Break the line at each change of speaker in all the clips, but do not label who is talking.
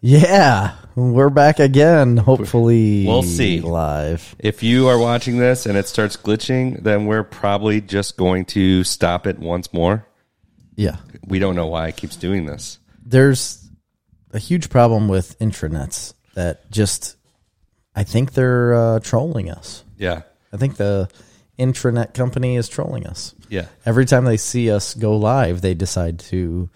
Yeah, we're back again. Hopefully,
We'll see.
Live.
If you are watching this and it starts glitching, then we're probably just going to stop it once more.
Yeah,
We don't know why it keeps doing this.
there's a huge problem with intranets that just, I think they're uh, trolling us.
Yeah.
I think the intranet company is trolling us.
Yeah.
Every time they see us go live, they decide to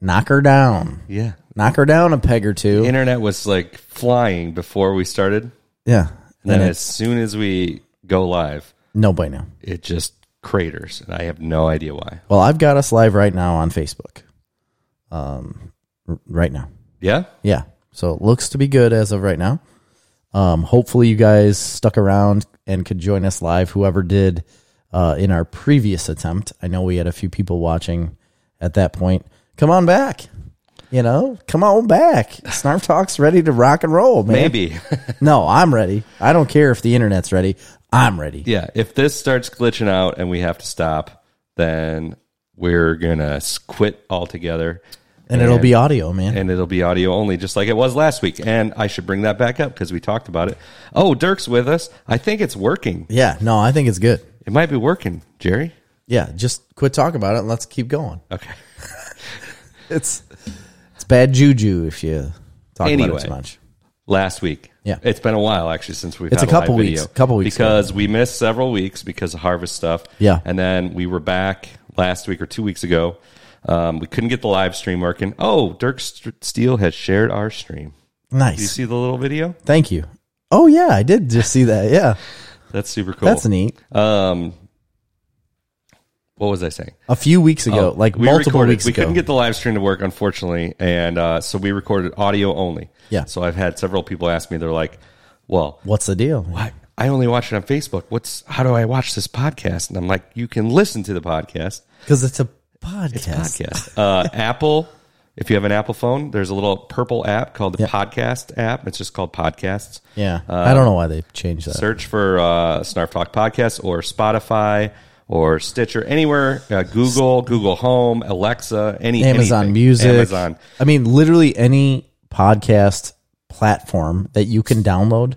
knock her down,
Yeah.
knock her down a peg or two.
Internet was like flying before we started.
yeah,
And then as soon as we go live,
nobody now.
it just craters. And I have no idea why.
Well, I've got us live right now on Facebook. Um, r- right now.
Yeah.
Yeah. So it looks to be good as of right now. Um, hopefully you guys stuck around and could join us live. Whoever did uh, in our previous attempt, I know we had a few people watching at that point. Come on back. You know, come on back. Snarf Talk's ready to rock and roll, man.
Maybe.
No, I'm ready. I don't care if the internet's ready. I'm ready.
yeah. If this starts glitching out and we have to stop, then we're going to quit altogether.
And it'll be audio, man.
and it'll be audio only, just like it was last week. And I should bring that back up because we talked about it. Oh, Dirk's with us. I think it's working.
Yeah, no, I think it's good.
It might be working, Jerry.
Yeah, just quit talking about it and let's keep going.
Okay.
It's it's bad juju if you talk about it
Anyway.
too much.
Last week.
Yeah.
It's been a while actually since we've
It's
had
a couple
live
weeks-
video.
couple weeks
Because we missed several weeks because of harvest stuff.
Yeah.
And then we were back last week or two weeks ago. Um, we couldn't get the live stream working. Oh, Dirk St- Steele has shared our stream.
Nice.
Do you see the little video?
Thank you. Oh yeah, I did just see that. Yeah,
That's super cool.
that's neat.
Um, what was I saying?
A few weeks ago, like multiple
recorded,
weeks
Oh, we
ago.
couldn't get the live stream to work unfortunately and uh, so we recorded audio only
Yeah.
so i've had several people ask me they're like well
What's the deal?
I, I only watch it on facebook what's how do i watch this podcast and i'm like you can listen to the podcast
Because it's a podcast.
podcast uh, apple if you have an apple phone there's a little purple app called the podcast app it's just called podcasts
Yeah, I don't know why they changed that.
search for uh, snarf talk podcast or spotify or Stitcher, anywhere, uh, Google, Google Home, Alexa, any
Amazon
anything.
Music.
Amazon,
I mean, literally any podcast platform that you can download,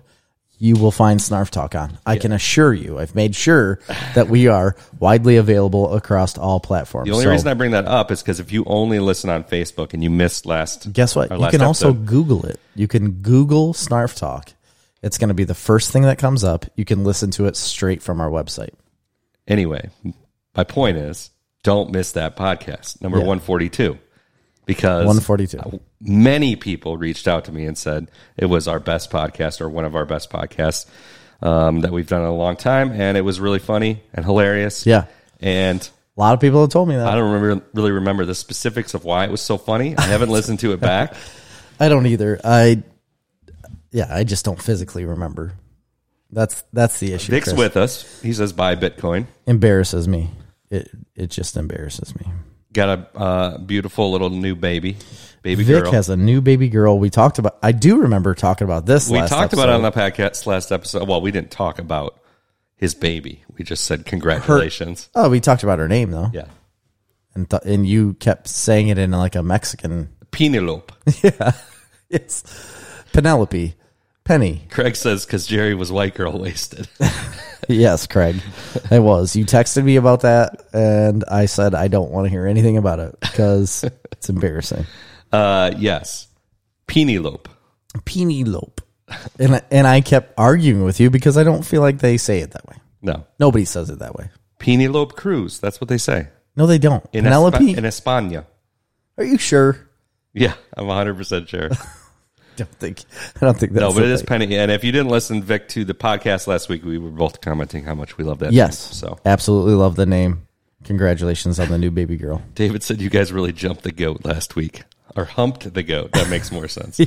you will find Snarf Talk on. I can assure you. I've made sure that we are widely available across all platforms.
The only
So,
reason I bring that up is because if you only listen on Facebook and you missed last,
guess what?
our
You
last
can also
episode.
Google it. You can Google Snarf Talk. It's going to be the first thing that comes up. You can listen to it straight from our website.
Anyway, my point is, don't miss that podcast number one forty two, because
142.
many people reached out to me and said it was our best podcast or one of our best podcasts um, that we've done in a long time, and it was really funny and hilarious.
Yeah.
and
A lot of people have told me that.
I don't remember really remember the specifics of why it was so funny. I haven't listened to it back.
I don't either. I yeah, I just don't physically remember. That's that's the issue.
Nick's
Chris.
with us. He says buy Bitcoin.
embarrasses me. It it just embarrasses me.
got a uh, beautiful little new baby, baby
Vic
girl.
has a new baby girl. We talked about. I do remember talking about this.
we
last
talked about it
episode.
on the podcast last episode. Well, we didn't talk about his baby. We just said congratulations.
Oh, we talked about her name though,
Yeah,
and th- and you kept saying it in like a Mexican.
Penelope.
It's Penelope, Penny.
Craig says because Jerry was white girl wasted.
Yes, Craig, I was. You texted me about that, and I said I don't want to hear anything about it because it's embarrassing.
Uh, yes, Penelope.
Penelope. And I- and I kept arguing with you because I don't feel like they say it that way.
No,
Nobody says it that way.
Penelope Cruz. That's what they say
No, they don't.
in
Penelope.
Espa- in España.
Are you sure?
Yeah, I'm 100 percent sure.
Don't think. I don't think that's.
No, but
the
it is
thing.
Penny. And if you didn't listen, Vic, to the podcast last week, we were both commenting how much we love that.
Yes.
name. So
absolutely love the name. Congratulations on the new baby girl.
David said you guys really jumped the goat last week or humped the goat. That makes more sense.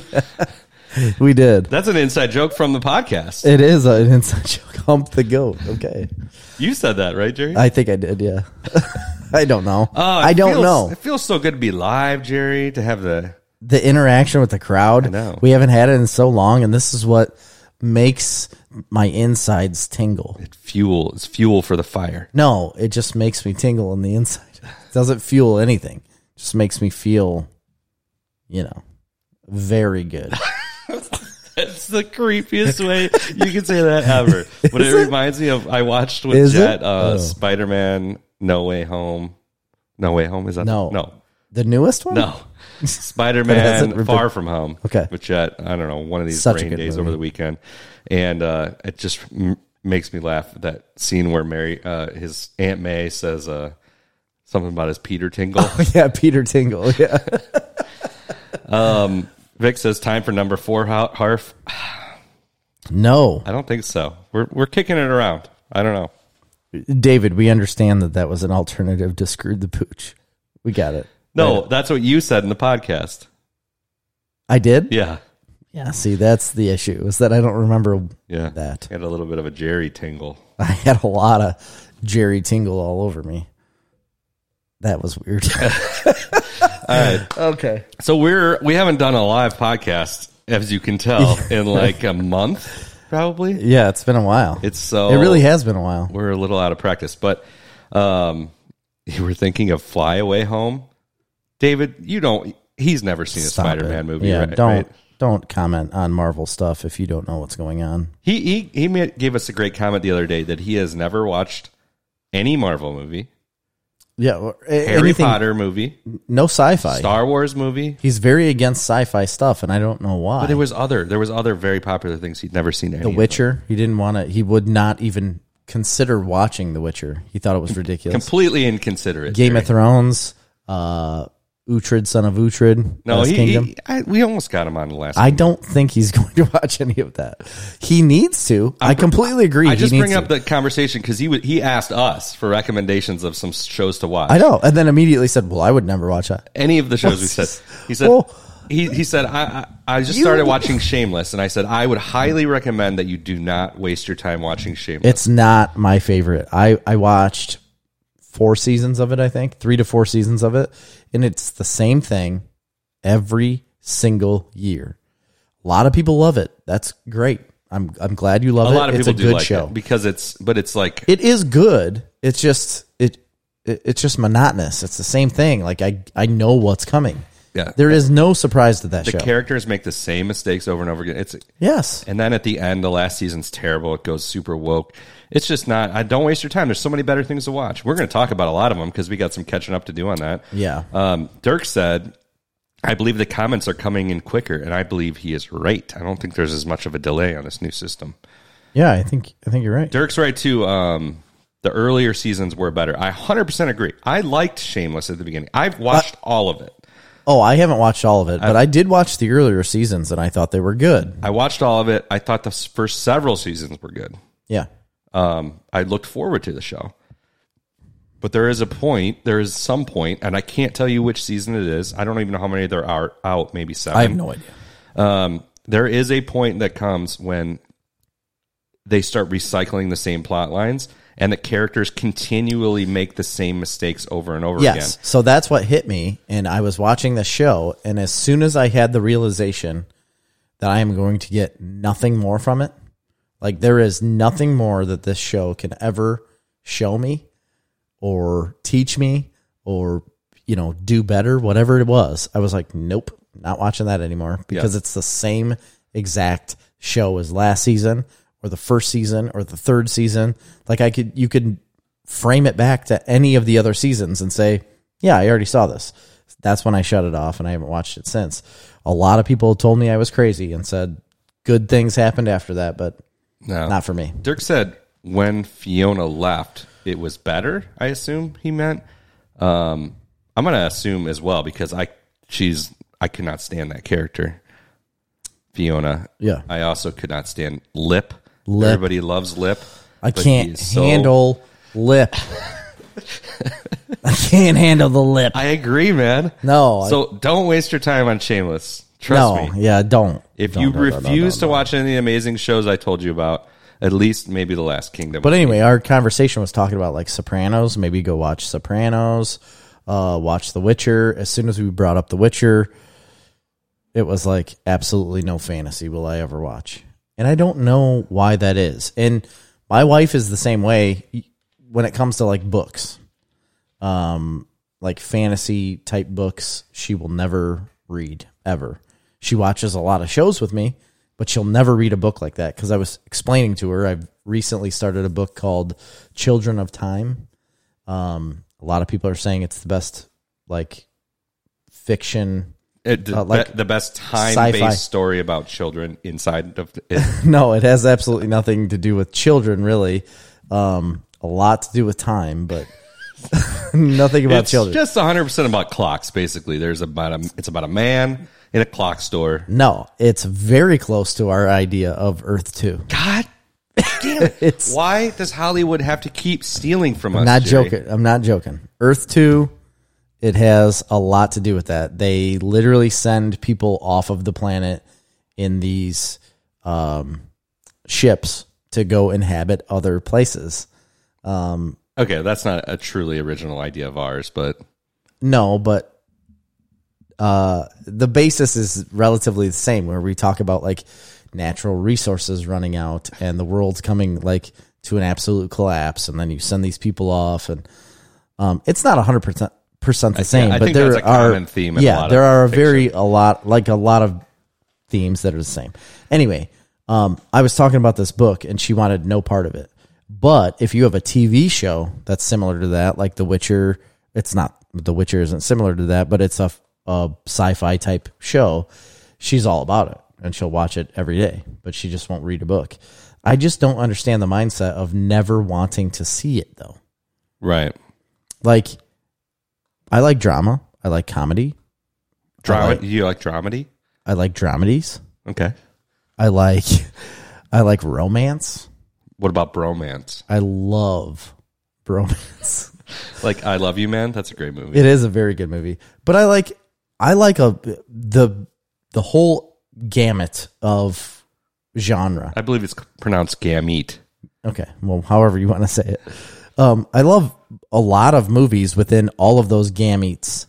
We did.
That's an inside joke from the podcast.
It is an inside joke. Hump the goat. Okay,
You said that, right, Jerry?
I think I did. Yeah, I don't know.
Oh, it
I don't
feels-
know
It feels so good to be live, Jerry, to have the
the interaction with the crowd.
know.
We haven't had it in so long, and this is what makes my insides tingle.
fuel. It's fuel for the fire.
No, it just makes me tingle on the inside. It doesn't fuel anything. Just makes me feel, you know, very good.
That's the creepiest way you can say that ever. But it reminds me of I watched with
Is it?
Jet uh,
Oh.
Spider Man No Way Home. No Way Home is that
No.
no
The newest one?
no Spider
hasn't
Man
been-
Far From Home.
Okay.
with Jet. I don't know one of these
Such a
rain
good
days
movie.
over the weekend, and uh, it just m- makes me laugh. That scene where Mary, uh, his Aunt May says uh, something about his Peter tingle.
Oh, Yeah, Peter Tingle. Yeah.
Vic says time for number four har- harf.
No.
I don't think so. We're we're kicking it around. I don't know.
David, we understand that that was an alternative to Screwed the Pooch. We got it.
No, that's what you said in the podcast.
I did?
Yeah.
Yeah, see, that's the issue is that I don't remember
Yeah.
that.
Had a little bit of a Jerry tingle.
I had a lot of Jerry Tingle all over me. That was weird. Okay.
So we're we haven't done a live podcast, as you can tell, in like a month, probably.
Yeah, it's been a while.
It's so
it really has been a while.
we're a little out of practice. But um you were thinking of Fly Away Home? David, you don't he's never seen a
Stop
Spider
it.
Man movie,
Yeah,
right?
don't
right?
don't comment on Marvel stuff if you don't know what's going on.
He he he made, gave us a great comment the other day that he has never watched any Marvel movie,
Yeah, or, a-
Harry
anything-
Potter movie,
No sci-fi.
Star Wars movie.
He's very against sci-fi stuff, and I don't know why.
But it was other. There was other very popular things he'd never seen. Any
the
of.
Witcher. He didn't want to. He would not even consider watching The Witcher. He thought it was ridiculous.
completely inconsiderate.
Game of Thrones. Uh, Uhtred, son of Uhtred.
no,
Last
he,
Kingdom.
he- I, we almost got him on the last. I,
I don't think he's going to watch any of that. He needs to. i completely agree.
just
he
bring
needs
up
to.
the conversation because he wa- he asked us for recommendations of some shows to watch.
I know, and then immediately said, "Well, I would never watch that."
Any of the shows we said, he said.
Well-
he, he said, I, I, I just
You-
started watching Shameless, and I said, I would highly recommend that you do not waste your time watching Shameless.
It's not my favorite. I I watched four seasons of it. I think three to four seasons of it, and it's the same thing every single year. A lot of people love it. That's great. I'm I'm glad you love
a
it.
lot of
it's
people
a
do
good
like
show.
it because it's, but it's like
it is good. It's just it, it it's just monotonous. It's the same thing. Like I I know what's coming.
Yeah.
There is no surprise to that show.
characters make the same mistakes over and over again. It's
yes.
And then at the end, the last season's terrible. It goes super woke. It's just not. I don't waste your time. There's so many better things to watch. We're going to talk about a lot of them because we got some catching up to do on that.
Yeah.
Um, Dirk said, "I believe the comments are coming in quicker, and I believe he is right. I don't think there's as much of a delay on this new system."
Yeah, I think I think you're right.
Dirk's right too. Um, the earlier seasons were better. I 100% agree. I liked Shameless at the beginning. I've watched all of it.
Oh, I haven't watched all of it, but I did watch the earlier seasons and I thought they were good.
I watched all of it. I thought the s- first several seasons were good.
Yeah.
um, I looked forward to the show. But there is a point, there is some point, and I can't tell you which season it is. I don't even know how many there are out, maybe seven.
I have no idea.
um, there is a point that comes when they start recycling the same plot lines and the characters continually make the same mistakes over and over
Yes. So that's what hit me and I was watching the show and as soon as I had the realization that I am going to get nothing more from it, like there is nothing more that this show can ever show me or teach me or you know, do better, whatever it was. I was like, nope, not watching that anymore because it's the same exact show as last season or the first season or the third season. Like I could you could frame it back to any of the other seasons and say, yeah, I already saw this. That's when I shut it off and I haven't watched it since. A lot of people told me I was crazy and said good things happened after that, but
again. No.
not for me.
Dirk said when Fiona left, it was better. I assume he meant. Um, I'm gonna assume as well because I she's I could not stand that character, Fiona.
Yeah.
I also could not stand Lip.
Lip.
Everybody loves Lip.
I
but
can't
he's so-
handle lip. I can't handle the lip.
I agree, man.
No, I-
So don't waste your time on Shameless. Trust
no,
me.
yeah, don't.
If
Don't,
you
don't, don't,
refuse
don't, don't,
to
don't.
watch any of the amazing shows I told you about, at least maybe The Last Kingdom.
But anyway, our conversation was talking about like Sopranos. Maybe go watch Sopranos, uh, watch The Witcher. As soon as we brought up The Witcher, it was like absolutely no fantasy will I ever watch. And I don't know why that is. And my wife is the same way when it comes to like books, um, like fantasy type books, she will never read ever. She watches a lot of shows with me, but she'll never read a book like that because I was explaining to her I've recently started a book called Children of Time. Um, a lot of people are saying it's the best like fiction.
It, the,
Uh, like
be- the best time
sci-fi.
based story about children inside of it.
No, it has absolutely nothing to do with children, really. Um, a lot to do with time, but nothing about
it's
children.
just 100% about clocks basically there's about a it's about a man in a clock store
No, it's very close to our idea of Earth 2.
god damn it
It's
why does hollywood have to keep stealing from us
I'm not
Jerry?
joking. I'm not joking. Earth 2, it has a lot to do with that. They literally send people off of the planet in these um, ships to go inhabit other places.
okay that's not a truly original idea of ours but
No, but uh, the basis is relatively the same where we talk about like natural resources running out and the world's coming like to an absolute collapse and then you send these people off and um, it's not 100% percent the same
I
but
think
there
that's a
are
common theme in a
yeah
lot
there
of
are a very a lot like a lot of themes that are the same anyway um, i was talking about this book and she wanted no part of it but if you have a tv show that's similar to that like the witcher it's not the witcher isn't similar to that but it's a, a sci-fi type show she's all about it and she'll watch it every day but she just won't read a book i just don't understand the mindset of never wanting to see it though
right
like I like drama. I like comedy.
drama
like-
you like dramedy
I like dramedies.
okay
I like I like romance.
what about bromance
I love bromance.
like i love you man that's a great movie
it is a very good movie. But I like I like a the the whole gamut of genre.
i believe it's pronounced gamete
Okay. Well, however you want to say it. Um, I love a lot of movies within all of those gametes.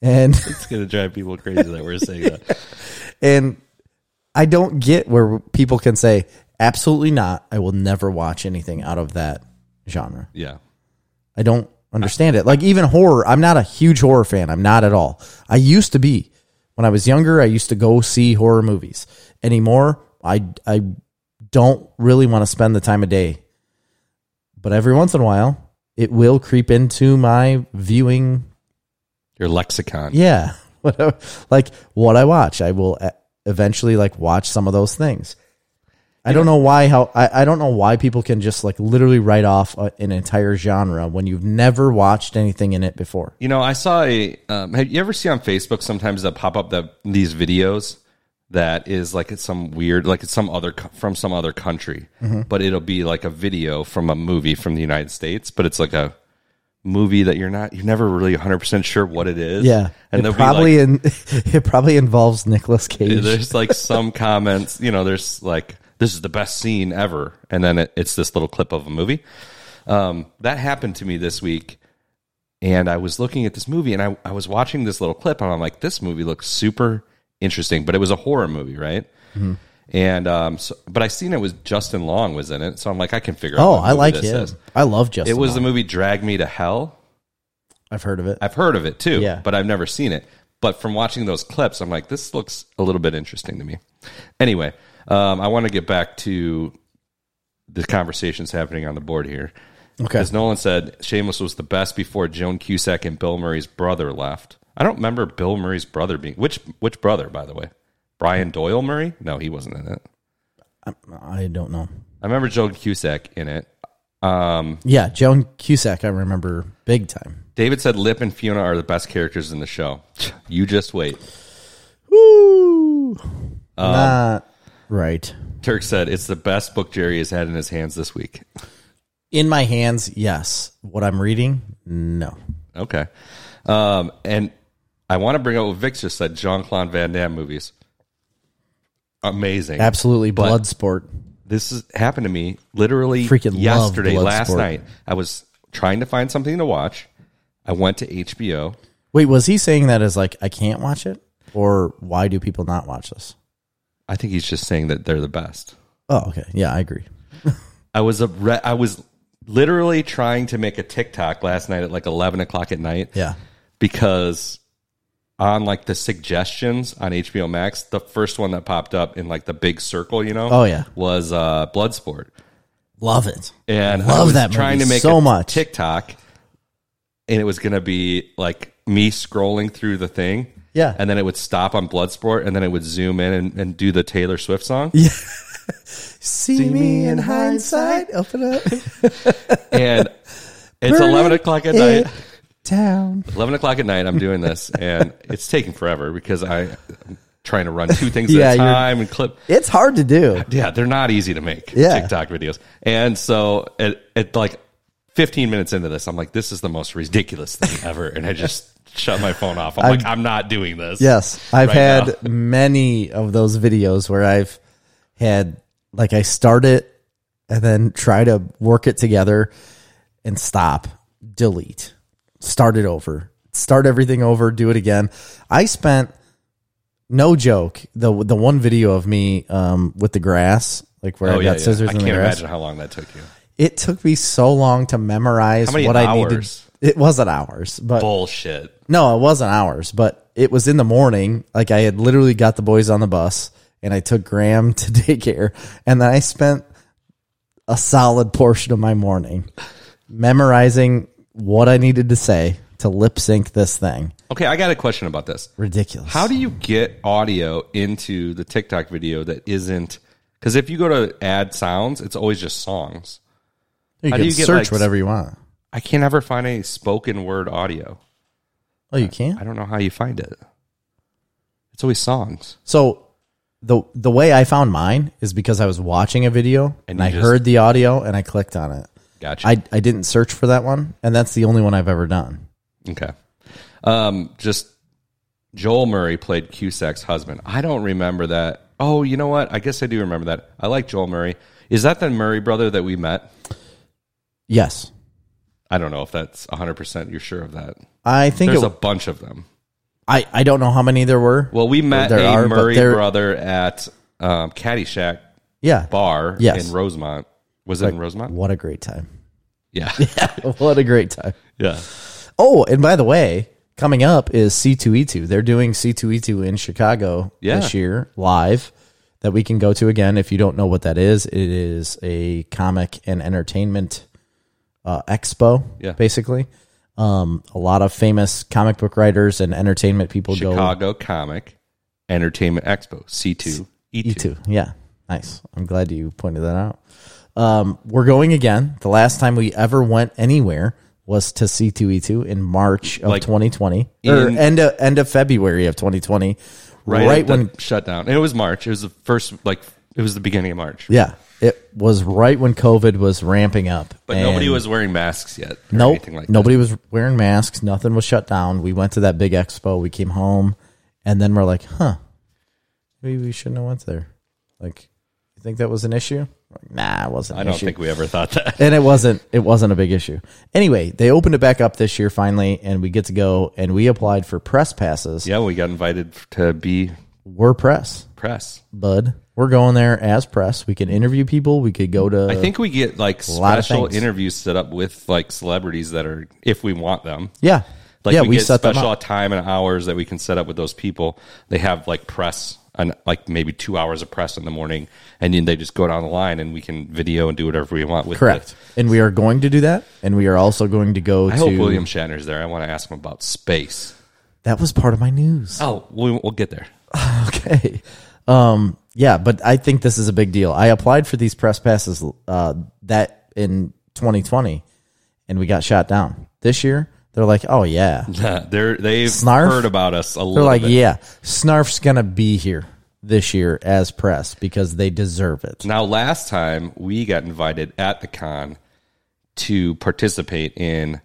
And
it's gonna drive people crazy that we're saying that
And I don't get where people can say, absolutely not. I will never watch anything out of that genre.
yeah
I don't understand it. Like, even horror, I'm not a huge horror fan. I'm not at all. I used to be. When I was younger, I used to go see horror movies. Anymore, I, I don't really want to spend the time of day. But every once in a while, it will creep into my viewing
your lexicon
yeah whatever like what i watch i will e- eventually like watch some of those things i don't know why how I, I don't know why people can just like literally write off a, an entire genre when you've never watched anything in it before
You know, I saw a. Um, have you ever see on Facebook sometimes that pop up that these videos that is like it's some weird, like it's some other co- from some other country,
Mm-hmm.
but it'll be like a video from a movie from the United States, but it's like a movie that you're not, you're never really 100 percent sure what it is.
yeah
and
it
there'll
probably
be
in, it probably involves Nicolas
like,
cage
there's like some comments. You know, there's like this is the best scene ever, and then it, it's this little clip of a movie. Um, that happened to me this week and I was looking at this movie and I, I was watching this little clip and I'm like, this movie looks super interesting, but it was a horror movie, right?
Mm-hmm.
And um, so, but I seen it was Justin Long was in it, so I'm like, I can figure out.
oh
what
i
movie
like
this
him
is.
i love justin
It was the movie Drag Me to Hell.
i've heard of it
I've heard of it too,
Yeah.
but I've never seen it. But from watching those clips, I'm like, this looks a little bit interesting to me. Anyway, um, I want to get back to the conversations happening on the board here.
okay
As Nolan said, Shameless was the best before Joan Cusack and Bill Murray's brother left. I don't remember Bill Murray's brother being which which brother, by the way. Brian Doyle Murray? No, he wasn't in it.
i don't know
I remember Joan Cusack in it. Um,
yeah joan cusack i remember big time
David said Lip and Fiona are the best characters in the show. You just wait.
Woo! not right
Turk said it's the best book Jerry has had in his hands this week.
In my hands, yes. What I'm reading, no.
Okay. Um, and I want to bring up what Vic just said, Jean Claude Van Damme movies. Amazing.
Absolutely, blood sport.
this is, happened to me literally
Freaking love
yesterday,
Bloodsport.
last night. I was trying to find something to watch. I went to HBO.
Wait, was he saying that as like I can't watch it, or why do people not watch this?
I think he's just saying that they're the best.
Oh, okay. Yeah, I agree.
I was a re- I was literally trying to make a TikTok last night at like eleven o'clock at night
Yeah,
because on like the suggestions on HBO Max, the first one that popped up in like the big circle, you know,
Oh, yeah.
was uh, Bloodsport,
Love it.
and I
Love
was
that movie
trying to make
so
a
much.
TikTok, and it was gonna be like me scrolling through the thing,
Yeah.
and then it would stop on Bloodsport, and then it would zoom in and, and do the Taylor Swift song, yeah.
See,
me in hindsight.
Open up.
and it's
Burn
eleven
it
o'clock at
in
night.
Town.
11 o'clock at night i'm doing this and it's taking forever because I, i'm trying to run two things
Yeah,
at a
you're-
time and clip
It's hard to do.
yeah they're not easy to make
Yeah.
tiktok videos and so at, at like 15 minutes into this i'm like this is the most ridiculous thing ever and i just shut my phone off i'm like i'm not doing this
Yes, I've
right
had
now.
many of those videos where I've had like I start it and then try to work it together and stop, delete, start it over, start everything over, do it again. I spent no joke the the one video of me um, with the grass, like where
oh
I
yeah,
got
yeah.
scissors
i
in
can't
the grass.
imagine how long that took you
It took me so long to memorize
How many
what I needed.
hours?
It wasn't hours, but
bullshit
no, it wasn't hours, but it was in the morning. Like I had literally got the boys on the bus and I took Graham to daycare and then I spent a solid portion of my morning memorizing what I needed to say to lip sync this thing.
okay i got a question about this
Ridiculous.
How do you get audio into the TikTok video that isn't? Because if you go to add sounds, it's always just songs.
you
how
can
do you get,
search
like,
whatever you want?
I can't ever find any spoken word audio.
Oh, you can?
I don't know how you find it. It's always songs.
So the the way I found mine is because I was watching a video and,
And you
I
just-
heard the audio and I clicked on it.
Gotcha.
I, I didn't search for that one, and that's the only one I've ever done.
okay. Um, just Joel Murray played Cusack's husband. I don't remember that. Oh, you know what? I guess I do remember that. I like Joel Murray. Is that the Murray brother that we met?
Yes.
I don't know if that's 100% you're sure of that.
I think
There's
it,
a bunch of them.
I, I don't know how many there were.
Well, we met
There
a
are, but
Murray
there-
brother at um, Caddyshack
yeah.
Bar
Yes.
in Rosemont. Was it in Rosemont?
What a great time.
Yeah.
what a great time.
yeah.
Oh, and by the way, coming up is C2E2. They're doing C2E2 in Chicago
Yeah.
this year live that we can go to again. If you don't know what that is, it is a comic and entertainment uh, expo,
Yeah.
basically. Um, a lot of famous comic book writers and entertainment people go
Chicago Comic Entertainment Expo, E C2. E2.
E2. Yeah. Nice. I'm glad you pointed that out. Um, we're going again. The last time we ever went anywhere was to C2E2 in March of
Like,
2020 or
in-
end of, end of February of 2020. Right,
Right, at the
when,
shutdown. And it was March. It was the first, like, it was the beginning of March.
yeah, it was right when COVID was ramping up.
But nobody
And
was wearing masks yet. Or
nope,
anything like
nobody was wearing masks. Nothing was shut down. We went to that big expo. We came home and then we're like, huh, maybe we shouldn't have went there. Like, you think that was an issue? Nah, it wasn't.
that. I
an
don't
issue.
think we ever thought that.
and it wasn't it wasn't a big issue. Anyway, they opened it back up this year finally, and we get to go. And we applied for press passes.
yeah, we got invited to be
We're press,
press.
bud. We're going there as press. We can interview people. We could go to.
I think we get like
lot of
special
things.
interviews set up with like celebrities that are, if we want them.
yeah,
Like
yeah.
we,
We
get
set them
special
up.
time and hours that we can set up with those people. They have like press and like maybe two hours of press in the morning, and then they just go down the line, and we can video and do whatever we want with.
Correct. And we are going to do that. And we are also going to go
it. I
to.
hope William Shatner's there. I want to ask him about space.
That was part of my news.
Oh, we, we'll get there.
okay. Um, yeah, but I think this is a big deal. I applied for these press passes uh, that in 2020, and we got shot down. This year, they're like, oh yeah,
They're they've
Snarf?
heard about us a
They're
little
like,
bit.
yeah, Snarf's gonna be here this year as press because they deserve it.
Now, last time we got invited at the con to participate in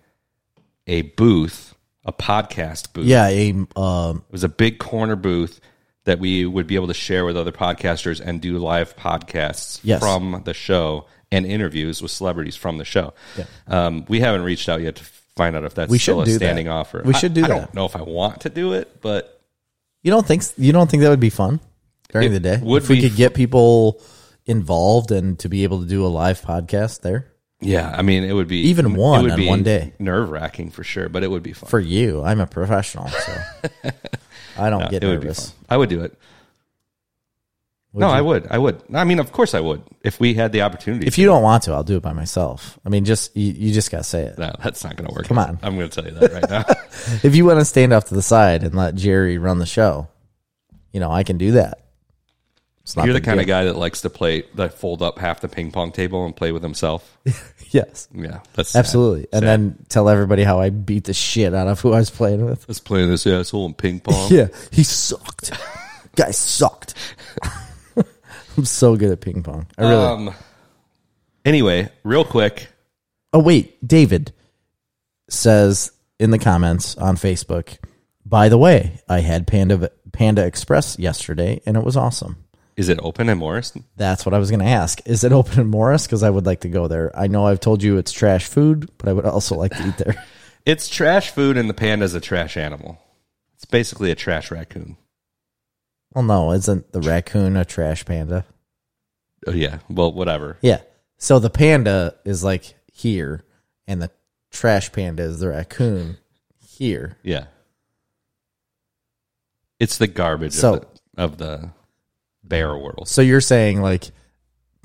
a booth, a podcast booth.
Yeah, a, um,
It was a big corner booth that we would be able to share with other podcasters and do live podcasts
Yes.
from the show and interviews with celebrities from the show. Um, we haven't reached out yet to find out if that's
We
still
should
a
do that.
standing offer.
We should
I-
do
I
that.
don't know if I want to do it, but
you don't think you don't think that would be fun during
It
the day?
would
if we
be
could get people involved and to be able to do a live podcast there.
Yeah, I mean, it would be
Even one on one day.
nerve wracking for sure, but it would be fun.
For you, I'm a professional, so I don't get
it would
nervous.
be fun. I would do it. no, I would. I would. I mean, of course, I would if we had the opportunity.
If you don't want to, I'll do it by myself. I mean, just you, you just gotta say it.
no, that's not going to work.
Come on.
I'm going to tell you that right now.
If you want to stand off to the side and let Jerry run the show, you know I can do that. It's not
You're the
big
kind of
deal.
guy that likes to play, that fold up half the ping pong table and play with himself.
Yes,
Yeah, that's sad.
absolutely. And then tell everybody how I beat the shit out of who I was playing with.
Let's play this asshole in ping pong.
Yeah, he sucked. Guy sucked. I'm so good at ping pong. I really.
Um. Anyway, real quick,
oh wait, David says in the comments on Facebook. By the way, I had Panda Panda Express yesterday, and it was awesome.
is it open in Morris?
That's what I was going to ask. Is it open in Morris? Because I would like to go there. I know I've told you it's trash food, but I would also like to eat there.
It's trash food, and the panda's a trash animal. It's basically a trash raccoon.
well, no, isn't the raccoon a trash panda?
Oh, yeah. Well, whatever.
Yeah. So the panda is like here, and the trash panda is the raccoon here.
Yeah. It's the garbage
So-
of, the, of the bear world.
So you're saying like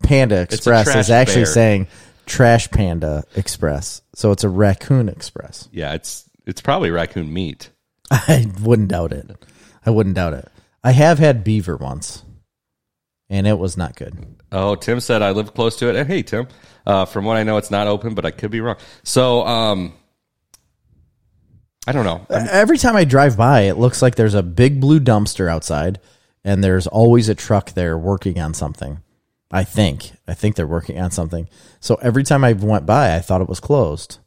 Panda
a
Express
trash
is actually
bear.
saying Trash Panda Express. So it's a raccoon express.
Yeah, it's it's probably raccoon meat.
I wouldn't doubt it. I wouldn't doubt it. I have had beaver once, and it was not good.
Oh, Tim said I live close to it. And hey, Tim, uh, from what I know, it's not open, but I could be wrong. So, um, I don't know. Uh,
Every time I drive by, it looks like there's a big blue dumpster outside, and there's always a truck there working on something. I think. I think they're working on something. So every time I went by, I thought it was closed.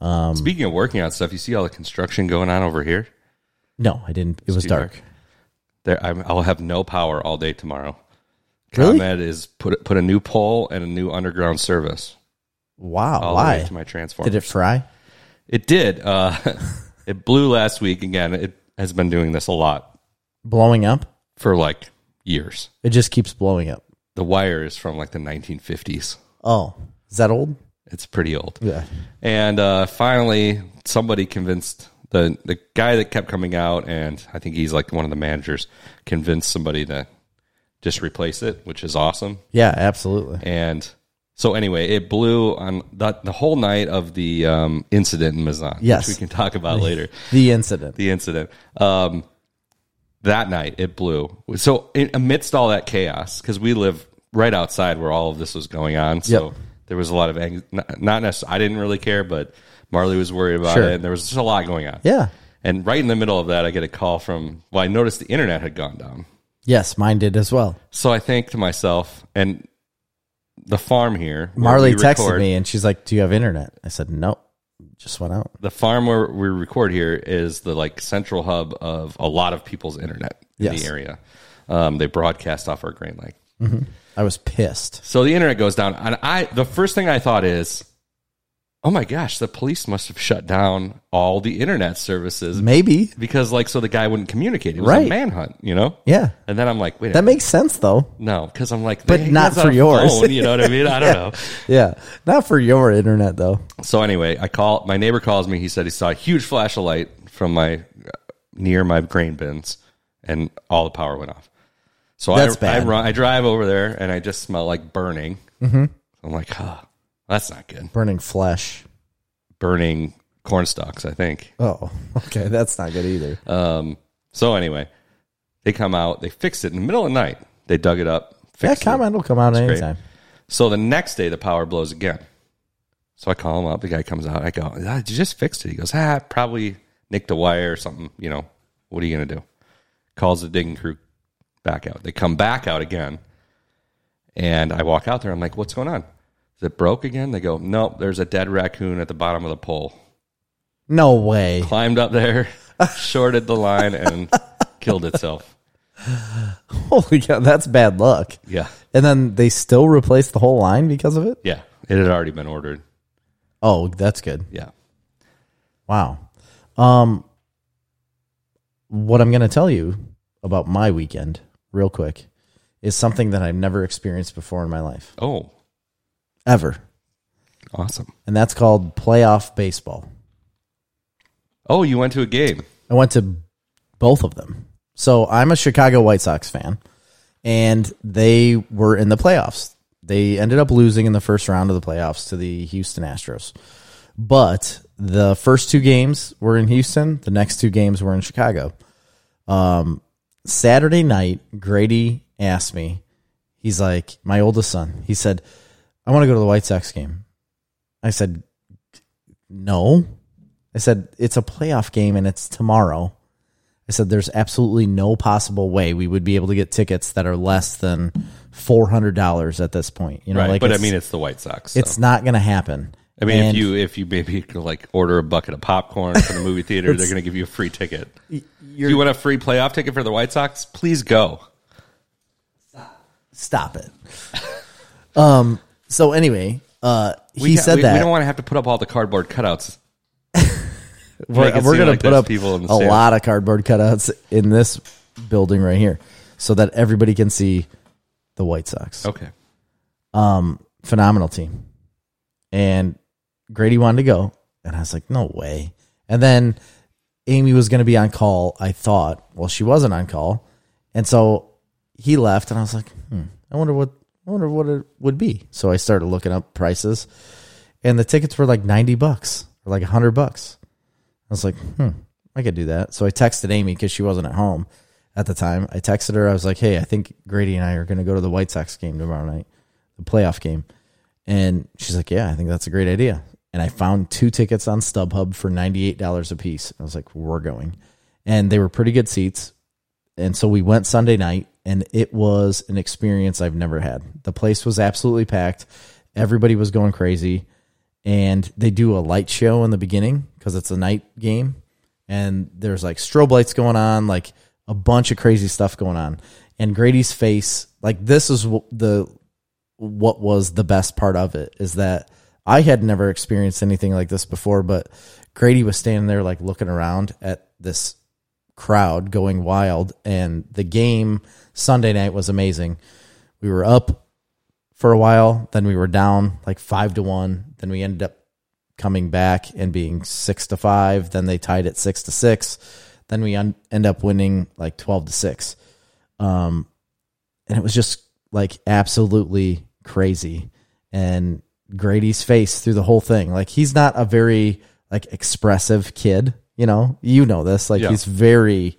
Um,
Speaking of working on stuff, you see all the construction going on over here.
No, I didn't. It was
too
dark.
dark. There, I'm, I'll have no power all day tomorrow.
Really?
ComEd is put put a new pole and a new underground service
Wow.
all the way
why?
to my transformer.
Did it fry?
It did. Uh, it blew last week again. It has been doing this a lot
Blowing up?
for like years.
It just keeps blowing up.
The wire is from like the 1950s.
Oh, is that old?
It's pretty old.
Yeah.
And uh, finally, somebody convinced the the guy that kept coming out, and I think he's like one of the managers, convinced somebody to just replace it, which is awesome.
Yeah, absolutely.
And so anyway, it blew on the, the whole night of the um, incident in Mazan,
Yes.
which we can talk about later.
The incident.
the incident. Um, that night it blew. So in, amidst all that chaos, because we live right outside where all of this was going on, so
Yep.
there was a lot of ang- not, not necessarily. I didn't really care, but Marley was worried about
Sure.
it, and there was just a lot going on.
Yeah.
And right in the middle of that, I get a call from. Well, I noticed the internet had gone down,
Yes, mine did as well.
so I think to myself and the farm here. where
Marley
we
texted
record-
me and she's like, Do you have internet? I said, Nope. Just went out.
the farm where we record here is the like central hub of a lot of people's internet in
Yes.
the area. Um, they broadcast off our Grand Lake,
I was pissed.
so the internet goes down. And I, the first thing I thought is, oh my gosh, the police must have shut down all the internet services
Maybe.
because like so the guy wouldn't communicate. It was
Right.
a manhunt, you know.
Yeah.
And then I'm like, wait, a
That
minute.
makes sense though.
no, because I'm like,
But
they- he
not
has
for
a
yours.
phone, you know what I mean? I don't know.
Yeah. Not for your internet though.
So anyway, I call my neighbor calls me. He said he saw a huge flash of light from my uh, near my grain bins, and all the power went off. So
That's
I,
bad.
I run, I drive over there, and I just smell like burning. Mm-hmm. I'm like, huh, that's not good.
Burning flesh.
Burning corn stalks, I think.
Oh, okay. That's not good either.
Um, so anyway, they come out, they fixed it in the middle of the night. They dug it up,
that
fixed it.
comment will come out
great.
anytime.
So the next day, the power blows again. So I call him up. The guy comes out. I go, ah, "You just fixed it." He goes, "Ah, probably nicked a wire or something." You know, what are you gonna do? Calls the digging crew back out. They come back out again, and I walk out there. I'm like, "What's going on? Is it broke again?" They go, "Nope. There's a dead raccoon at the bottom of the pole.
No way.
Climbed up there, shorted the line, and killed itself."
Holy cow, that's bad luck.
Yeah,
And then they still replaced the whole line because of it?
yeah. It had already been ordered.
Oh, that's good.
Yeah.
Wow. Um what I'm going to tell you about my weekend real quick is something that I've never experienced before in my life.
Oh,
Ever.
Awesome.
and that's called playoff baseball.
Oh, you went to a game.
I went to both of them. So I'm a Chicago White Sox fan, and they were in the playoffs. They ended up losing in the first round of the playoffs to the Houston Astros. But the first two games were in Houston, the next two games were in Chicago. Um, Saturday night, Grady asked me, he's like, my oldest son, he said, I want to go to the White Sox game. I said, no. I said, it's a playoff game and it's tomorrow. I said, there's absolutely no possible way we would be able to get tickets that are less than $400 at this point. You know,
Right.
like
but I
it's-
mean, it's the White Sox. so.
it's not going to happen.
I mean, if
And-
you if you maybe could, like order a bucket of popcorn from the movie theater, they're going to give you a free ticket. If you want a free playoff ticket for the White Sox? Please go.
stop it. um. So anyway, uh, he
ca-
said
we,
that
we don't want to have to put up all the cardboard cutouts.
we're,
make it
we're
seem
gonna
like
put
there's
up
people in the
a
stands.
lot of cardboard cutouts in this building right here, so that everybody can see the White Sox.
Okay.
phenomenal team. And Grady wanted to go. And I was like, no way. And then Amy was going to be on call, I thought. Well, she wasn't on call. And so he left and I was like, hmm, I wonder what I wonder what it would be. So I started looking up prices. And the tickets were like 90 bucks or like 100 bucks. I was like, hmm, I could do that. So I texted Amy because she wasn't at home at the time. I texted her. I was like, hey, I think Grady and I are going to go to the White Sox game tomorrow night, the playoff game. And she's like, yeah, I think that's a great idea. And I found two tickets on StubHub for $98 a piece. I was like, we're going. And they were pretty good seats. And so we went Sunday night, and it was an experience I've never had. The place was absolutely packed. Everybody was going crazy. And they do a light show in the beginning because it's a night game. And there's like strobe lights going on, like a bunch of crazy stuff going on. And Grady's face, like, this is wh- the what was the best part of it is that I had never experienced anything like this before, but Grady was standing there like looking around at this crowd going wild and the game Sunday night was amazing. We were up for a while, then we were down like 5 to 1, then we ended up coming back and being 6 to 5, then they tied it 6 to 6, then we un- end up winning like 12 to 6 and it was just like absolutely crazy and grady's face through the whole thing like he's not a very like expressive kid you know you know this like
Yeah.
he's very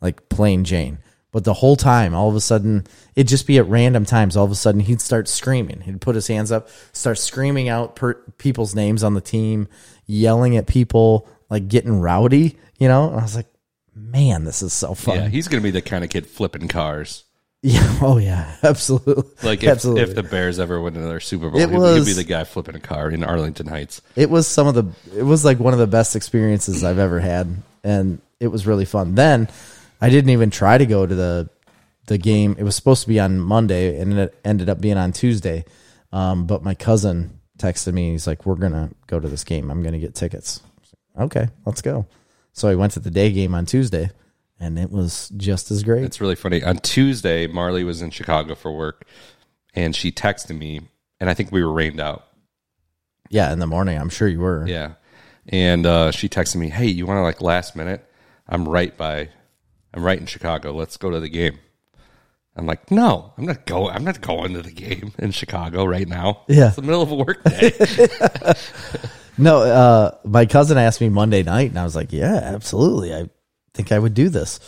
like plain jane but the whole time all of a sudden it'd just be at random times all of a sudden he'd start screaming he'd put his hands up start screaming out per- people's names on the team yelling at people like getting rowdy you know and i was like man this is so fun
Yeah, he's going to be the kind of kid flipping cars.
yeah. Oh yeah. Absolutely.
Like if,
absolutely.
if the Bears ever win another Super Bowl,
It
he'll, he'll be
was-
the guy flipping a car in Arlington Heights.
it was some of the. It was like one of the best experiences I've ever had, and it was really fun. Then I didn't even try to go to the the game. It was supposed to be on Monday, and it ended up being on Tuesday. Um, but my cousin texted me. He's like, "We're gonna go to this game. I'm gonna get tickets." I was like, okay, let's go. So I went to the day game on Tuesday, and it was just as great.
It's really funny. On Tuesday, Marley was in Chicago for work, and she texted me, and I think we were rained out.
yeah, in the morning, I'm sure you were.
Yeah. And uh, she texted me, "Hey, you want to like last minute? I'm right by, I'm right in Chicago. Let's go to the game." I'm like, "No, I'm not going. I'm not going to the game in Chicago right now.
Yeah.
it's the middle of a work day.
No, uh, my cousin asked me Monday night, and I was like, "Yeah, absolutely. I think I would do this."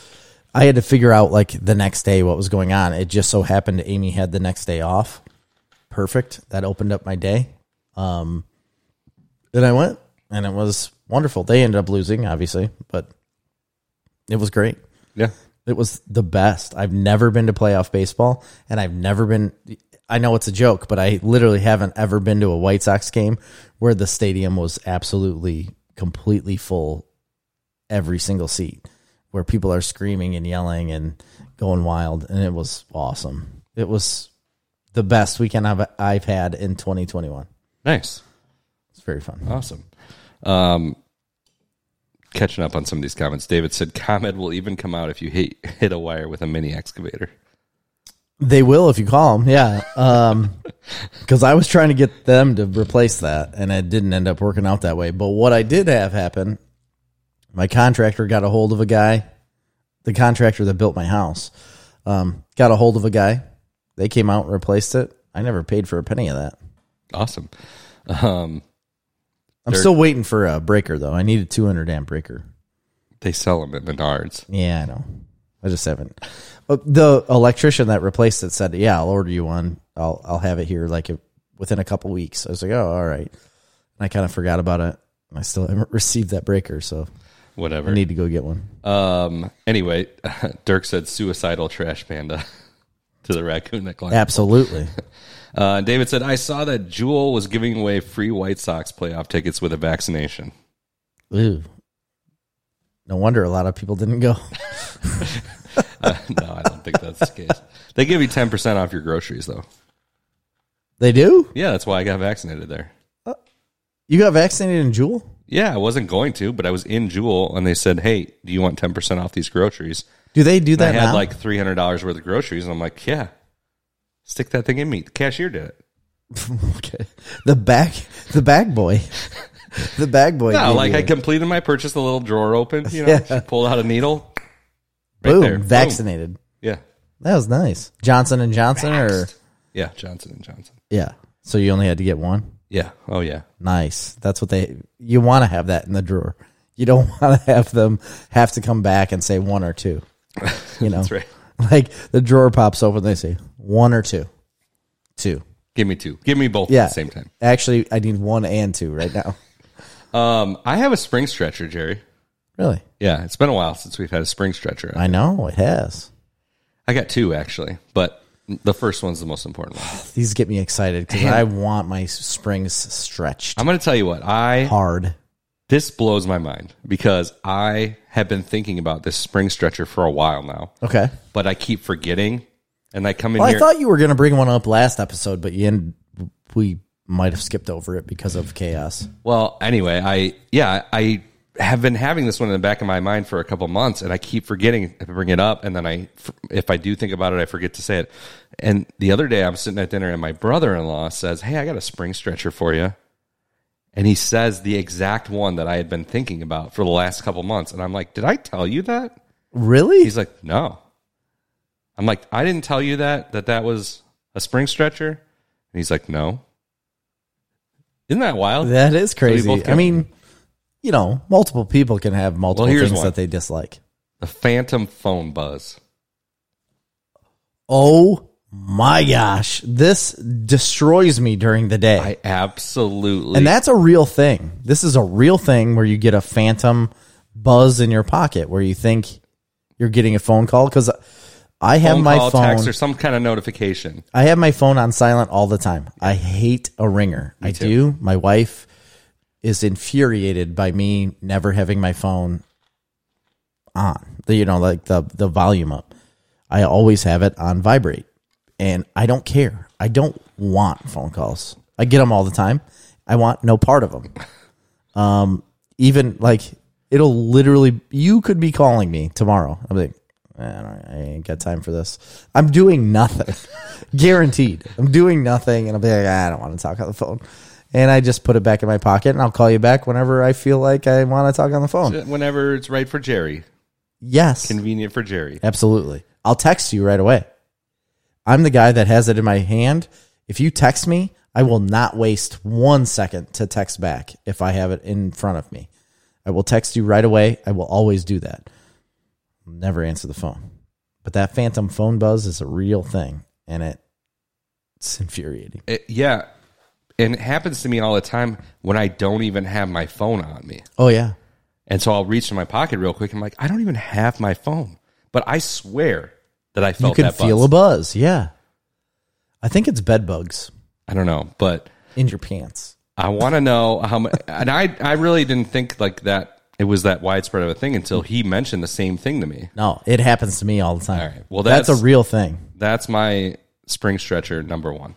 I had to figure out like the next day what was going on. It just so happened Amy had the next day off. Perfect. That opened up my day. Um, then I went, and it was wonderful. They ended up losing, obviously, but it was great.
yeah,
It was the best. I've never been to playoff baseball, and I've never been. I know it's a joke, but I literally haven't ever been to a White Sox game where the stadium was absolutely, completely full, every single seat, where people are screaming and yelling and going wild, and it was awesome. It was the best weekend I've I've had in 2021.
nice,
It's very fun.
awesome." Um, catching up on some of these comments, David said, "Comed will even come out if you hit hit a wire with a mini excavator."
They will if you call them. Yeah. Um, because I was trying to get them to replace that, and it didn't end up working out that way. But what I did have happen, my contractor got a hold of a guy, the contractor that built my house, um, got a hold of a guy. They came out and replaced it. I never paid for a penny of that.
Awesome. Um,
I'm
Dirt.
still waiting for a breaker though. I need a 200 amp breaker.
they sell them at Menards.
Yeah, I know. I just haven't. Uh, The electrician that replaced it said, "Yeah, I'll order you one. I'll I'll have it here like if- within a couple weeks." I was like, "Oh, all right." And I kind of forgot about it. I still haven't received that breaker, so
Whatever.
I need to go get one.
um. Anyway, Dirk said suicidal trash panda to the raccoon that climbed.
Absolutely.
Uh, David said, "I saw that Jewel was giving away free White Sox playoff tickets with a vaccination."
Ooh. No wonder a lot of people didn't go.
Uh, no, I don't think that's the case. They give you ten percent off your groceries, though.
They do.
Yeah, that's why I got vaccinated there.
You got vaccinated in Jewel?
Yeah, I wasn't going to, but I was in Jewel, and they said, "Hey, do you want ten percent off these groceries?"
Do they do
And I
that
had
now?
like three hundred dollars worth of groceries, and I'm like, "Yeah, stick that thing in me." The cashier did it.
okay. The back, the bag boy, the bag boy.
No,
gave
like
you
I
a-
completed my purchase. The little drawer opened, you know, she pulled out a needle. Right
boom,
there. Boom.
vaccinated.
Yeah,
That was nice. Johnson and Johnson, or
yeah, Johnson and Johnson.
yeah. So you only had to get one.
Yeah. Oh yeah.
Nice. That's what they. You want to have that in the drawer. You don't want to have them have to come back and say one or two. You know,
That's right.
like the drawer pops open, they say one or two, two.
Give me two. Give me both
Yeah,
at the same time.
Actually, I need one and two right now.
Um, I have a spring stretcher, Jerry.
Really,
Yeah, it's been a while since we've had a spring stretcher.
I know it has.
I got two actually, but the first one's the most important one.
These get me excited because I want my springs stretched
I'm going to tell you what I
hard.
this blows my mind because I have been thinking about this spring stretcher for a while now,
Okay.
but I keep forgetting, and I come in
Well, I
here.
thought you were going to bring one up last episode, but you end, we might have skipped over it because of chaos.
well, anyway, I yeah I have been having this one in the back of my mind for a couple months, and I keep forgetting to bring it up, and then I if I do think about it, I forget to say it. And the other day, I'm sitting at dinner, and my brother-in-law says, "Hey, I got a spring stretcher for you." And he says the exact one that I had been thinking about for the last couple months. And I'm like, did I tell you that?
Really?
He's like, no. I'm like, I didn't tell you that that that was a spring stretcher. And he's like, no. Isn't that wild?
That is crazy.
both
I mean, you know, multiple people can have multiple
Well, here's
things
one.
that they dislike.
the phantom phone buzz.
Oh my gosh. This destroys me during the day.
I absolutely.
and that's a real thing. This is a real thing where you get a phantom buzz in your pocket where you think you're getting a phone call because I have
phone
my
call,
phone.
text, or some kind of notification.
I have my phone on silent all the time. I hate a ringer. I do. My wife is infuriated by me never having my phone on. The, you know, like the the volume up. I always have it on vibrate, and I don't care. I don't want phone calls. I get them all the time. I want no part of them. Um, even like it'll literally, you could be calling me tomorrow. I'm like, I, don't, I ain't got time for this. I'm doing nothing, guaranteed. I'm doing nothing, and I'll be like, "Ah, I don't want to talk on the phone. And I just put it back in my pocket, and I'll call you back whenever I feel like I want to talk on the phone.
Whenever it's right for Jerry,
Yes,
convenient for Jerry.
absolutely. I'll text you right away. I'm the guy that has it in my hand. If you text me, I will not waste one second to text back if I have it in front of me. I will text you right away. I will always do that. Never answer the phone. But that phantom phone buzz is a real thing and it, it's infuriating.
It- yeah. And it happens to me all the time when I don't even have my phone on me.
Oh, yeah.
And so I'll reach in my pocket real quick. I'm like, I don't even have my phone. But I swear that I
You
felt
can
that buzz.
feel a buzz. Yeah. I think it's bed bugs
I don't know, but
in your pants.
I want to know how much. And I, I really didn't think like that. It was that widespread of a thing until he mentioned the same thing to me.
No, it happens to me all the time.
All right. Well,
that's,
that's-
a real thing.
That's my spring stretcher number one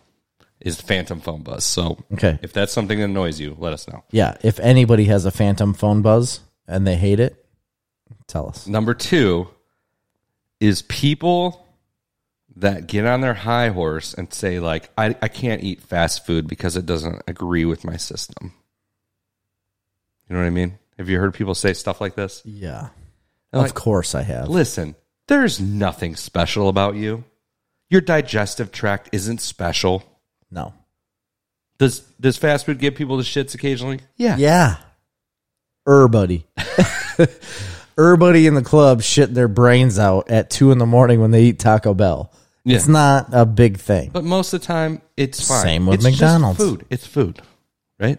is phantom phone buzz. So
Okay.
if that's something that annoys you, let us know.
Yeah, if anybody has a phantom phone buzz and they hate it, tell us.
Number two is people that get on their high horse and say like I, I can't eat fast food because it doesn't agree with my system. You know what I mean? Have you heard people say stuff like this?
Yeah.
And,
of
like,
course I have.
listen, there's nothing special about you. Your digestive tract isn't special.
No.
Does does fast food give people the shits occasionally? Yeah.
Yeah. Er buddy. Er buddy in the club shitting their brains out at two in the morning when they eat Taco Bell.
Yeah.
It's not a big thing.
But most of the time, it's fine.
Same with
It's just
McDonald's.
food. It's food, right?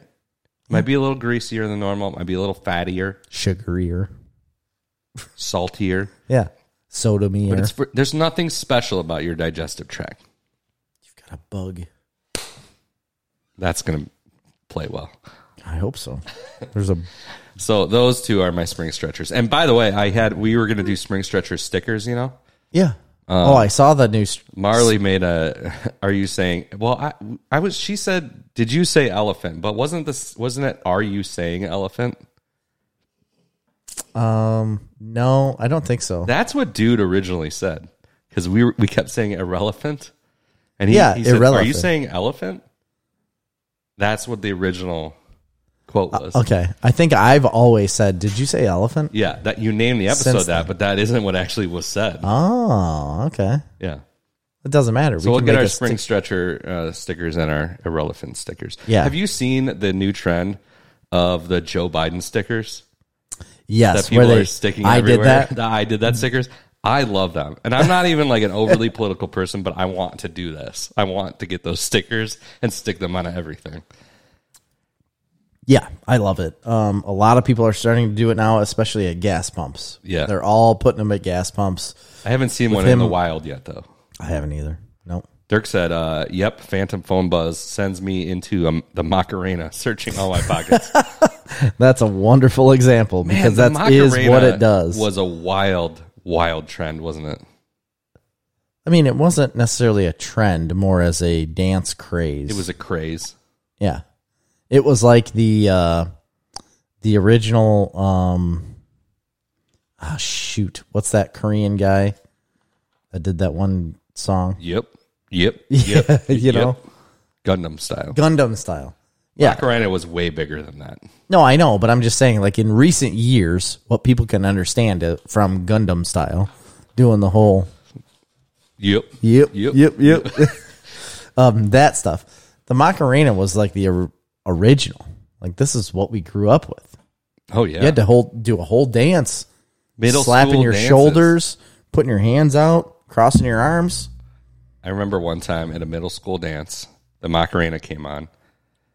Might be a little greasier than normal. Might be a little fattier,
Sugarier.
saltier.
Yeah. Soda me.
But
You've
it's for, there's nothing special about your digestive tract.
got a bug.
That's gonna play well.
I hope so. There's a
So those two are my spring stretchers. And by the way, I had we were gonna do spring stretcher stickers. You know,
yeah.
Um,
oh, I saw that news.
Marley made a. Are you saying? Well, I I was. She said, "Did you say elephant?" But wasn't this? Wasn't it? Are you saying elephant?
Um, no, I don't think so.
That's what dude originally said because we were, we kept saying irrelevant, and he,
Yeah,
he said, "Are you
irrelevant.
saying elephant?" That's what the original quote was.
Uh, Okay, I think I've always said. Did you say elephant?
Yeah, that you named the episode
Since
that, but that isn't what actually was said.
Oh, okay.
Yeah.
It doesn't matter.
So we'll get our
a
spring stretcher uh, stickers and our irrelevant stickers.
Yeah.
Have you seen the new trend of the Joe Biden stickers?
stick-
that
yes,
people
where they
are sticking
I
everywhere.
did that.
The I did that stickers. I love them. And I'm not even like an overly political person, but I want to do this. I want to get those stickers and stick them on everything.
Yeah, I love it. Um, a lot of people are starting to do it now, especially at gas pumps.
Yeah.
they're all putting them at gas pumps.
I haven't seen one in
him-
the wild yet though.
I haven't either. Nope.
Dirk said, uh, yep, Phantom Phone Buzz sends me into um, the Macarena, searching all my pockets.
That's a wonderful example because
The
that is what
Macarena
it does.
Was a wild, wild trend, wasn't it?
I mean, it wasn't necessarily a trend, more as a dance craze.
It was a craze.
Yeah. It was like the uh the original um ah shoot, what's that Korean guy that did that one song?
Yep. Yep. Yep.
you
yep.
know,
Gundam style.
Gundam style. Yeah.
Macarena was way bigger than that.
No, I know, but I'm just saying like in recent years what people can understand uh, from Gundam style doing the whole
Yep.
Yep.
Yep.
Yep. Yep. um, that stuff. The Macarena was like the or- original. Like this is what we grew up with.
Oh yeah.
You had to hold do a whole dance,
Middle
slapping
school
your
dances.
shoulders, putting your hands out, crossing your arms.
I remember one time at a middle school dance, the Macarena came on.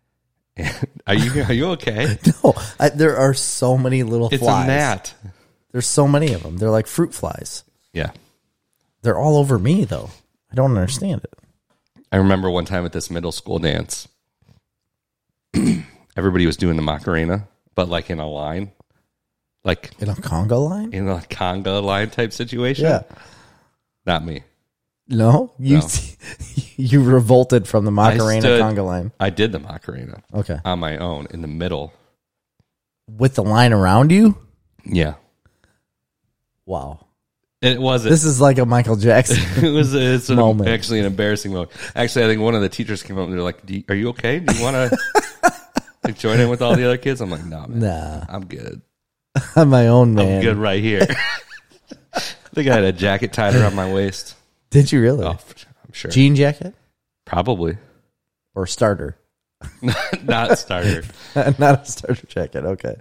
And are you are you okay?
No, I, there are so many little
It's
flies.
a gnat.
There's so many of them. They're like fruit flies.
Yeah.
They're all over me though. I don't understand it.
I remember one time at this middle school dance. Everybody was doing the Macarena, but like in a line. Like
In a Congo line?
in a conga line type situation.
Yeah.
Not me.
No, you
No.
you revolted from the Macarena
stood-
Congo line.
I did the Macarena
Okay,
on my own in the middle.
with the line around you.
Yeah.
Wow,
It wasn't
this is like a Michael Jackson.
it was a, it's an,
Moment.
actually an embarrassing moment. Actually, I think one of the teachers came up and they're like, Do you, "Are you okay? Do you want to join in with all the other kids?" I'm like, "No, man,
nah,
I'm good.
I'm my own
I'm
man.
good right here." I think I had a jacket tied around my waist.
Did you really?
Oh, f- I'm sure,
Jean jacket
probably
or starter?
not starter.
Not a starter jacket. Okay.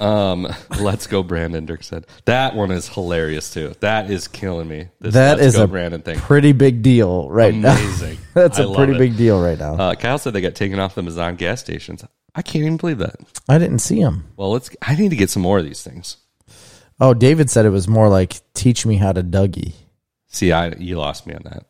Um, let's go, Brandon. Dirk said that one is hilarious too. That is killing me. This
That
let's
is
go,
a
Brandon thing.
pretty big deal right now.
Amazing.
That's
a
a pretty big deal right now.
Uh, Kyle said they got taken off the Mazan gas stations. I can't even believe that.
I didn't see him.
Well, let's. I need to get some more of these things.
Oh, David said it was more like teach me how to Dougie.
See, I you lost me on that.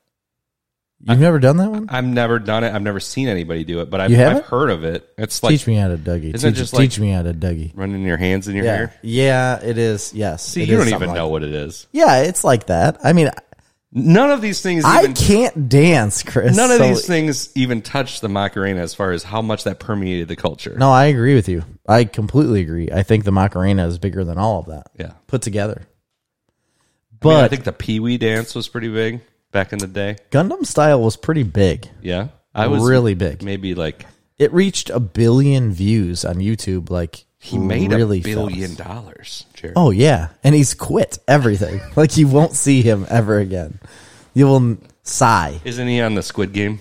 You've never done that one?
I've never done it. I've never seen anybody do it, but I've,
You
I've
haven't?
heard of it. It's like
teach me how to Dougie.
Isn't it
Teach,
just like-
teach me how to Dougie.
running your hands in your
Yeah.
hair.
Yeah, it is. Yes.
See,
it
you
is
don't
something
even
like-
know what it is.
Yeah, it's like that. I mean,
None of these things.
I
even,
can't dance, Chris.
none of
so-
these things even touch the Macarena as far as how much that permeated the culture.
No, I agree with you. I completely agree. I think the Macarena is bigger than all of that
Yeah,
put together.
I, mean, I
But
think the Pee Wee dance was pretty big. back in the day.
Gundam style was pretty big.
Yeah, I was
Really big.
Maybe like
It reached a billion views on YouTube. Like
he made
really
a billion
fast.
dollars. Jared.
Oh yeah, and he's quit everything. like you won't see him ever again. You will n- sigh.
Isn't he on the Squid Game?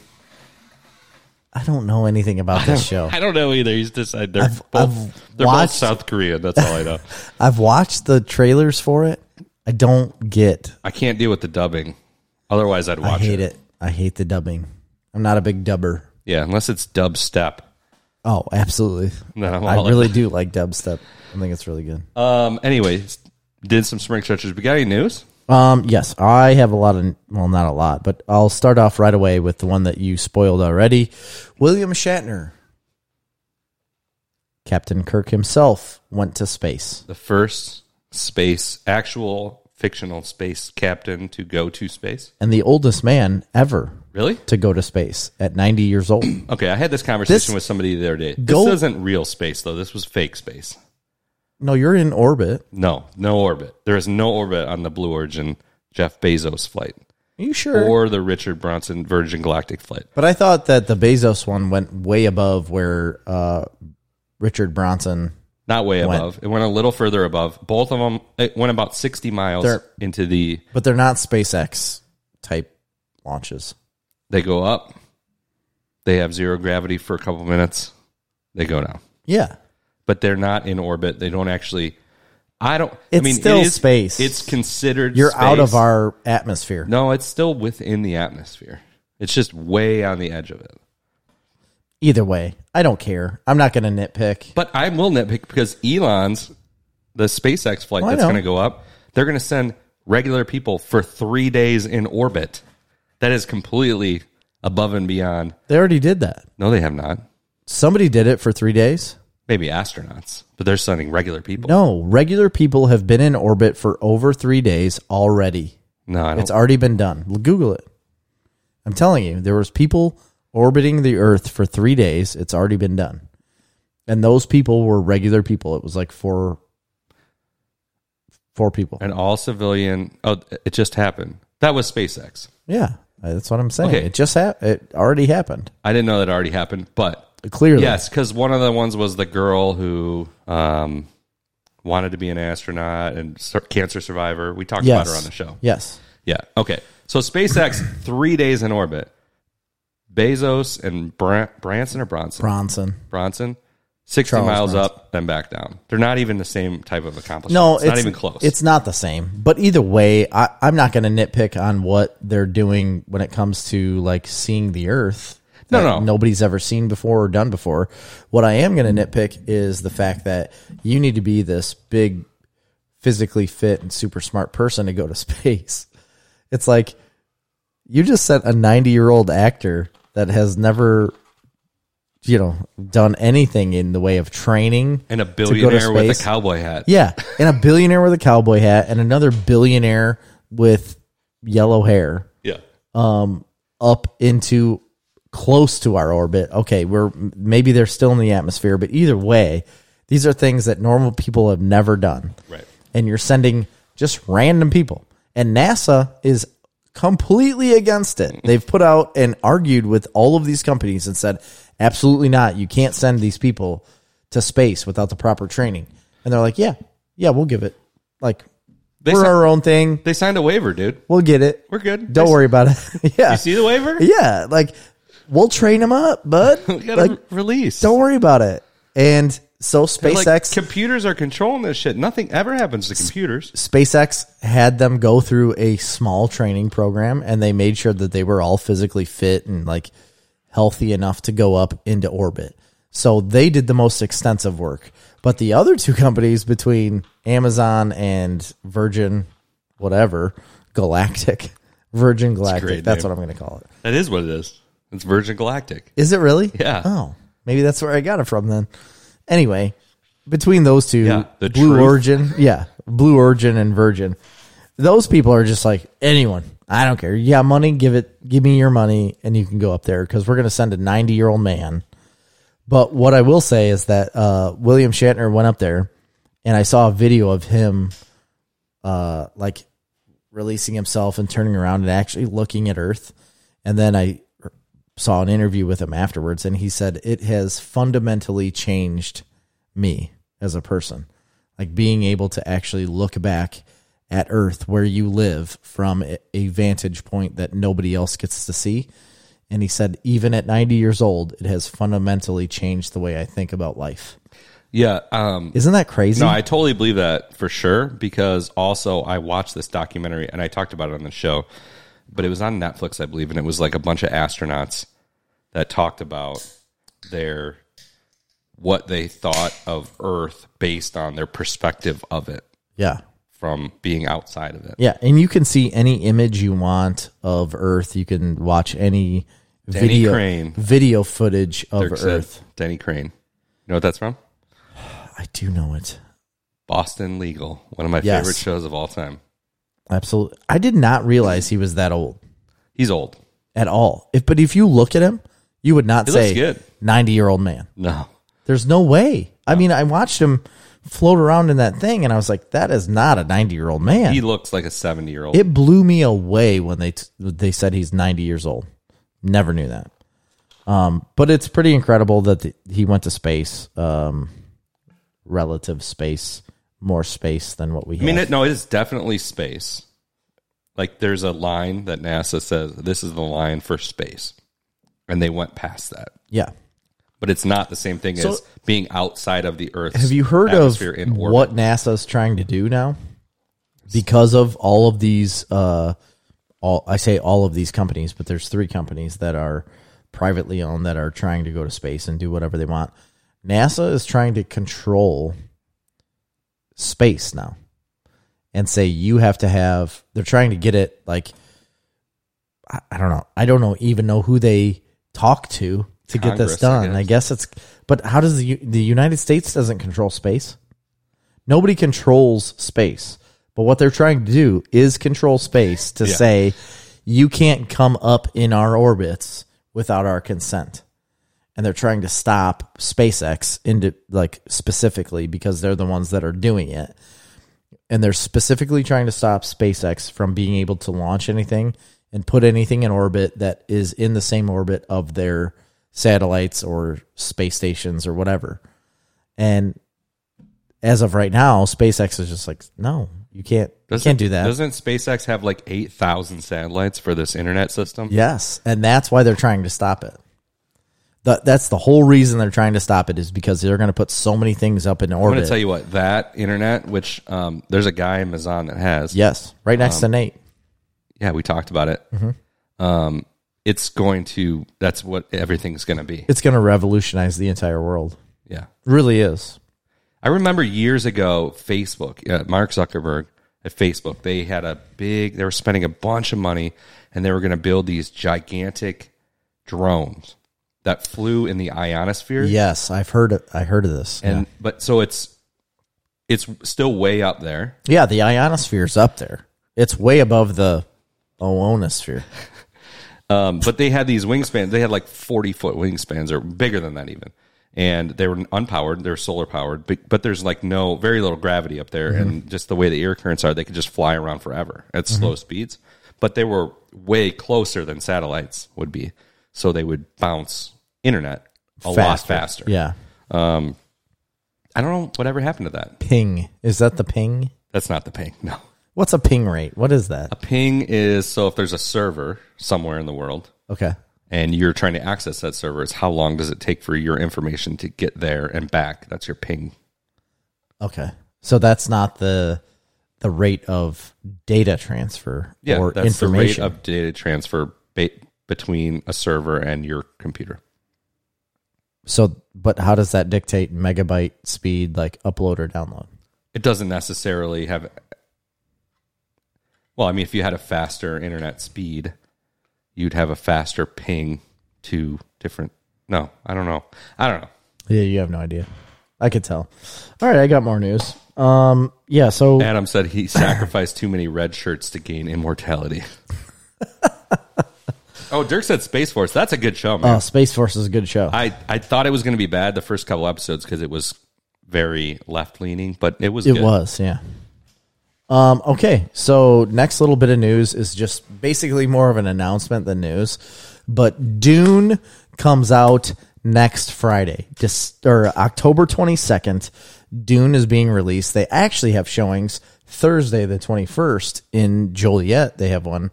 I don't know anything about this show.
I don't know either. He's just I- they're both
I've
they're
watched-
both South Korean. That's all I know.
I've watched the trailers for it. I don't get.
I can't deal with the dubbing. Otherwise, I'd
I
watch
hate
it.
it. I hate the dubbing. I'm not a big dubber.
Yeah, unless it's dubstep.
Oh, absolutely.
No, I'm
I
all in.
really do like dubstep. I think it's really good.
Um. Anyways, did some spring stretches. We got any news?
Um, yes, I have a lot of well, not a lot, but I'll start off right away with the one that you spoiled already. William Shatner, Captain Kirk himself, went to space.
The first space, actual fictional space captain to go to space.
and the oldest man ever
Really?
to go to space at 90 years old.
Okay, I had this conversation
This-
with somebody the other day.
Go-
this isn't real space though. This was fake space.
no, you're in orbit.
No, no orbit. There is no orbit on the Blue Origin Jeff Bezos flight
Are you sure?
or the Richard Bronson Virgin Galactic flight.
but I thought that the Bezos one went way above where uh, Richard Bronson.
Not way above. It went a little further above. Both of them it went about 60 miles
They're-
into the
But they're not SpaceX type launches.
they go up. They have zero gravity for a couple minutes. They go down.
Yeah.
But they're not in orbit. They don't actually I don't I
It's
mean
still
it is,
space.
It's considered
You're out of
space.
our atmosphere.
No, it's still within the atmosphere. It's just way on the edge of it.
Either way, I don't care. I'm not going to nitpick.
But I will nitpick because Elon's the SpaceX flight
Well, Oh, I
that's
know.
going to go up. They're going to send regular people for three days in orbit. That is completely above and beyond.
They already did that.
No, they have not.
Somebody did it for three days.
Maybe astronauts, but they're sending regular people.
No, regular people have been in orbit for over three days already.
No, I don't.
It's already been done. L- Google it. I'm telling you, there was people orbiting the Earth for three days. It's already been done, and those people were regular people. It was like four, four people.
and all civilian. Oh, it just happened. That was SpaceX.
Yeah, that's what I'm saying.
Okay.
It just happened. It already happened.
I didn't know that already happened, but
Clearly,
Yes, because one of the ones was the girl who um, wanted to be an astronaut and sur- cancer survivor. We talked about
Yes.
her on the show.
Yes.
Yeah. Okay. So SpaceX three days in orbit. Bezos and Bran- Branson or Bronson.
Bronson.
Bronson. Sixty
Charles
miles
Bronson.
up, then back down. They're not even the same type of accomplishment.
No,
it's, not even close.
It's not the same. But either way, I, I'm not going to nitpick on what they're doing when it comes to like seeing the Earth.
No,
that
no.
Nobody's ever seen before or done before. What I am going to nitpick is the fact that you need to be this big, physically fit and super smart person to go to space. It's like you just sent a 90 year old actor that has never, you know, done anything in the way of training
and a
to go to
billionaire with a
space.
cowboy hat.
Yeah, and a billionaire with a cowboy hat, and another billionaire with yellow hair
Yeah.
up into close to our orbit. Okay, we're maybe they're still in the atmosphere, but either way, these are things that normal people have never done.
Right.
And you're sending just random people. And NASA is completely against it. They've put out and argued with all of these companies and said, absolutely not. You can't send these people to space without the proper training. And they're like, yeah, yeah, we'll give it. Like,
They,
we're
si-
our own thing.
they signed a waiver, dude.
We'll get it.
We're good.
Don't
They-
worry about it. yeah.
You see the waiver?
Yeah, like we'll train them up, bud.
We got to
like
release.
don't worry about it. And so
Like,
SpaceX
computers are controlling this shit. Nothing ever happens to computers.
SpaceX had them go through a small training program and they made sure that they were all physically fit and like healthy enough to go up into orbit. So they did the most extensive work. But the other two companies between Amazon and Virgin whatever, Galactic, Virgin Galactic,
great
that's
name.
what I'm going to call it.
That is what it is. It's Virgin Galactic.
Is it really?
Yeah.
Oh, maybe that's where I got it from then. Anyway, between those two,
Yeah, the
Blue
truth.
Origin, yeah, Blue Origin and Virgin, those people are just like anyone. I don't care. Yeah, money, give it, give me your money, and you can go up there because we're gonna send a ninety-year-old man. But what I will say is that uh, William Shatner went up there, and I saw a video of him, uh, like releasing himself and turning around and actually looking at Earth. And then I saw an interview with him afterwards, and he said it has fundamentally changed me as a person. Like being able to actually look back at Earth where you live from a- a vantage point that nobody else gets to see. And he said, even at 90 years old, it has fundamentally changed the way I think about life.
Yeah. Um,
Isn't that crazy?
No, I totally believe that for sure because also I watched this documentary and I talked about it on the show, but it was on Netflix, I believe, and it was like a bunch of astronauts that talked about their what they thought of Earth based on their perspective of it
yeah.
from being outside of it.
Yeah, and you can see any image you want of Earth. You can watch any
Danny
video
Crane.
video footage of
Dirk said,
Earth.
Denny Crane. You know what that's from?
I do know it.
Boston Legal, one of my
Yes.
favorite shows of all time.
Absolutely. I did not realize he was that old
He's old.
at all. If but if you look at him, you would not
He looks
say
good.
90-year-old man.
No.
There's no way. I mean, I watched him float around in that thing and I was like that is not a 90-year-old man.
He looks like a 70 year old.
it blew me away when they t- they said he's 90 years old. Never knew that. Um, but it's pretty incredible that the, he went to space, um, relative space, more space than what we have.
I mean, it, no, it is definitely space. Like, there's a line that NASA says this is the line for space, and they went past that.
yeah.
But it's not the same thing as being outside of the Earth's.
Have you heard of
atmosphere in orbit.
what NASA's trying to do now? Because of all of these, uh, all I say all of these companies, but there's three companies that are privately owned that are trying to go to space and do whatever they want. NASA is trying to control space now and say you have to have. They're trying to get it like I, I don't know. I don't know even know who they talk to to get this
Congress, I
done. I guess. it's but how does the U- the United States doesn't control space? Nobody controls space. But what they're trying to do is control space to
Yeah.
say you can't come up in our orbits without our consent. And they're trying to stop SpaceX into like specifically because they're the ones that are doing it and they're specifically trying to stop SpaceX from being able to launch anything and put anything in orbit that is in the same orbit of their satellites or space stations or whatever. And as of right now, SpaceX is just like, no, you can't, you
Doesn't-
can't do that.
Doesn't SpaceX have like eight thousand satellites for this internet system?
Yes, and that's why they're trying to stop it. That that's the whole reason they're trying to stop it is because they're going to put so many things up in
I'm going
orbit.
to tell you what that internet, which um, there's a guy in Mazan that has.
yes, right next
Um,
to Nate.
yeah, we talked about it.
Mm-hmm.
Um, it's going to. That's what everything's going to be.
It's going to revolutionize the entire world.
Yeah.
Really is.
I remember years ago, Facebook, uh, Mark Zuckerberg at Facebook, they had a big, they were spending a bunch of money and they were going to build these gigantic drones that flew in the ionosphere.
Yes, I've heard of, I heard of this.
And, but so it's, it's still way up there.
yeah. yeah, the ionosphere's up there. It's way above the oonosphere.
Um, but they had these wingspans. They had like 40 foot wingspans or bigger than that, even. And they were unpowered. They were solar powered, but, but there's like no, very little gravity up there. And just the way the air currents are, they could just fly around forever at slow speeds. But they were way closer than satellites would be. So they would bounce internet a lot faster.
Yeah.
I don't know whatever happened to that.
Ping. Is that the ping?
That's not the ping. No.
What's a ping rate? What is that?
A ping is so if there's a server somewhere in the world,
Okay.
and you're trying to access that server is how long does it take for your information to get there and back that's your ping
Okay. So that's not the the rate of data transfer
yeah
or
that's
information.
the rate of data transfer ba- between a server and your computer
so but how does that dictate megabyte speed like upload or download?
it doesn't necessarily have well i mean if you had a faster internet speed you'd have a faster ping to different no i don't know i don't know
Yeah, you have no idea. I could tell. All right, I got more news. Um yeah, so
adam said he sacrificed too many red shirts to gain immortality oh dirk said space force that's a good show man
uh, Space Force is a good show.
I, I thought it was going to be bad the first couple episodes because it was very left leaning, but it was
It
good.
was, yeah. Um, okay, so next little bit of news is just basically more of an announcement than news, but Dune comes out next Friday, dis- or October twenty second. Dune is being released. They actually have showings Thursday the twenty first in Joliet. They have one.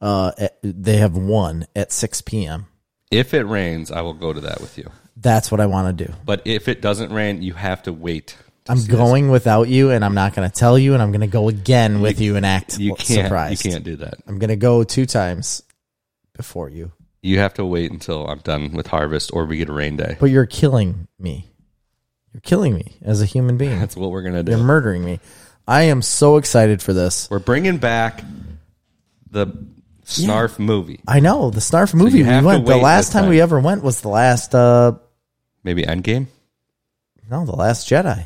Uh, at- they have one at six p.m.
If it rains, I will go to that with you.
That's what I want to do.
But if it doesn't rain, you have to wait.
I'm going without you, and I'm not going to tell you, and I'm going to go again with you and act
You can't.
surprised.
You can't do that.
I'm gonna go two times before you.
You have to wait until I'm done with harvest, or we get a rain day.
But you're killing me. You're killing me as a human being.
That's what we're gonna
You're
do.
murdering me. I am so excited for this.
We're bringing back the Snarf movie.
I know the Snarf movie
you have
we
to
went. The
wait
last
this
time
time.
we ever went was the last. uh
Maybe Endgame.
No, the last Jedi.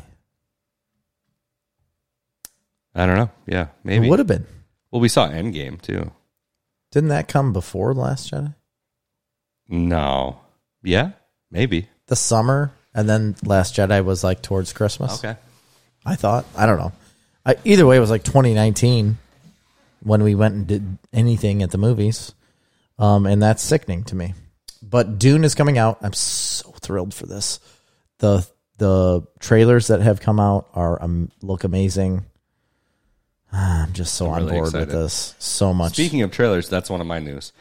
I don't know. Yeah,
It
maybe.
would have been.
Well, we saw Endgame too.
Didn't that come before the last Jedi?
No. Yeah, maybe.
The summer, and then last Jedi was like towards Christmas.
Okay.
I thought. I don't know. I, either way, it was like 2019 when we went and did anything at the movies. Um, and that's sickening to me. But Dune is coming out. I'm so thrilled for this. The the trailers that have come out are um, look amazing. Ah, I'm just so on
really
board with
excited.
this. So much.
Speaking of trailers, that's one of my news.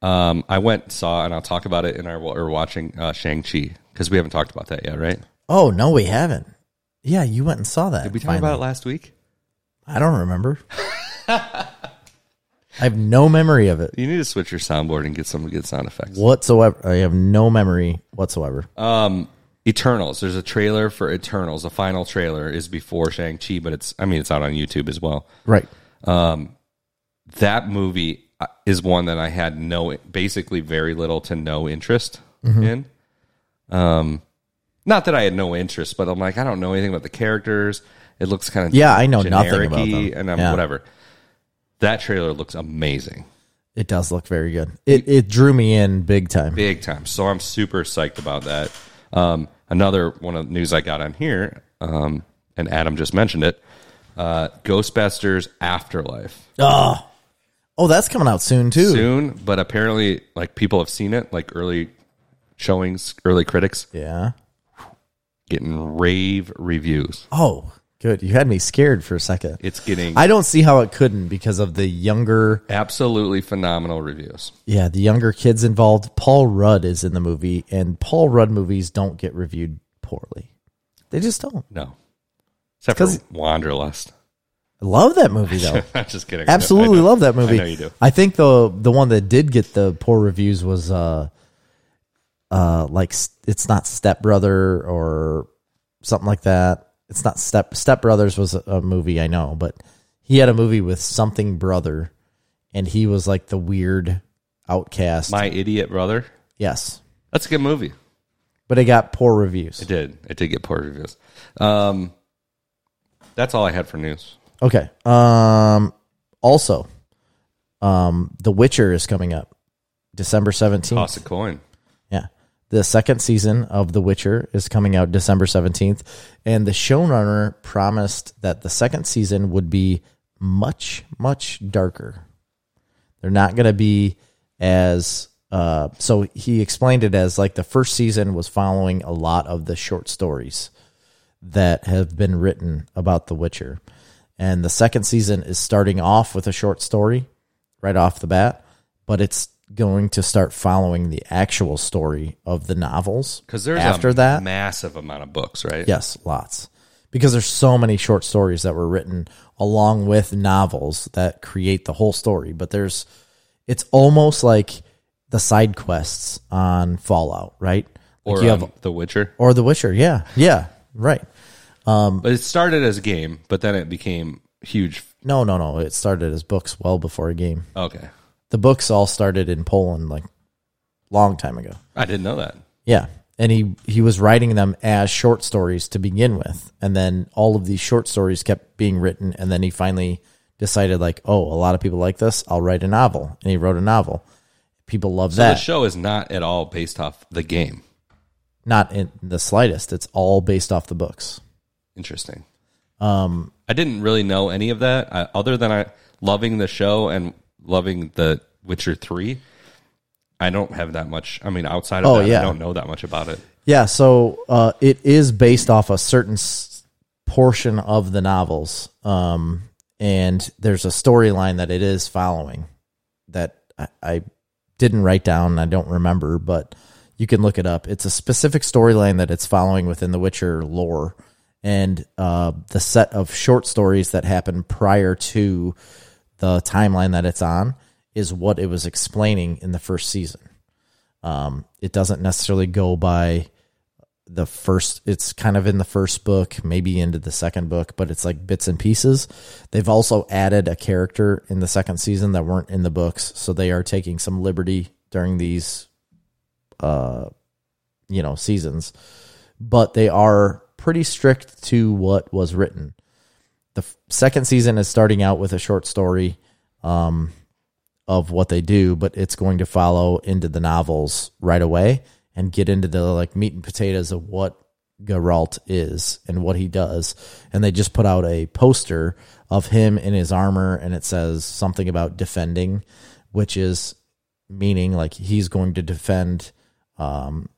Um, I went saw, and I'll talk about it in our we're watching uh, Shang Chi because we haven't talked about that yet, right?
oh no, we haven't. Yeah, you went and saw that.
Did we talk
finally.
about it last week?
I don't remember. I have no memory of it
You need to switch your soundboard and get some good sound effects.
whatsoever. I have no memory whatsoever.
Um, Eternals. There's a trailer for Eternals. The final trailer is before Shang Chi, but it's I mean it's out on YouTube as well.
Right.
that movie uh, is one that I had no, basically very little to no interest in. Um, not that I had no interest, but I'm like, I don't know anything about the characters. It looks kind of
Yeah, I know Oh, nothing about them.
and um,
Yeah.
whatever. That trailer looks amazing,
It does look very good. It it drew me in big time.
big time. So I'm super psyched about that. Um, another one of the news I got on here, um, and Adam just mentioned it. Uh, Ghostbusters Afterlife.
Oh, oh, that's coming out soon too.
soon, but apparently, like people have seen it, like early showings, early critics
Yeah.
getting rave reviews.
Oh, good. You had me scared for a second.
It's getting
I don't see how it couldn't because of the younger,
absolutely phenomenal reviews.
yeah, the younger kids involved. Paul Rudd is in the movie, and Paul Rudd movies don't get reviewed poorly. They just don't.
No, except for
'Cause-
Wanderlust.
I love that movie though.
I'm just kidding.
Absolutely
I know-
love that movie.
I know you do.
I think the the one that did get the poor reviews was uh uh like s- it's not Step Brother or something like that. It's not Step Step Brothers was a, a movie I know, but he had a movie with something brother and he was like the weird outcast.
My idiot brother.
yes.
That's a good movie.
But it got poor reviews.
It did. It did get poor reviews. Um, that's all I had for news.
Okay. Um also um The Witcher is coming up December 17th.
Toss a coin.
Yeah. The second season of The Witcher is coming out December 17th, and the showrunner promised that the second season would be much, much darker. They're not going to be as. Uh, so he explained it as like the first season was following a lot of the short stories that have been written about The Witcher. And the second season is starting off with a short story right off the bat, but it's going to start following the actual story of the novels.
Because there's
after
a
that,
massive amount of books, right?
yes, lots. Because there's so many short stories that were written along with novels that create the whole story, but there's it's almost like the side quests on Fallout, right? Like
Or
you have
um, The Witcher.
or The Witcher, yeah. Yeah, right.
But it started as a game, but then it became huge.
No, no, no. It started as books well before a game.
Okay.
The books all started in Poland like long time ago.
I didn't know that.
Yeah. And he, he was writing them as short stories to begin with. And then all of these short stories kept being written. And then he finally decided, like, oh, a lot of people like this. I'll write a novel. And he wrote a novel. People love
The
that.
show is not at all based off the game.
Not in the slightest. It's all based off the books.
Interesting.
Um,
I didn't really know any of that I, other than I loving the show and loving the Witcher three. I don't have that much. I mean, outside of
Oh,
that,
yeah.
I don't know that much about it.
Yeah, so uh, it is based off a certain s- portion of the novels, um, and there's a storyline that it is following that I, I didn't write down. I don't remember, but you can look it up. It's a specific storyline that it's following within the Witcher lore, and uh, the set of short stories that happen prior to the timeline that it's on is what it was explaining in the first season. Um, it doesn't necessarily go by the first it's kind of in the first book maybe into the second book but it's like bits and pieces they've also added a character in the second season that weren't in the books so they are taking some liberty during these uh you know seasons but they are pretty strict to what was written the f- second season is starting out with a short story um of what they do, but it's going to follow into the novels right away and get into the like meat and potatoes of what Geralt is and what he does. And they just put out a poster of him in his armor and it says something about defending, which is meaning like he's going to defend um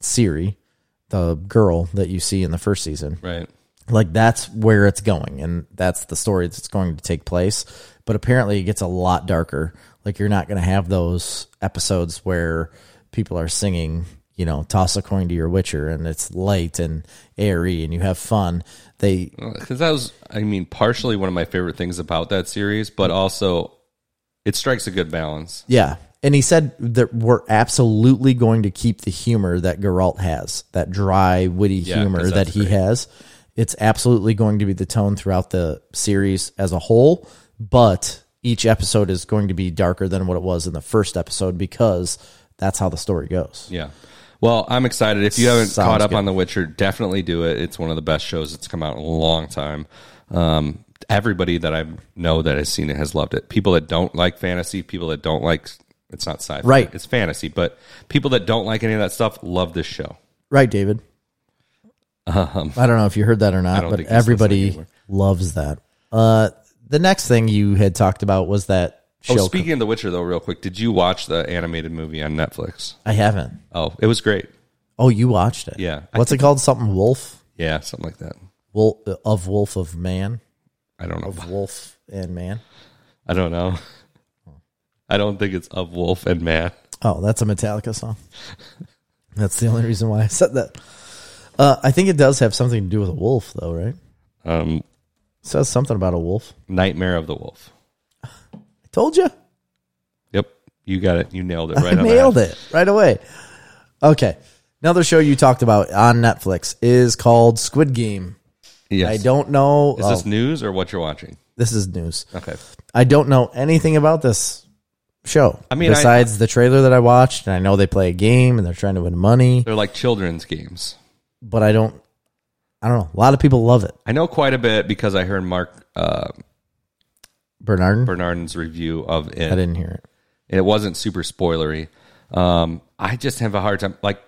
Siri, the girl that you see in the first season
Right.
like that's where it's going and that's the story that's going to take place but apparently it gets a lot darker like you're not going to have those episodes where people are singing you know toss a coin to your witcher and it's light and airy and you have fun they
Because that was, I mean, partially one of my favorite things about that series, but also it strikes a good balance.
Yeah. And he said that we're absolutely going to keep the humor that Geralt has, that dry, witty
'cause
humor that
that's
he has. It's absolutely going to be the tone throughout the series as a whole, but each episode is going to be darker than what it was in the first episode because that's how the story goes.
Yeah. Well, I'm excited. If you haven't
Sounds
caught up
good.
on The Witcher, definitely do it. It's one of the best shows that's come out in a long time. Um, everybody that I know that has seen it has loved it. People that don't like fantasy, people that don't like it's not sci-fi,
Right.
It's fantasy, but people that don't like any of that stuff love this show.
Right, David? I don't know if you heard that or not,
Um, don't
but
think this looks like
everybody
anywhere.
loves that. Uh, the next thing you had talked about was that show.
Oh, speaking of The Witcher, though, real quick, did you watch the animated movie on Netflix?
I haven't.
Oh, it was great.
Oh, you watched it.
Yeah. I
What's it called? Something Wolf?
Yeah, something like that.
Wolf of Wolf of Man
I don't know.
of Wolf and Man.
I don't know. I don't think it's of Wolf and Man.
Oh, that's a Metallica song. That's the only reason why I said that. Uh, I think it does have something to do with a wolf, though, right?
Um,
It says something about a wolf.
Nightmare of the Wolf.
I told you,
Yep, you got it. You nailed it. Right
I
on
nailed it right away. Okay, another show you talked about on Netflix is called Squid Game.
Yes.
I don't know.
Is
oh,
this news or what you're watching?
this is news.
Okay.
I don't know anything about this show.
I mean, I-
besides the trailer that I watched, and I know they play a game and they're trying to win money.
They're like children's games.
but I don't. I don't know. A lot of people love it.
I know quite a bit because I heard Mark uh,
Bernardin.
Bernardin's review of
I
it.
didn't hear it.
It wasn't super spoilery. Um, I just have a hard time. Like,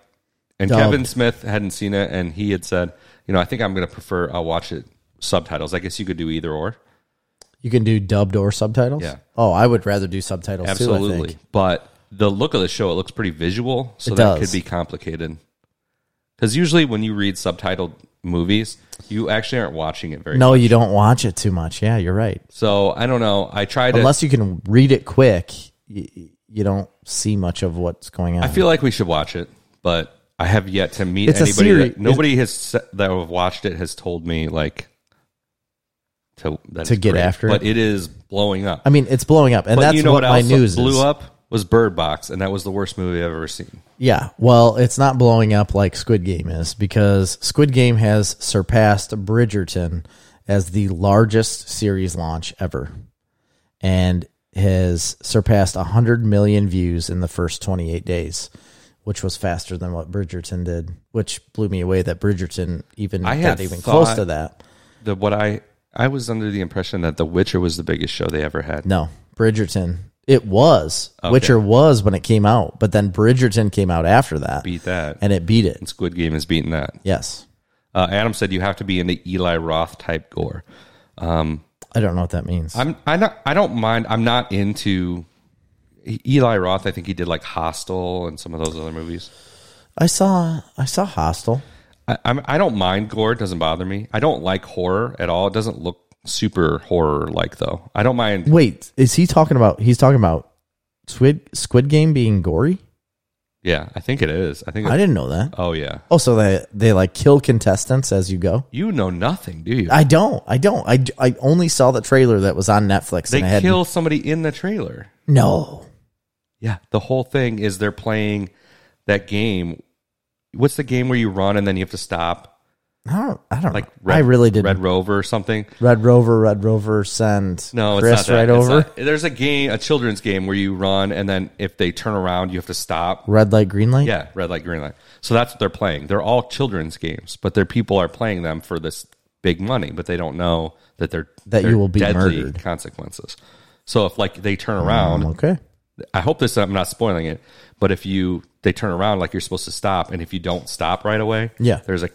and
Dog.
Kevin Smith hadn't seen it, and he had said, you know, I think I'm going to prefer I'll watch it subtitles. I guess you could do either or.
You can do dubbed or subtitles.
Yeah.
Oh, I would rather do subtitles too. I
Absolutely.
think.
But the look of the show, it looks pretty visual, so
It does.
that could be complicated. Because usually when you read subtitled movies, you actually aren't watching it very.
No, you don't watch it too much. Yeah, you're right.
So I don't know. I tried. to
Unless you can read it quick, you, you don't see much of what's going on.
I feel like we should watch it, but I have yet to meet
It's a
anybody.
series.
That, nobody has se- that have watched it has told me like to that
To
it's
get after
But
it.
it is blowing up.
I mean, it's blowing up, and
but
that's
you know
what,
what,
my
else
news
blew
is.
up was Bird Box, and that was the worst movie I've ever seen.
Yeah. Well, it's not blowing up like Squid Game is because Squid Game has surpassed Bridgerton as the largest series launch ever and has surpassed 100 million views in the first 28 days, which was faster than what Bridgerton did, which blew me away that Bridgerton even
I
got
had
even
thought-
close to that.
The what I I was under the impression that The Witcher was the biggest show they ever had.
No, Bridgerton. It was. Witcher was when it came out, but then Bridgerton came out after that
Beat that.
and it beat it.
Squid Game is beating that.
Yes.
Uh, Adam said you have to be into Eli Roth type gore.
I don't know what that means.
I'm I not I don't mind. I'm not into Eli Roth. I think he did like Hostel and some of those other movies.
I saw I saw Hostel.
I, I'm, I don't mind gore. It doesn't bother me. I don't like horror at all. It doesn't look super horror like though. I don't mind.
Wait, is he talking about? He's talking about Squid Squid Game being gory.
Yeah, I think it is. I think.
I
It,
didn't know that.
oh yeah.
Oh, so they they like kill contestants as you go.
You know nothing, do you?
I don't. I don't. I, I only saw the trailer that was on Netflix.
they
and I had,
kill somebody in the trailer.
No.
Yeah. The whole thing is they're playing that game. What's the game where you run and then you have to stop?
I don't. I don't.
Like
Like I really did.
Red
Red,
Rover or something.
Rover. Red Rover. Send
No,
Chris
it's not that.
right
It's
over.
not- there's a game, a children's game where you run and then if they turn around, you have to stop.
Red light, green light.
Yeah, red light, green light. So that's what they're playing. They're all children's games, but their people are playing them for this big money, but they don't know that they're
That you
they're
will be
deadly
murdered.
consequences. So if like they turn
Um,
around,
okay.
I hope this I'm not spoiling it, but if you they turn around like you're supposed to stop, and if you don't stop right away,
Yeah.
there's like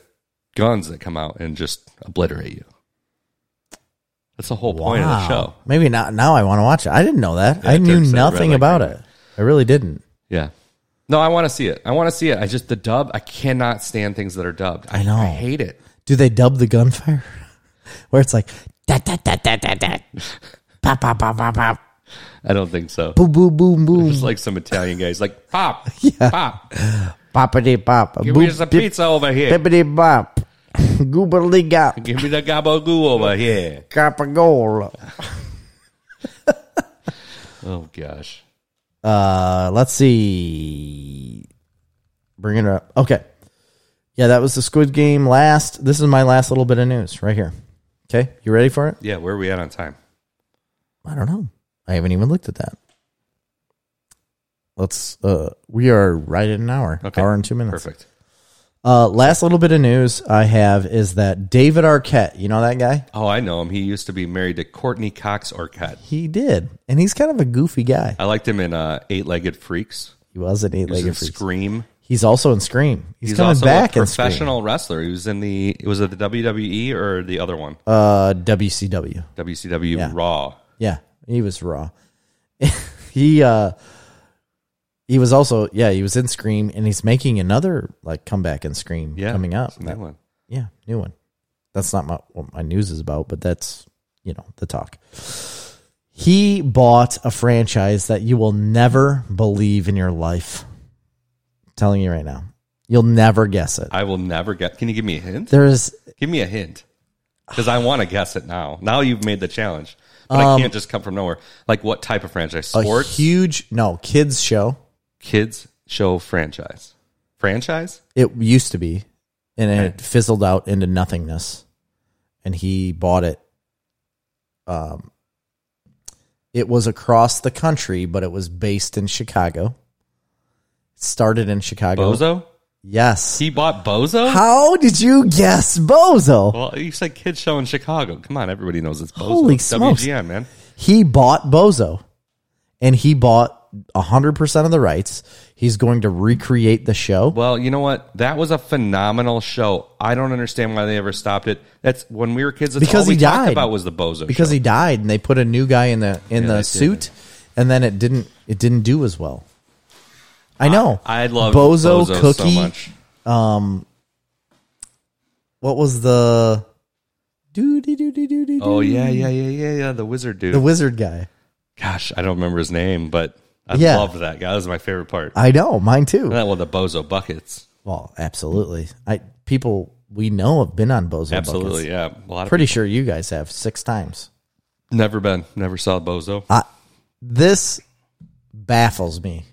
guns that come out and just obliterate you. That's the whole point of the
Wow.
show.
Maybe not. Now I want to watch it. I didn't know that. I
it
knew
turns out red
nothing
light,
about
green
it. I really didn't.
Yeah. No, I want to see it. I want to see it. I just the dub. I cannot stand things that are dubbed. I,
I know.
I hate it.
Do they dub the gunfire? Where it's like da da da da da da, pop pop pop pop pop,
I don't think so.
boom boom boom boom,
Just like some Italian guys, like pop, pop.
poppity pop,
Give
boop,
me some
dip,
pizza over here.
bippity bop, gooberly gop,
Give me the gabagoo over here.
gol.
Oh gosh.
Uh, let's see. Bring it up. Okay. Yeah, that was the Squid Game last. This is my last little bit of news right here. Okay, you ready for it?
Yeah, where are we at on time?
I don't know. I haven't even looked at that. Let's. Uh, we are right at an hour.
Okay.
Hour and two minutes.
Perfect.
Uh, last little bit of news I have is that David Arquette. You know that guy?
Oh, I know him. He used to be married to Courtney Cox Arquette.
He did, and he's kind of a goofy guy.
I liked him in uh, Eight Legged Freaks.
He was an
He was in
eight-legged freak.
Scream.
He's also in Scream. He's,
He's
coming
also
back
a
in Scream.
professional wrestler. He was in the was it the WWE or the other one?
Uh, WCW.
WCW Raw.
Yeah, he was raw. he uh he was also yeah, he was in Scream and he's making another like comeback in Scream
Yeah,
coming up.
it's a new one.
Yeah, new one. That's not my, what my news is about, but that's, you know, the talk. He bought a franchise that you will never believe in your life. telling you right now. You'll never guess it.
I will never get. Can you give me a hint?
There is
Give me a hint, because I want to guess it now. Now you've made the challenge, but I can't just come from nowhere. Like what type of franchise?
Um, a
Sports,
huge no, kids show.
kids show franchise, franchise.
It used to be, and it had fizzled out into nothingness. And he bought it. Um, it was across the country, but it was based in Chicago. It started in Chicago.
Bozo.
Yes.
He bought Bozo.
How did you guess Bozo?
Well, you said kids show in Chicago. Come on, everybody knows it's Bozo.
Holy
It's
smokes.
WGN, man.
He bought Bozo, and he bought hundred percent of the rights. He's going to recreate the show.
Well, you know what? That was a phenomenal show. I don't understand why they ever stopped it. That's when we were kids. That's
Because
all we
he
talked
died.
about was the Bozo.
because
show.
he died and they put a new guy in the in
they
the
did.
suit and then it didn't it didn't do as well i know
I love
bozo,
Bozo,
cookie um,
so much.
what was the doo doo doo doo doo doo
Oh yeah, yeah, yeah, yeah, yeah. The wizard dude.
the wizard guy
Gosh, I don't remember his name, but I
Yeah. Uh,
loved that guy. That was my favorite part.
i know mine too
that one, the Bozo buckets.
well absolutely i people we know have been on bozo buckets.
Absolutely, yeah. A lot of
pretty sure you guys have six times
never been, never saw Bozo.
this baffles me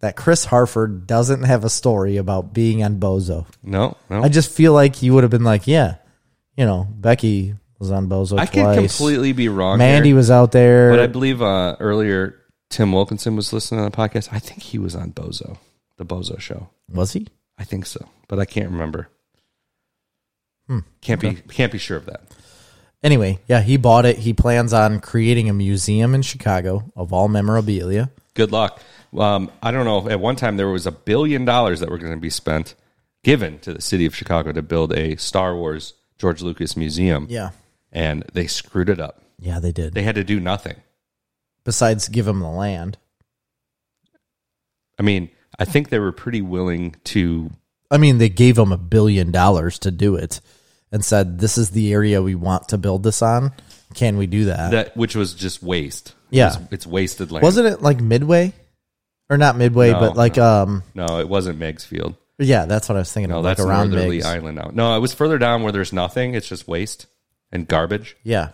that chris harford doesn't have a story about being on bozo
no, no.
I just feel like he would have been like, yeah, you know, Becky was on Bozo
I
twice.
could completely be wrong.
Mandy
here,
was out there.
but I believe uh, earlier Tim Wilkinson was listening to the podcast. I think he was on Bozo, the Bozo show.
was he?
I think so, but I can't remember.
Hmm,
can't be can't be sure of that.
Anyway, yeah, he bought it. He plans on creating a museum in Chicago of all memorabilia.
Good luck. Um, I don't know. At one time, there was a billion dollars that were going to be spent, given to the city of Chicago to build a Star Wars George Lucas museum,
Yeah.
and they screwed it up.
Yeah, they did.
They had to do nothing.
Besides give them the land.
I mean, I think they were pretty willing to.
I mean, they gave them a billion dollars to do it and said, this is the area we want to build this on. Can we do that?
That which was just waste.
Yeah.
It was- it's wasted land.
Wasn't it like midway? Or not midway,
No,
but like, um,
No, it wasn't Meg's Field.
yeah, that's what I was thinking
No,
of.
that's
like around
northerly
Migs.
island now. No, it was further down where there's nothing. It's just waste and garbage.
Yeah.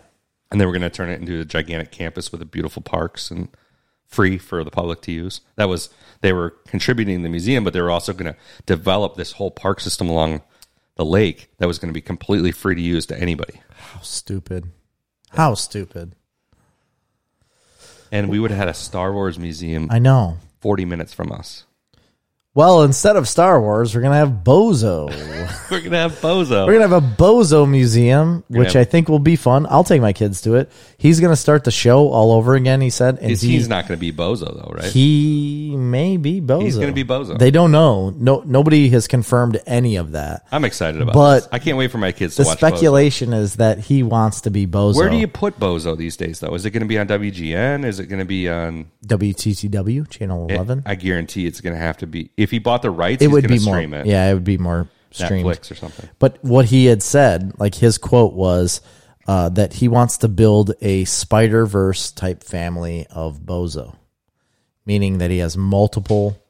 And they were going to turn it into a gigantic campus with a beautiful parks and free for the public to use. That was they were contributing to the museum, but they were also going to develop this whole park system along the lake that was going to be completely free to use to anybody.
How stupid. How stupid.
And we would have had a Star Wars museum
I know.
40 minutes from us.
Well, instead of Star Wars, we're going to have Bozo.
We're going to have Bozo.
we're going to have a Bozo museum, which
have-
I think will be fun. I'll take my kids to it. He's going to start the show all over again, he said. And
He's-
he-
he's not going to be Bozo though, right?
He may be Bozo.
He's gonna be Bozo.
They don't know. No, nobody has confirmed any of that.
I'm excited about
But
this. I can't wait for my kids to
The
watch Bozo.
speculation is that he wants to be Bozo.
Where do you put Bozo these days, though? Is it going to be on WGN? Is it going to be on?
WTCW
Eh,
channel eleven?
I guarantee it's going to have to be. If he bought the rights,
It
he's
would
going
be
to
more.
stream it.
Yeah, it would be more streamed.
Netflix or something.
But what he had said, like his quote was uh, that he wants to build a Spider Verse type family of Bozo, meaning that he has multiple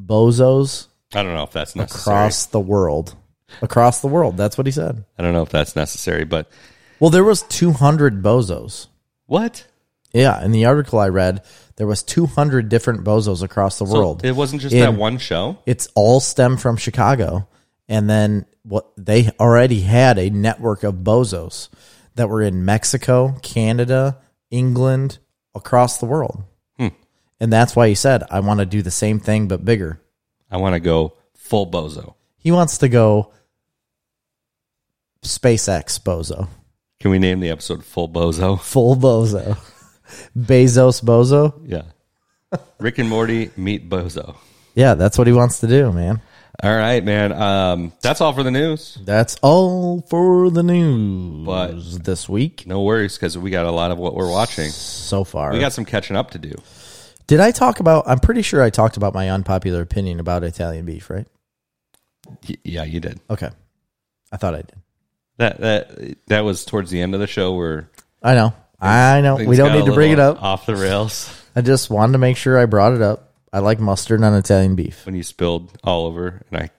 Bozos
I don't know if that's necessary.
across the world. Across the world, that's what he said.
I don't know if that's necessary, but
Well, there was 200 bozos.
what?
Yeah, in the article I read, there was 200 different bozos across the
So
world.
it wasn't just
In-
that one show.
it's all stemmed from Chicago, and then what they already had a network of bozos that were in Mexico, Canada, England, across the world.
Hmm.
And that's why he said, "I want to do the same thing but bigger."
I want to go full Bozo.
He wants to go SpaceX bozo,
Can we name the episode "Full Bozo"?
full bozo, Bezos bozo.
Yeah. Rick and Morty meet Bozo.
Yeah, that's what he wants to do, man.
All right, man. Um, that's all for the news.
That's all for the news
But-
this week
No worries, because we got a lot of what we're watching.
so far.
We got some catching up to do.
Did I talk about? I'm pretty sure I talked about my unpopular opinion about Italian beef, right?
Y- yeah, you did.
Okay, I thought I did.
That that that was towards the end of the show where
I know, I know. Oh, We
things
don't
got
need
a
to bring it
little
up.
Off the rails
I just wanted to make sure I brought it up. I like mustard on Italian beef.
when you spilled all over, and I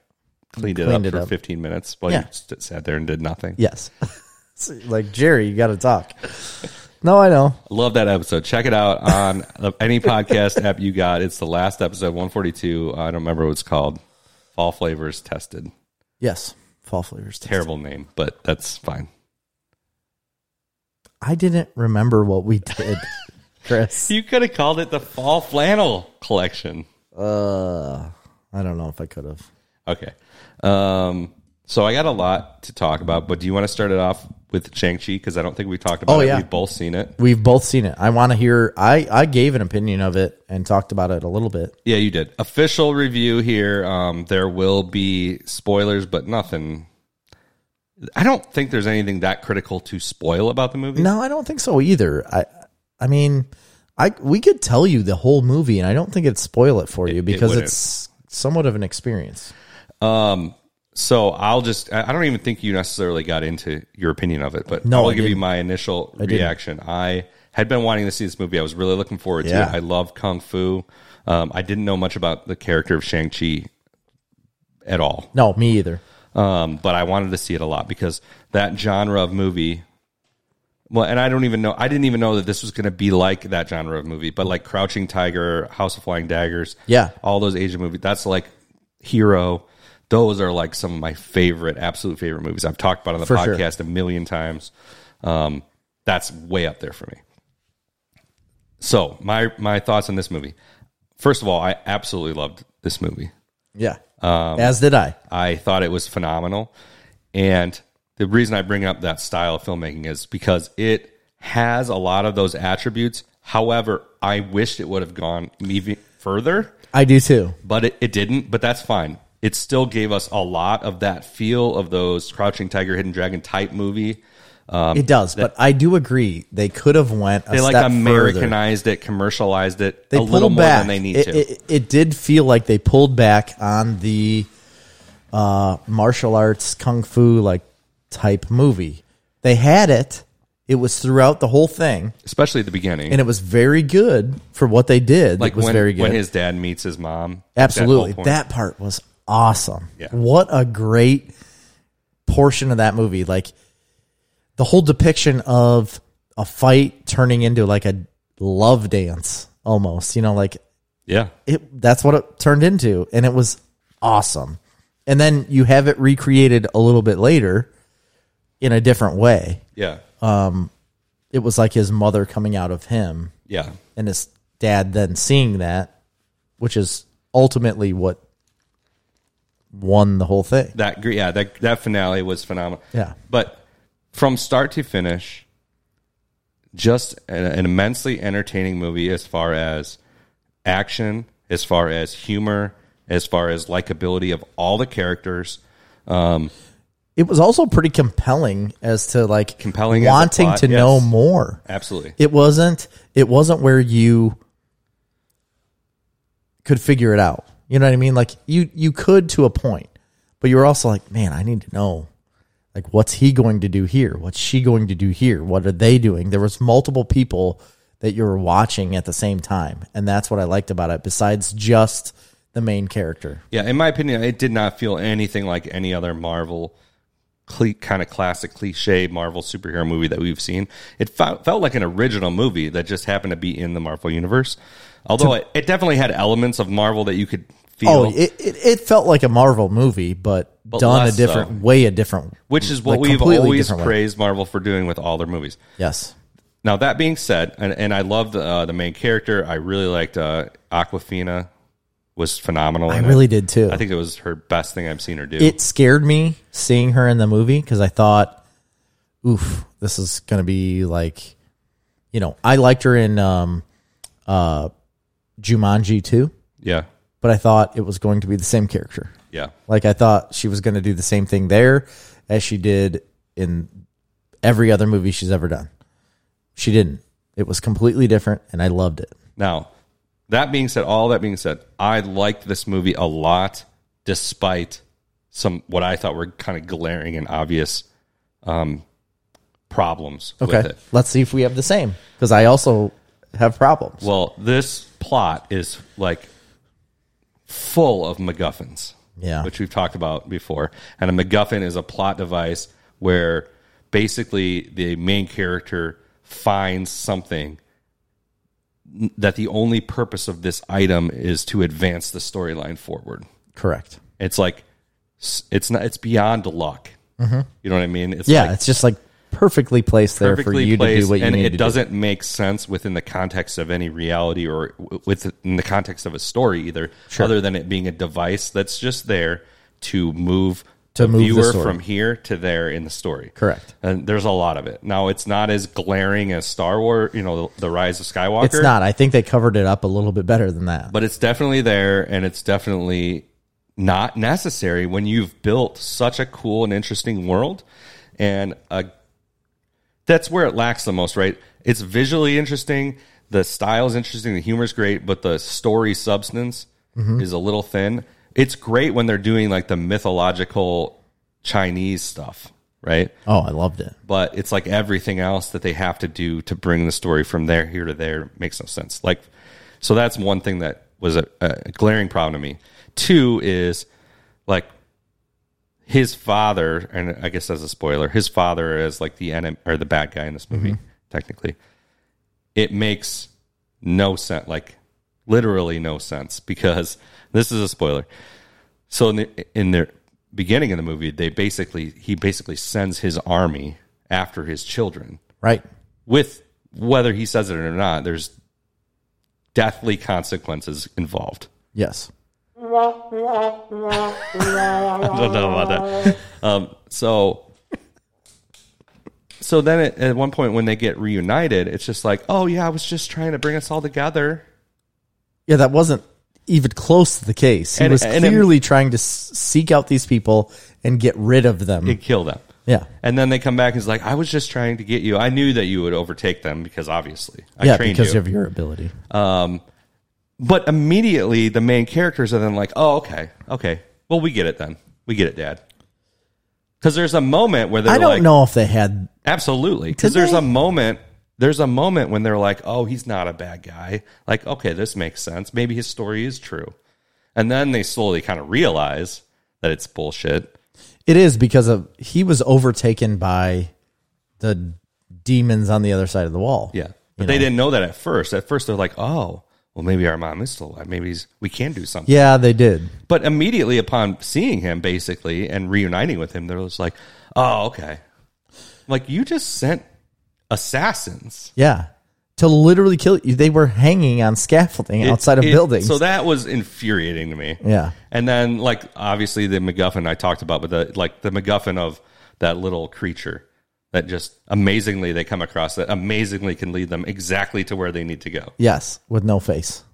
cleaned it
Cleaned
up
it
for
up.
15 minutes while
Yeah.
you st- sat there and did nothing.
Yes, See, like Jerry, you got to talk. No, I know.
Love that episode. Check it out on any podcast app you got. It's the last episode, 142. I don't remember what it's called. Fall flavors tested.
Yes, fall flavors. taste.
Terrible name, but that's fine.
I didn't remember what we did, Chris.
You could have called it the fall flannel collection.
Uh, I don't know if I could have.
Okay. Um, so I got a lot to talk about, but do you want to start it off with Shang-Chi? Because I don't think we talked about
Oh,
it.
yeah.
We've both seen it.
We've both seen it. I want to hear. I I gave an opinion of it and talked about it a little bit.
Yeah, you did. Official review here. Um, there will be spoilers, but nothing. I don't think there's anything that critical to spoil about the movie.
No, I don't think so either. I I mean, I we could tell you the whole movie, and I don't think it'd spoil it for you because
wouldn't.
it's somewhat of an experience.
So I'll just, I I don't even think you necessarily got into your opinion of it, but
No,
I'll
I
give you
didn't.
my initial reaction. I had been wanting to see this movie. I was really looking forward
Yeah.
to it. I love Kung Fu. Um, I didn't know much about the character of Shang-Chi at all.
No, me either.
um, but I wanted to see it a lot because that genre of movie. Well, and I don't even know. I didn't even know that this was going to be like that genre of movie, but like Crouching Tiger, House of Flying Daggers,
Yeah.
all those Asian movies. That's like Hero. Those are like some of my favorite, absolute favorite movies. I've talked about it on the
For sure.
podcast a million times. Um, that's way up there for me. So my my thoughts on this movie. First of all, I absolutely loved this movie.
Yeah,
Um,
as did I.
I thought it was phenomenal. And the reason I bring up that style of filmmaking is because it has a lot of those attributes. However, I wished it would have gone even further,
I do too.
but it, it didn't. But that's fine. it still gave us a lot of that feel of those Crouching Tiger, Hidden Dragon type movie.
it does, but I do agree they could have went. A
um, They
step
like
further.
Americanized it, commercialized it
they
a little
pulled
more
back.
than they need
it,
to.
It, it did feel like they pulled back on the uh, martial arts kung fu like type movie. They had it. It was throughout the whole thing,
Especially at the beginning.
and it was very good for what they did.
like
it was
when,
very good.
when his dad meets his mom. that whole
Absolutely, that,
point.
part was awesome.
Yeah.
What a great portion of that movie! Like the whole depiction of a fight turning into like a love dance, almost. You know, like
yeah.
it that's what it turned into and it was awesome and then you have it recreated a little bit later in a different way
Yeah.
it was like his mother coming out of him
yeah.
and his dad then seeing that which is ultimately what won the whole thing
that gr- yeah that that finale was phenomenal.
Yeah.
but from start to finish, just an, an immensely entertaining movie as far as action, as far as humor, as far as likability of all the characters.
it was also pretty compelling as to like
Compelling as a
wanting
plot,
to know
yes.
more
Absolutely,
it wasn't it wasn't where you could figure it out you know what i mean like you you could to a point but you were also like man i need to know like what's he going to do here what's she going to do here what are they doing there was multiple people that you were watching at the same time and that's what i liked about it besides just the main character
yeah. In my opinion, it did not feel anything like any other Marvel. Cle- kind of classic cliche Marvel superhero movie that we've seen. It felt, felt like an original movie that just happened to be in the Marvel universe. Although it, it definitely had elements of Marvel that you could feel.
oh it, it, it felt like a marvel movie but, done a
less
different way a different
which is what
like,
we've
completely
always
different way.
praised Marvel for doing with all their movies.
yes
Now that being said, and, and I love the, uh, the main character. I really liked uh, Aquafina; was phenomenal.
i
in it.
really did too
I think it was her best thing I've seen her do.
it scared me seeing her in the movie because I thought, oof, this is going to be like, you know, I liked her in um, uh, Jumanji too,
yeah,
but I thought it was going to be the same character.
yeah,
Like I thought she was going to do the same thing there as she did in every other movie she's ever done. She didn't. It was completely different, and I loved it.
Now, that being said, all that being said, I liked this movie a lot, despite some what I thought were kind of glaring and obvious um, problems with
Okay,
it.
let's see if we have the same because I also have problems.
Well, this plot is like full of MacGuffins.
Yeah.
Which we've talked about before. And a MacGuffin is a plot device where basically the main character finds something n- that the only purpose of this item is to advance the storyline forward.
Correct.
It's like s- it's not it's beyond luck. You know what I mean? It's
Mm-hmm. Yeah,
like
it's just like perfectly placed there for you to do what you
and
need
it
to do.
doesn't make sense within the context of any reality or w- within the context of a story either, other than it being a device that's just there to move
To move the
viewer
story.
from here to there in the story.
Correct.
And there's a lot of it. Now it's not as glaring as Star Wars, you know, the, the Rise of Skywalker.
It's not. I think they covered it up a little bit better than that.
but it's definitely there and it's definitely not necessary when you've built such a cool and interesting world and uh that's where it lacks the most right it's visually interesting the style is interesting the humor's great but the story substance is a little thin it's great when they're doing like the mythological chinese stuff right
oh, I loved it.
but it's like everything else that they have to do to bring the story from there here to there makes no sense. Like, so that's one thing that was a, a glaring problem to me. Two is like his father, and I guess as a spoiler, his father is like the enemy or the bad guy in this movie. Technically, it makes no sense. Like literally no sense because this is a spoiler. So in the in the beginning of the movie, they basically he basically sends his army after his children
Right.
with whether he says it or not. There's deathly consequences involved.
Yes.
I don't know about that. Um, so, so then at, at one point when they get reunited, it's just like, oh yeah, I was just trying to bring us all together.
Yeah, that wasn't even close to the case. He
And-
was
and it-
clearly trying to s- seek out these people and get rid of them.
It killed them.
yeah.
And then they come back and it's like, I was just trying to get you. I knew that you would overtake them because obviously I
yeah,
trained
because
you.
of your ability.
But immediately the main characters are then like, oh, okay, okay. Well, we get it then. We get it, Dad. Because there's a moment where they're
I don't
like,
know if they had
absolutely. Because
Did
there's
they?
a moment, there's a moment when they're like, oh, he's not a bad guy. Like, okay, this makes sense. Maybe his story is true. And then they slowly kind of realize that it's bullshit.
It is because of he was overtaken by the demons on the other side of the wall.
Yeah. But they didn't know that at first. At first, they're like, oh, well, maybe our mom is still alive. Maybe he's, we can do something.
Yeah, they did.
But immediately upon seeing him, basically, and reuniting with him, they're just like, oh, okay. Like, you just sent assassins
Yeah. To literally kill you. They were hanging on scaffolding outside of
It-
buildings.
So that was infuriating to me.
yeah.
And then, like, obviously, the MacGuffin I talked about, but the, like, the MacGuffin of that little creature that just amazingly they come across that amazingly can lead them exactly to where they need to go.
Yes. With no face.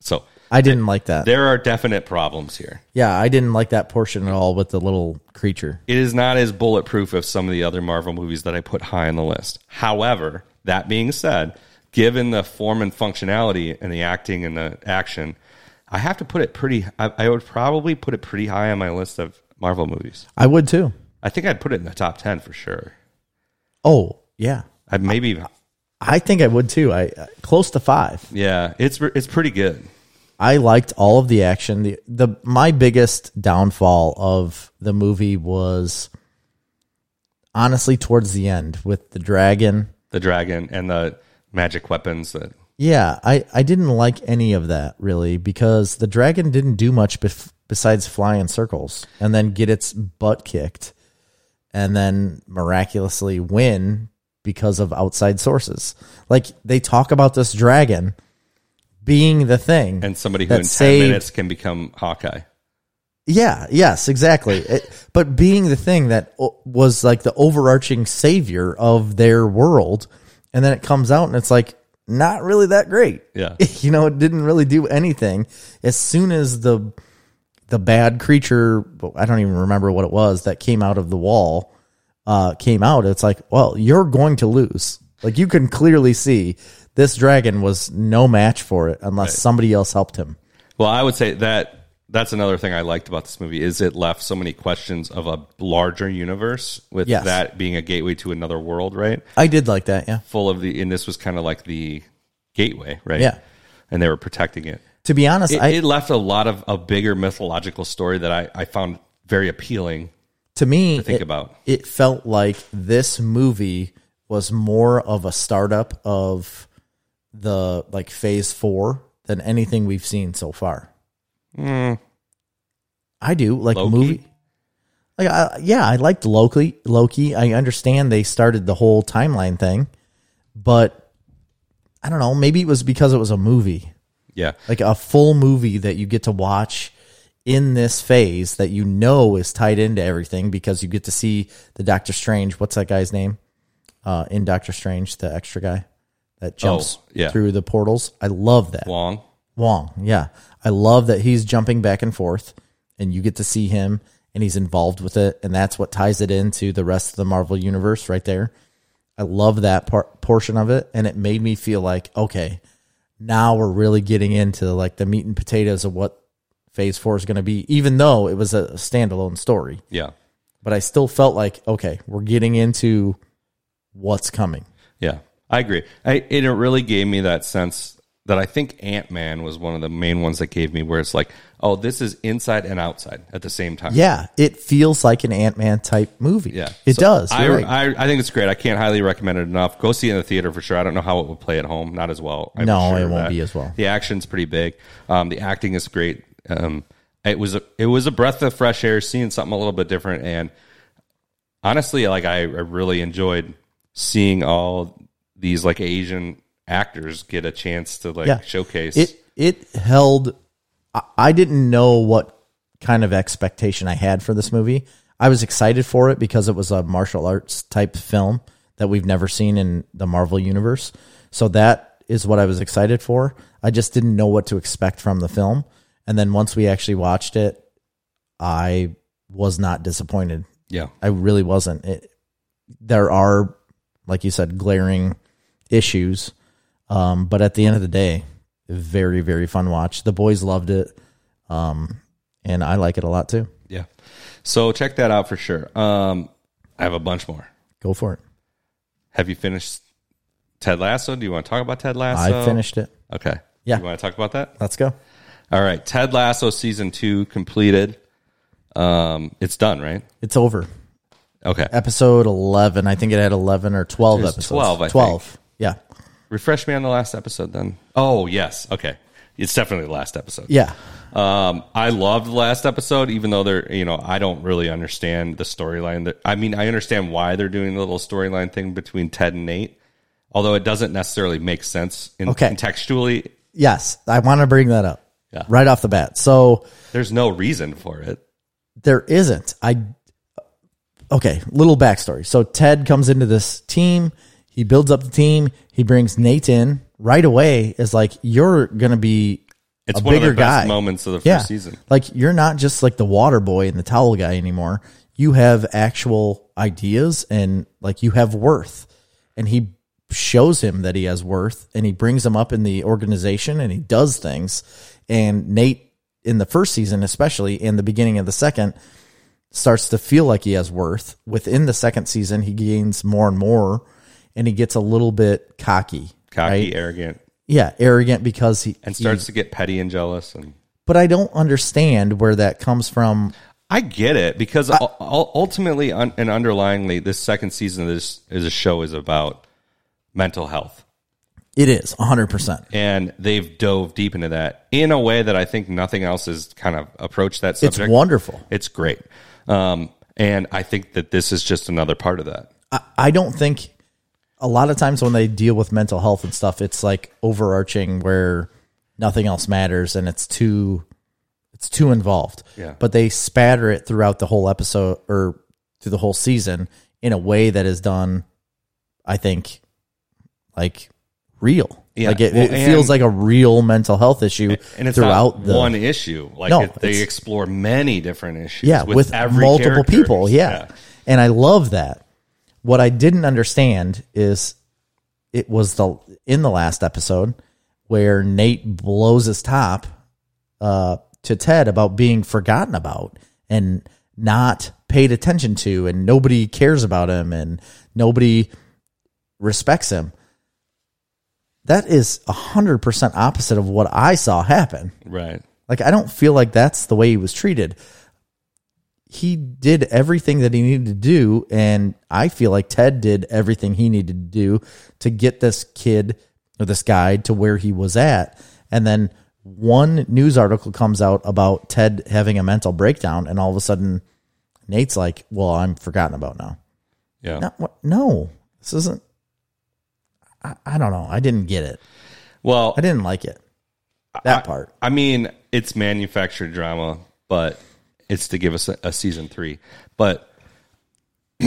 So
I didn't like that.
there are definite problems here.
Yeah, I didn't like that portion at all with the little creature.
It is not as bulletproof as some of the other Marvel movies that I put high on the list. However, that being said, given the form and functionality and the acting and the action, I have to put it pretty. I, I would probably put it pretty high on my list of Marvel movies.
I would too.
I think I'd put it in the top ten for sure.
Oh, yeah.
I'd maybe, even
I think I would too. I uh, close to 5.
yeah, it's re- it's pretty good.
I liked all of the action. The, the my biggest downfall of the movie was honestly towards the end with the dragon.
The dragon and the magic weapons that
Yeah, I, I didn't like any of that really because the dragon didn't do much bef- besides fly in circles and then get its butt kicked and then miraculously win because of outside sources. Like they talk about this dragon being the thing
and somebody who
That
in
saved-
ten minutes can become Hawkeye.
Yeah, yes, exactly. It, but being the thing that o- was like the overarching savior of their world, and then it comes out and it's like not really that great.
Yeah.
you know, it didn't really do anything. As soon as the the bad creature, I don't even remember what it was that came out of the wall, uh, came out, it's like, well, you're going to lose. Like you can clearly see this dragon was no match for it unless somebody else helped him.
Well, I would say that that's another thing I liked about this movie is it left so many questions of a larger universe with
Yes.
that being a gateway to another world, right?
I did like that. Yeah.
Full of the and this was kind of like the gateway, right?
Yeah.
And they were protecting it.
To be honest,
It,
I,
it left a lot of a bigger mythological story that I, I found very appealing
to me,
to think
it-
about.
it felt like this movie was more of a startup of the like phase four than anything we've seen so far. I do like
Mm. Loki?
movie. Like I, yeah, I liked Loki. Loki. I understand they started the whole timeline thing, but I don't know. Maybe it was because it was a movie
Yeah.
like a full movie that you get to watch in this phase that you know is tied into everything because you get to see the Doctor Strange. What's that guy's name? Uh, in Doctor Strange, the extra guy that jumps
yeah.
through the portals. I love that.
Long.
Wong. Yeah. I love that he's jumping back and forth and you get to see him and he's involved with it. And that's what ties it into the rest of the Marvel universe right there. I love that part, portion of it. And it made me feel like, okay, now we're really getting into like the meat and potatoes of what phase four is going to be, even though it was a standalone story.
Yeah.
But I still felt like, okay, we're getting into what's coming.
Yeah, I agree. I, it really gave me that sense that I think Ant Man was one of the main ones that gave me where it's like, oh, this is inside and outside at the same time.
Yeah. It feels like an Ant Man type movie.
Yeah.
It
So
does.
I,
You're right.
I, I think it's great. I can't highly recommend it enough. Go see it in the theater for sure. I don't know how it will play at home. Not as well. I'm
No,
sure
it
of
won't
that.
be as well.
The action's pretty big. Um, the acting is great. Um, it was a, it was a breath of fresh air, seeing something a little bit different. And honestly, like I, I really enjoyed seeing all these like Asian actors get a chance to like
Yeah.
showcase.
it it held I, I didn't know what kind of expectation i had for this movie i was excited for it because it was a martial arts type film that we've never seen in the marvel universe so that is what i was excited for i I just didn't know what to expect from the film. And then once we actually watched it, I was not disappointed.
Yeah.
I really wasn't. It, there are, like you said, glaring issues. Um, but at the end of the day, very, very fun watch. The boys loved it. Um, and I like it a lot too.
Yeah. So check that out for sure. Um, I have a bunch more.
Go for it.
Have you finished Ted Lasso? Do you want to talk about Ted
I
Lasso?
finished it.
Okay.
Yeah.
You want to talk about that?
Let's go.
All right. Ted Lasso season two completed. Um, it's done, right?
It's over.
Okay.
Episode 11. I think it had 11 or 12
There's
episodes.
12, I think.
Yeah.
Refresh me on the last episode then. Oh, yes. Okay. It's definitely the last episode.
Yeah.
Um, I loved the last episode, even though they're, you know, I don't really understand the storyline. that- I mean, I understand why they're doing the little storyline thing between Ted and Nate, although it doesn't necessarily make sense in
Okay.
contextually.
Yes. I want to bring that up
Yeah.
right off the bat. So
There's no reason for it.
there isn't. I okay, little backstory. So Ted comes into this team. He builds up the team. He brings Nate in right away. Is like you're gonna be
It's
a
one of
bigger
the
guy.
best moments of the first
yeah,
season.
like you're not just like the water boy and the towel guy anymore. You have actual ideas and like you have worth. And he shows him that he has worth and he brings him up in the organization and he does things. And Nate in the first season, especially in the beginning of the second, starts to feel like he has worth. Within the second season, he gains more and more, and he gets a little bit cocky.
Cocky,
right?
arrogant,
Yeah, arrogant because he.
and starts to get petty and jealous. And
But I don't understand where that comes from.
I get it because u- u- ultimately un- and underlyingly, this second season of this is a show is about mental health.
It is 100%.
and they've dove deep into that in a way that I think nothing else has kind of approached that
It's
subject.
wonderful.
It's great, um, and I think that this is just another part of that.
I, I don't think a lot of times when they deal with mental health and stuff, it's like overarching where nothing else matters and it's too it's too involved.
Yeah.
But they spatter it throughout the whole episode or through the whole season in a way that is done, I think, like real.
Yeah,
Like it,
well,
it feels
and-
like a real mental health issue
And it's
throughout
not
the
one issue. Like
No,
it- they
it's-
explore many different issues.
yeah, with,
every
multiple
character.
people. Yeah. and I love that. What I didn't understand is it was the in the last episode where Nate blows his top uh, to Ted about being forgotten about and not paid attention to, and nobody cares about him, and nobody respects him. That is hundred percent opposite of what I saw happen.
right.
Like I don't feel like that's the way he was treated. He did everything that he needed to do, and I feel like Ted did everything he needed to do to get this kid or this guy to where he was at. And then one news article comes out about Ted having a mental breakdown, and all of a sudden Nate's like, "Well, I'm forgotten about now."
Yeah.
No, what? no this isn't. I, I don't know. I didn't get it.
Well,
I didn't like it. That part.
I mean, it's manufactured drama, but it's to give us a, a season three. But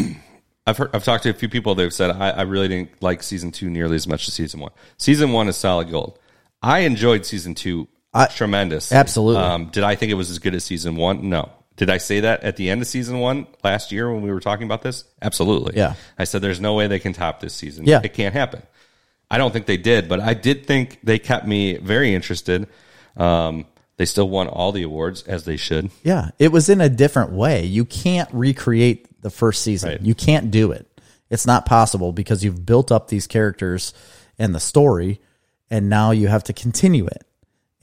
I've heard, I've talked to a few people. They've said I, I really didn't like season two nearly as much as season one. Season one is solid gold. I enjoyed season two tremendous.
absolutely.
Um, did I think it was as good as season one? No. Did I say that at the end of season one last year when we were talking about this? Absolutely.
Yeah.
I said there's no way they can top this season.
Yeah.
It can't happen. I don't think they did, but I did think they kept me very interested. Um, they still won all the awards as they should.
Yeah, it was in a different way. You can't recreate the first season. You can't do it. It's not possible because you've built up these characters and the story, and now you have to continue it.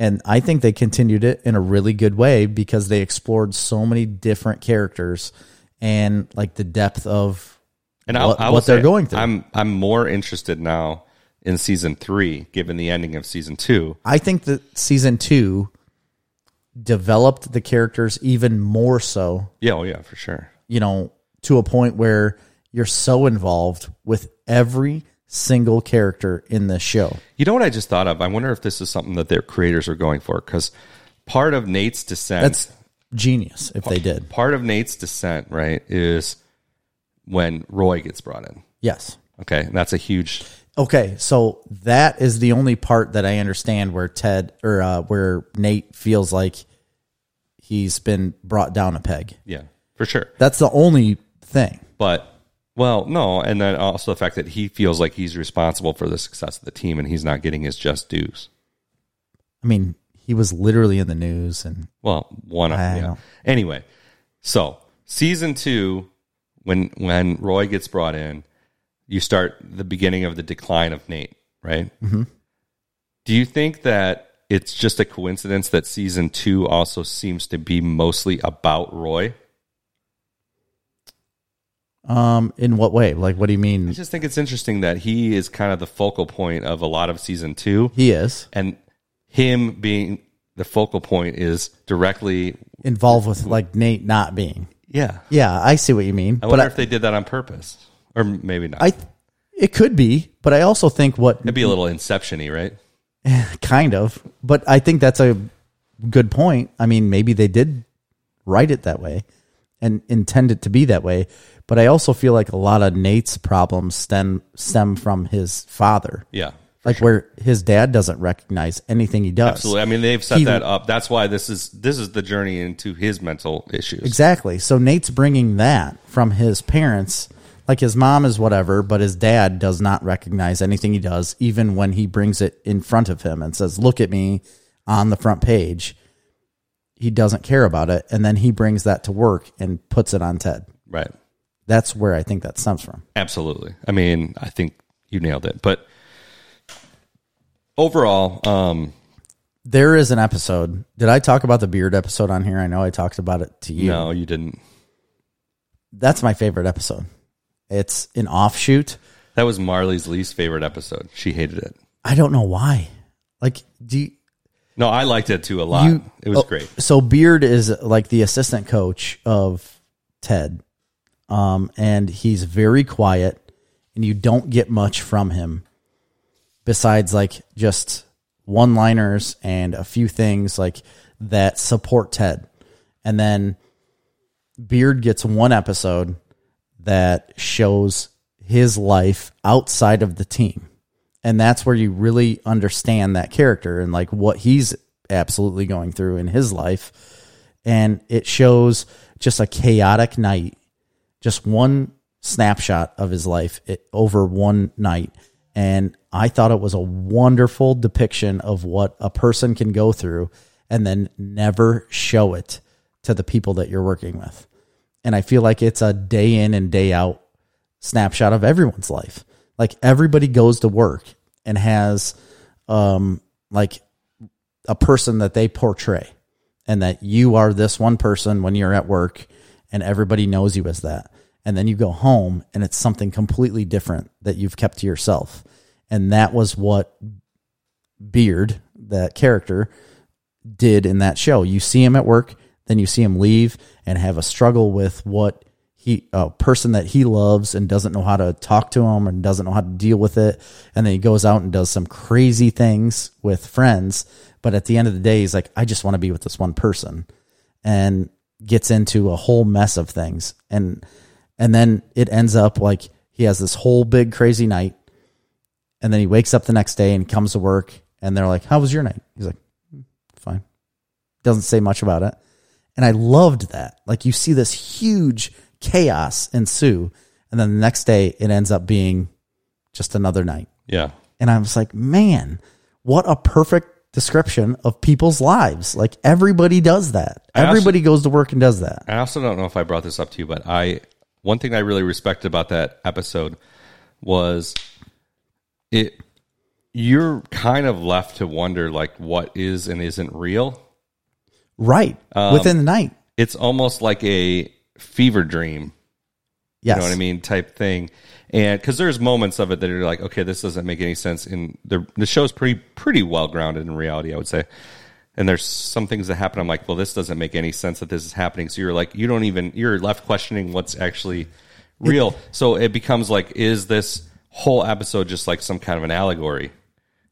And I think they continued it in a really good way because they explored so many different characters and like the depth of
And
What-
will
what they're
say,
going through.
I'm I'm more interested now in season three, given the ending of season two.
I think that season two developed the characters even more so
Yeah, oh yeah, for sure.
you know, to a point where you're so involved with every single character in this show.
You know what I just thought of? I wonder if this is something that their creators are going for because part of Nate's descent,
That's genius if they did.
part of Nate's descent, right, is when Roy gets brought in.
Yes.
Okay, and that's a huge
Okay, so that is the only part that I understand where Ted or uh, where Nate feels like he's been brought down a peg.
Yeah, for sure.
That's the only thing.
But well, no, and then also the fact that he feels like he's responsible for the success of the team and he's not getting his just dues.
I mean, he was literally in the news, and
Well, one of
I
yeah.
know.
Anyway, so season two, when when Roy gets brought in, you start the beginning of the decline of Nate, right? Mm-hmm. Do you think that it's just a coincidence that season two also seems to be mostly about Roy?
um, in what way? Like, what do you
I
mean?
just think it's interesting that he is kind of the focal point of a lot of season two,
He is
and him being the focal point is directly,
involved with like Nate not being.
yeah.
Yeah, I see what you mean,
I
but
wonder
I,
if they did that on purpose, or maybe not.
I, it could be, but I also think what
It'd be a little inception y, right?
kind of, but I think that's a good point. I mean, maybe they did write it that way and intend it to be that way, but I also feel like a lot of Nate's problems stem stem from his father.
Yeah.
Like where his dad doesn't recognize anything he does.
Absolutely. I mean, they've set
He-
that up. That's why this is this is the journey into his mental issues.
Exactly. So Nate's bringing that from his parents. Like his mom is whatever, but his dad does not recognize anything he does, even when he brings it in front of him and says, Look at me on the front page. He doesn't care about it. And then he brings that to work and puts it on Ted.
Right.
That's where I think that stems from.
Absolutely. I mean, I think you nailed it. But overall, um,
There is an episode. Did I talk about the beard episode on here? I know I talked about it to you.
no, you didn't.
That's my favorite episode. It's an offshoot.
That was Marley's least favorite episode. She hated it.
I don't know why. Like, do you,
No, I liked it too a lot.
You-
it was
oh,
great.
So Beard is like the assistant coach of Ted, um, and he's very quiet, and you don't get much from him besides like just one liners and a few things like that support Ted, and then Beard gets one episode that shows his life outside of the team. And that's where you really understand that character and like what he's absolutely going through in his life. And it shows just a chaotic night, just one snapshot of his life it, over one night. And I thought it was a wonderful depiction of what a person can go through and then never show it to the people that you're working with. And I feel like it's a day in and day out snapshot of everyone's life. Like everybody goes to work and has um like a person that they portray and that you are this one person when you're at work and everybody knows you as that. And then you go home and it's something completely different that you've kept to yourself. And that was what Beard, that character, did in that show. You see him at work, then you see him leave and have a struggle with what he a person that he loves and doesn't know how to talk to him and doesn't know how to deal with it. And then he goes out and does some crazy things with friends. But at the end of the day, he's like, I just want to be with this one person and gets into a whole mess of things. And and then it ends up like he has this whole big crazy night. And then he wakes up the next day and comes to work and they're like, How was your night? He's like, fine. Doesn't say much about it. And I loved that. Like you see this huge chaos ensue. And then the next day it ends up being just another night.
Yeah.
And I was like, man, what a perfect description of people's lives. Like everybody does that.
also-
Everybody goes to work and does that.
I also don't know if I brought this up to you, but I one thing I really respected about that episode was it you're kind of left to wonder like what is and isn't real.
Right.
Um,
Within the night.
It's almost like a fever dream,
Yes.
you know what I mean, type thing. And cuz there's moments of it that are like, okay, this doesn't make any sense in the the show's pretty pretty well grounded in reality, I would say. And there's some things that happen I'm like, well, this doesn't make any sense that this is happening. So you're like, you don't even you're left questioning what's actually real. so it becomes like is this whole episode just like some kind of an allegory?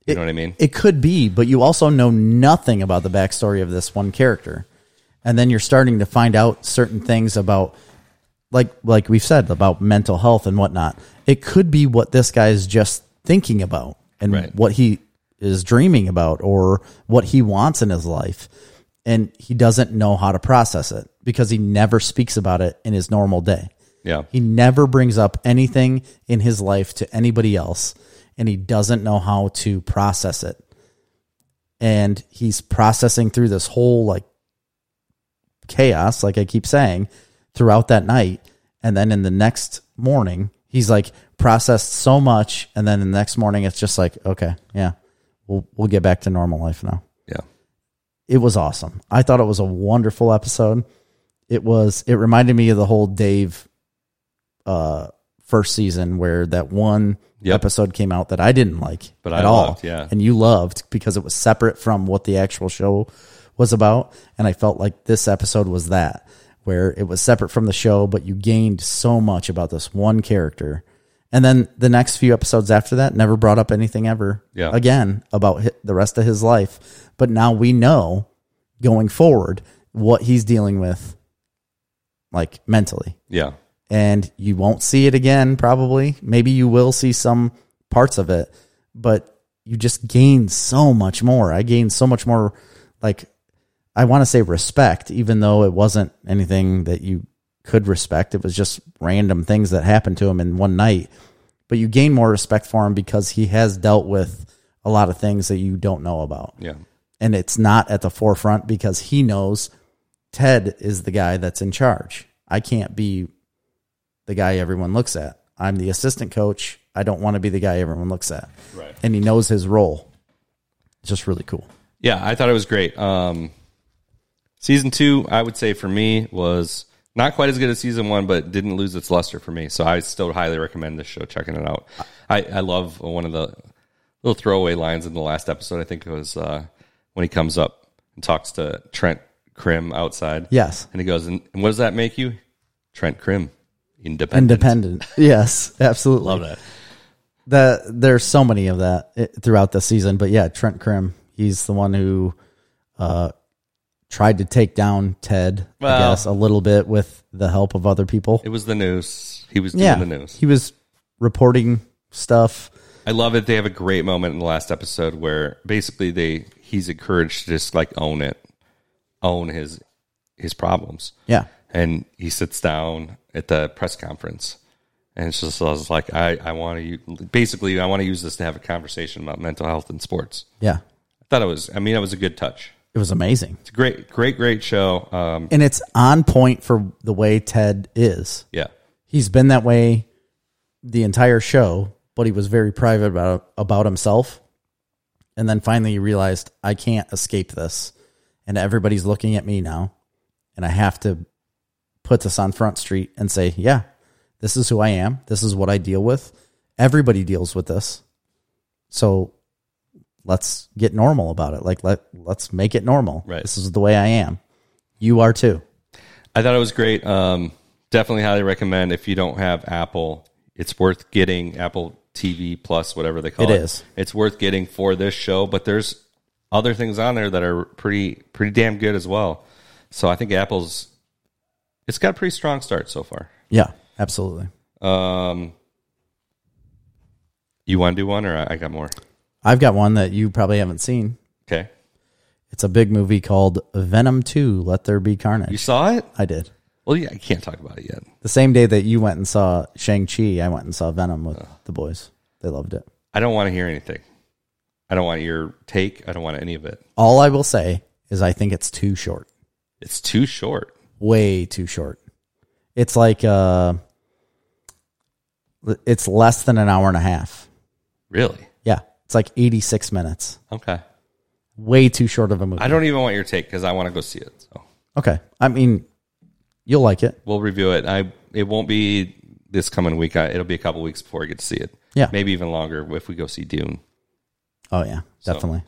You know what I mean?
It could be, but you also know nothing about the backstory of this one character. And then you're starting to find out certain things about like like we've said about mental health and whatnot. It could be what this guy is just thinking about and
Right.
what he is dreaming about or what he wants in his life. And he doesn't know how to process it because he never speaks about it in his normal day.
Yeah.
He never brings up anything in his life to anybody else, and he doesn't know how to process it. And he's processing through this whole like chaos, like I keep saying, throughout that night. And then in the next morning, he's like processed so much. And then the next morning, it's just like, okay, yeah, we'll, we'll get back to normal life now
Yeah.
it was awesome. I thought it was a wonderful episode. It was it reminded me of the whole Dave uh first season where that one
Yep.
episode came out that I didn't like
But
at
I
all.
loved, yeah.
And you loved because it was separate from what the actual show was about and I felt like this episode was that where it was separate from the show but you gained so much about this one character. And then the next few episodes after that never brought up anything ever
Yeah.
again about hi- the rest of his life. But now we know going forward what he's dealing with, like mentally.
Yeah.
And you won't see it again, probably. Maybe you will see some parts of it, but you just gain so much more. I gained so much more, like, I want to say respect, even though it wasn't anything that you could respect. It was just random things that happened to him in one night. But you gain more respect for him because he has dealt with a lot of things that you don't know about
Yeah.
and it's not at the forefront because he knows Ted is the guy that's in charge. I can't be the guy everyone looks at. I'm the assistant coach. I don't want to be the guy everyone looks at.
Right.
And he knows his role. It's just really cool.
Yeah, I thought it was great. Um, season two, I would say for me was not quite as good as season one, but didn't lose its luster for me. So I still highly recommend this show. Checking it out. I, I love one of the little throwaway lines in the last episode. I think it was uh, when he comes up and talks to Trent Krim outside.
Yes.
and he goes, and, and what does that make you, Trent Krim, independent?
Independent. yes, absolutely.
Love that.
that there's so many of that eh, throughout the season but yeah trent krim he's the one who uh tried to take down ted i
Well-
guess a little bit with the help of other people
It was the news. He was doing
yeah
the news.
he was reporting stuff
I love it. They have a great moment in the last episode where basically they he's encouraged to just like own it, own his his problems,
yeah
and he sits down at the press conference, and it's just I was like, I I want to basically I want to use this to have a conversation about mental health and sports.
yeah
I thought it was. I mean, it was a good touch.
it was amazing
It's a great, great, great show. Um,
and it's on point for the way ted is
yeah,
he's been that way the entire show, but he was very private about about himself. And then finally he realized I can't escape this. And everybody's looking at me now. And I have to put this on front street and say, yeah, this is who I am. This is what I deal with. Everybody deals with this. So let's get normal about it. Like let let's make it normal.
Right.
This is the way I am. You are too.
I thought it was great. Um, definitely highly recommend if you don't have Apple, it's worth getting Apple TV Plus, whatever they call
It
it.
is.
It's worth getting for this show, but there's other things on there that are pretty pretty damn good as well. So I think Apple's it's got a pretty strong start so far.
Yeah, absolutely.
Um, you want to do one, or I I got more?
I've got one that you probably haven't seen.
Okay,
It's a big movie called Venom 2 Let There Be
you
Carnage.
saw it.
I did.
Well, yeah, I can't talk about it yet.
The same day that you went and saw Shang-Chi, I went and saw Venom
Oh.
with the boys. They loved it.
I don't want to hear anything. I don't want your take. I don't want any of it.
All I will say is I think it's too short.
It's too short.
Way too short. It's like uh it's less than an hour and a half.
Really?
Yeah. It's like 86 minutes.
Okay.
Way too short of a movie.
I don't even want your take because I want to go see it. So
okay. I mean, you'll like it.
we'll review it. I it won't be this coming week. I, it'll be a couple weeks before I get to see it.
Yeah.
maybe even longer if we go see Dune.
Oh yeah, definitely.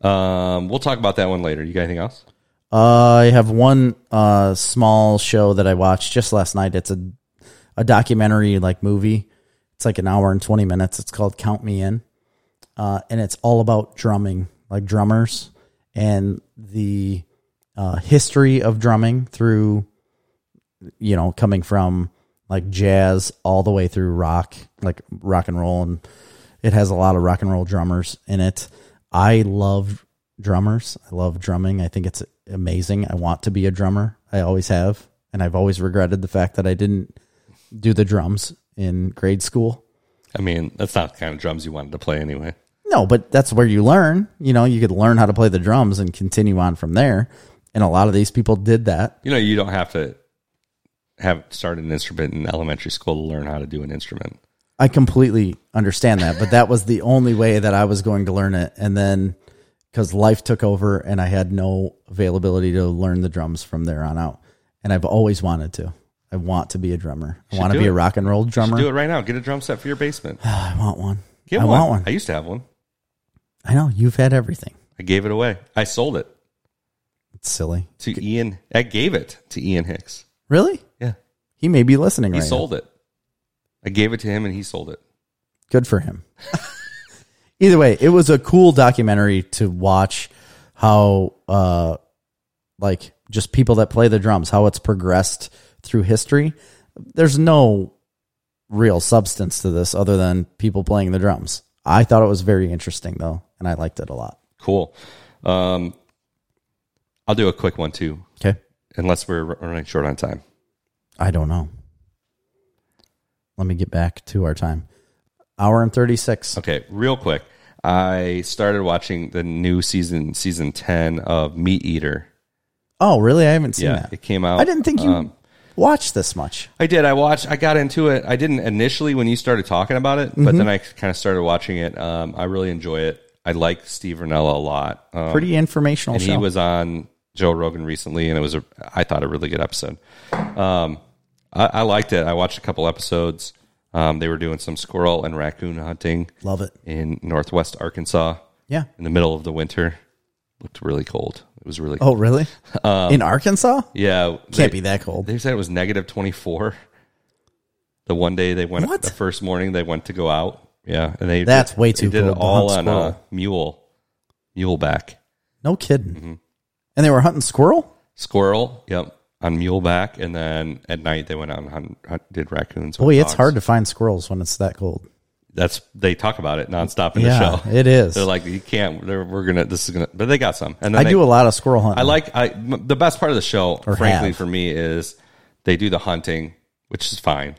Um, we'll talk about that one later. You got anything else?
I have one uh, small show that I watched just last night. It's a a documentary like movie. It's like an hour and twenty minutes. It's called Count Me In, uh, and it's all about drumming, like drummers and the uh, history of drumming through, you know, coming from like jazz all the way through rock, like rock and roll and It has a lot of rock and roll drummers in it. I love drummers. I love drumming. I think it's amazing. I want to be a drummer. I always have, and I've always regretted the fact that I didn't do the drums in grade school.
I mean, that's not the kind of drums you wanted to play anyway.
No, but that's where you learn. You know, you could learn how to play the drums and continue on from there. And a lot of these people did that.
You know, you don't have to have started an instrument in elementary school to learn how to do an instrument.
I completely understand that, but that was the only way that I was going to learn it. And then because life took over and I had no availability to learn the drums from there on out. And I've always wanted to. I want to be a drummer. I want to
do
be
it.
a rock and roll drummer.
Do it right now. Get a drum set for your basement.
I want one.
Get
I
one.
want one.
I used to have one.
I know you've had everything.
I gave it away. I sold it
It's silly.
to Ian. I gave it to Ian Hicks.
Really?
Yeah.
He may be listening
He
right now.
sold it. I gave it to him and he sold it.
good for him. Either way, it was a cool documentary to watch how uh like just people that play the drums, how it's progressed through history. There's no real substance to this other than people playing the drums. I thought it was very interesting though, and I liked it a lot.
Cool. Um, I'll do a quick one too,
Okay.
unless we're running short on time.
I don't know. Let me get back to our time. Hour and 36.
Okay, real quick. I started watching the new season, season 10 of Meat Eater.
Oh, really? I haven't seen that.
it came out.
I didn't think you
um,
watched this much.
I did. I watched. I got into it. I didn't initially when you started talking about it,
Mm-hmm.
but then I kind of started watching it. Um, I really enjoy it. I like Steve Renella a lot. Um,
Pretty informational
and
show.
he was on Joe Rogan recently, and it was a I thought a really good episode. Um, I, I liked it. I watched a couple episodes. Um, they were doing some squirrel and raccoon hunting
Love it.
in northwest Arkansas
Yeah.
in the middle of the winter. Looked really cold. It was really
Oh, really? In Arkansas?
yeah.
Can't
Um, they-
be that cold.
They said it was negative 24. The one day they went,
What?
the first morning they went to go out. Yeah. And they,
That's way
they
too
did
cold
it
to
all
hunt
on a
squirrel.
mule, mule back.
No kidding.
Mm-hmm.
And they were hunting squirrel?
Squirrel. Yep. On mule back. And then at night they went out and hunt, hunt, did raccoons.
Boy, it's hard to find squirrels when it's that cold.
That's, they talk about it nonstop in
yeah,
the show.
it is.
They're like, you can't, they're, we're going to, this is going to, but they got some. And then
I
they,
do a lot of squirrel hunting.
I like I m- the best part of the show,
Or
frankly,
have.
for me is they do the hunting, which is fine.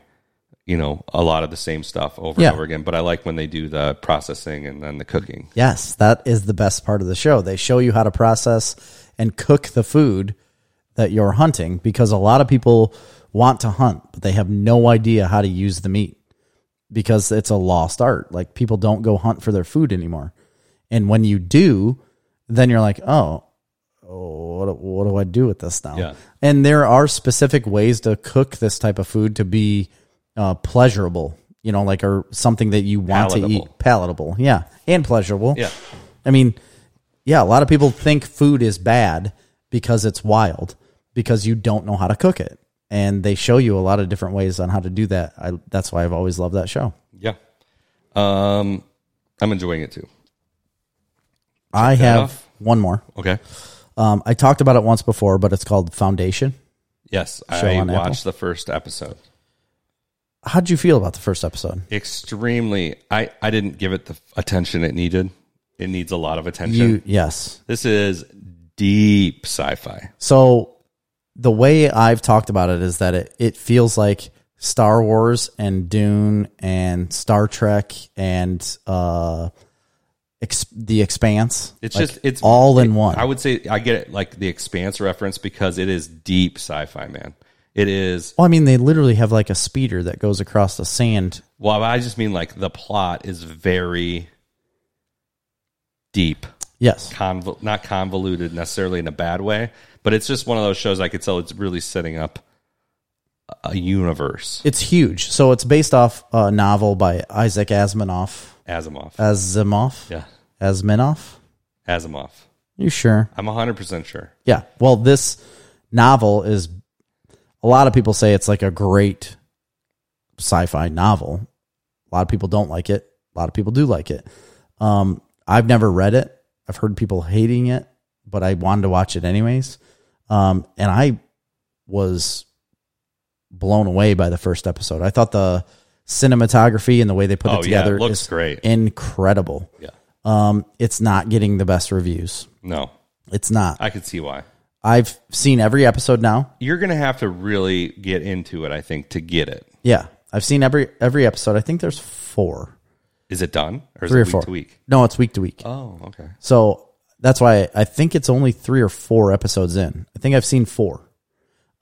You know, a lot of the same stuff over
Yeah.
and over again. But I like when they do the processing and then the cooking.
Yes, that is the best part of the show. They show you how to process and cook the food that you're hunting because a lot of people want to hunt, but they have no idea how to use the meat because it's a lost art. Like people don't go hunt for their food anymore. And when you do, then you're like, oh, oh what, do- what do I do with this now?
Yeah.
And there are specific ways to cook this type of food to be uh, pleasurable, you know, like or something that you want to eat
Palatable.
palatable. Yeah, and pleasurable.
Yeah.
I mean, yeah, a lot of people think food is bad because it's wild because you don't know how to cook it. And they show you a lot of different ways on how to do that. I, that's why I've always loved that show.
Yeah. Um I'm enjoying it too.
I have
off.
one more.
Okay.
Um, I talked about it once before, but it's called Foundation.
Yes.
Show
I
on Apple?
watched the first episode.
How'd you feel about the first episode?
Extremely I, I didn't give it the attention it needed. It needs a lot of attention.
You yes.
this is deep sci fi.
So the way I've talked about it is that it, it feels like Star Wars and Dune and Star Trek and uh, ex- the Expanse.
It's
Like,
just it's
all in one.
I would say I get it like the Expanse reference because it is deep sci-fi, man. It is.
well, I mean, they literally have like a speeder that goes across the sand.
Well, I just mean like the plot is very deep,
Yes,
conv- not convoluted necessarily in a bad way, but it's just one of those shows I could tell it's really setting up a universe.
it's huge. So it's based off a novel by Isaac Asimov.
Asimov,
Asimov.
yeah,
Asminoff.
Asimov.
You sure?
I'm hundred percent sure.
Yeah. Well, this novel is a lot of people say it's like a great sci-fi novel. A lot of people don't like it. A lot of people do like it. Um, I've never read it. I've heard people hating it, but I wanted to watch it anyways. Um, and I was blown away by the first episode. I thought the cinematography and the way they put
Oh,
it
yeah, it
together
looks
is
great.
incredible.
Yeah.
Um, it's not getting the best reviews.
No,
It's not.
I could see why.
I've seen every episode now.
You're going to have to really get into it, I think, to get it.
Yeah, I've seen every every episode. I think there's four,
Is it done? Or is
three
it
or
week
four.
to week?
No, it's week to week.
Oh, okay.
So that's why I think it's only three or four episodes in. I think I've seen four.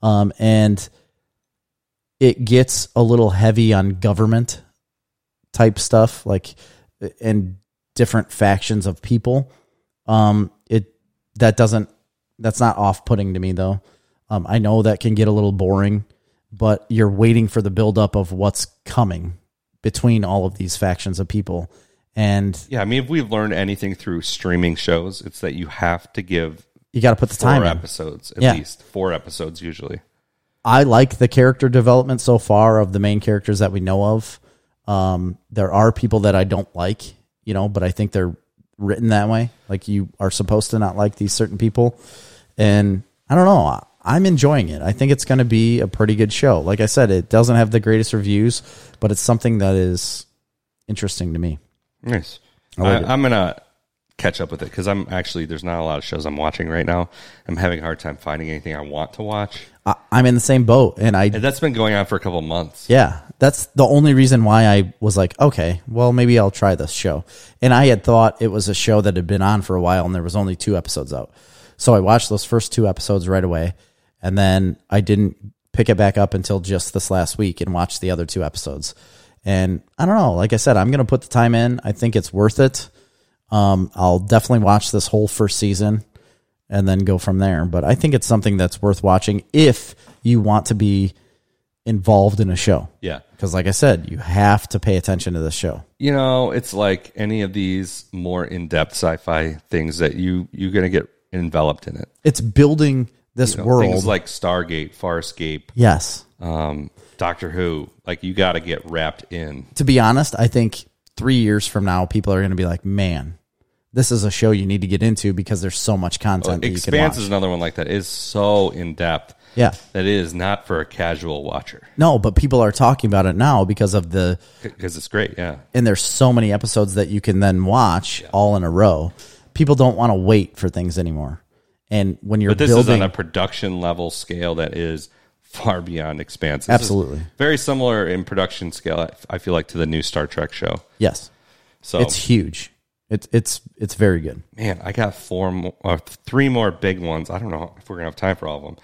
Um, and it gets a little heavy on government type stuff, like and different factions of people. Um, it that doesn't that's not off putting to me though. Um, I know that can get a little boring, but you're waiting for the buildup of what's coming between all of these factions of people. And
Yeah, I mean, if we've learned anything through streaming shows, it's that you have to give
you got to put the
four
time in.
episodes at
Yeah.
least. Four episodes usually.
I like the character development so far of the main characters that we know of. Um, there are people that I don't like, you know, but I think they're written that way. Like you are supposed to not like these certain people, and I don't know. I- I'm enjoying it. I think it's going to be a pretty good show. Like I said, it doesn't have the greatest reviews, but it's something that is interesting to me.
Nice. I
like it.
I, am gonna catch up with it because I'm actually there's not a lot of shows I'm watching right now. I'm having a hard time finding anything I want to watch,
I, I'm in the same boat, and I
and that's been going on for a couple months.
Yeah, that's the only reason why I was like, okay, well, maybe I'll try this show. And I had thought it was a show that had been on for a while and there was only two episodes out. So I watched those first two episodes right away. And then I didn't pick it back up until just this last week and watched the other two episodes. And I don't know. Like I said, I'm going to put the time in. I think it's worth it. Um, I'll definitely watch this whole first season and then go from there. But I think it's something that's worth watching if you want to be involved in a show.
Yeah,
Because, like I said, you have to pay attention to this show.
you know, it's like any of these more in depth sci-fi things that you you're gonna get enveloped in it.
It's building this
You know,
world.
Things like Stargate, Farscape,
yes.
um, Doctor Who. Like you got to get wrapped in.
To be honest, I think three years from now, people are going to be like, man, this is a show you need to get into because there's so much content that you can
Expanse
watch.
is another one like that. Is so in depth.
yeah.
That it is not for a casual watcher
No, but people are talking about it now because of the,
because it's great. Yeah.
and there's so many episodes that you can then watch all in a row. People don't want to wait for things anymore. And when you're
But this
building,
is on a production level scale that is far beyond expanse. This is
absolutely.
very similar in production scale, I- I feel like, to the new Star Trek show.
Yes.
So,
It's huge. It's, it's, it's very good.
man, I got four more, or three more big ones. I don't know if we're going to have time for all of them.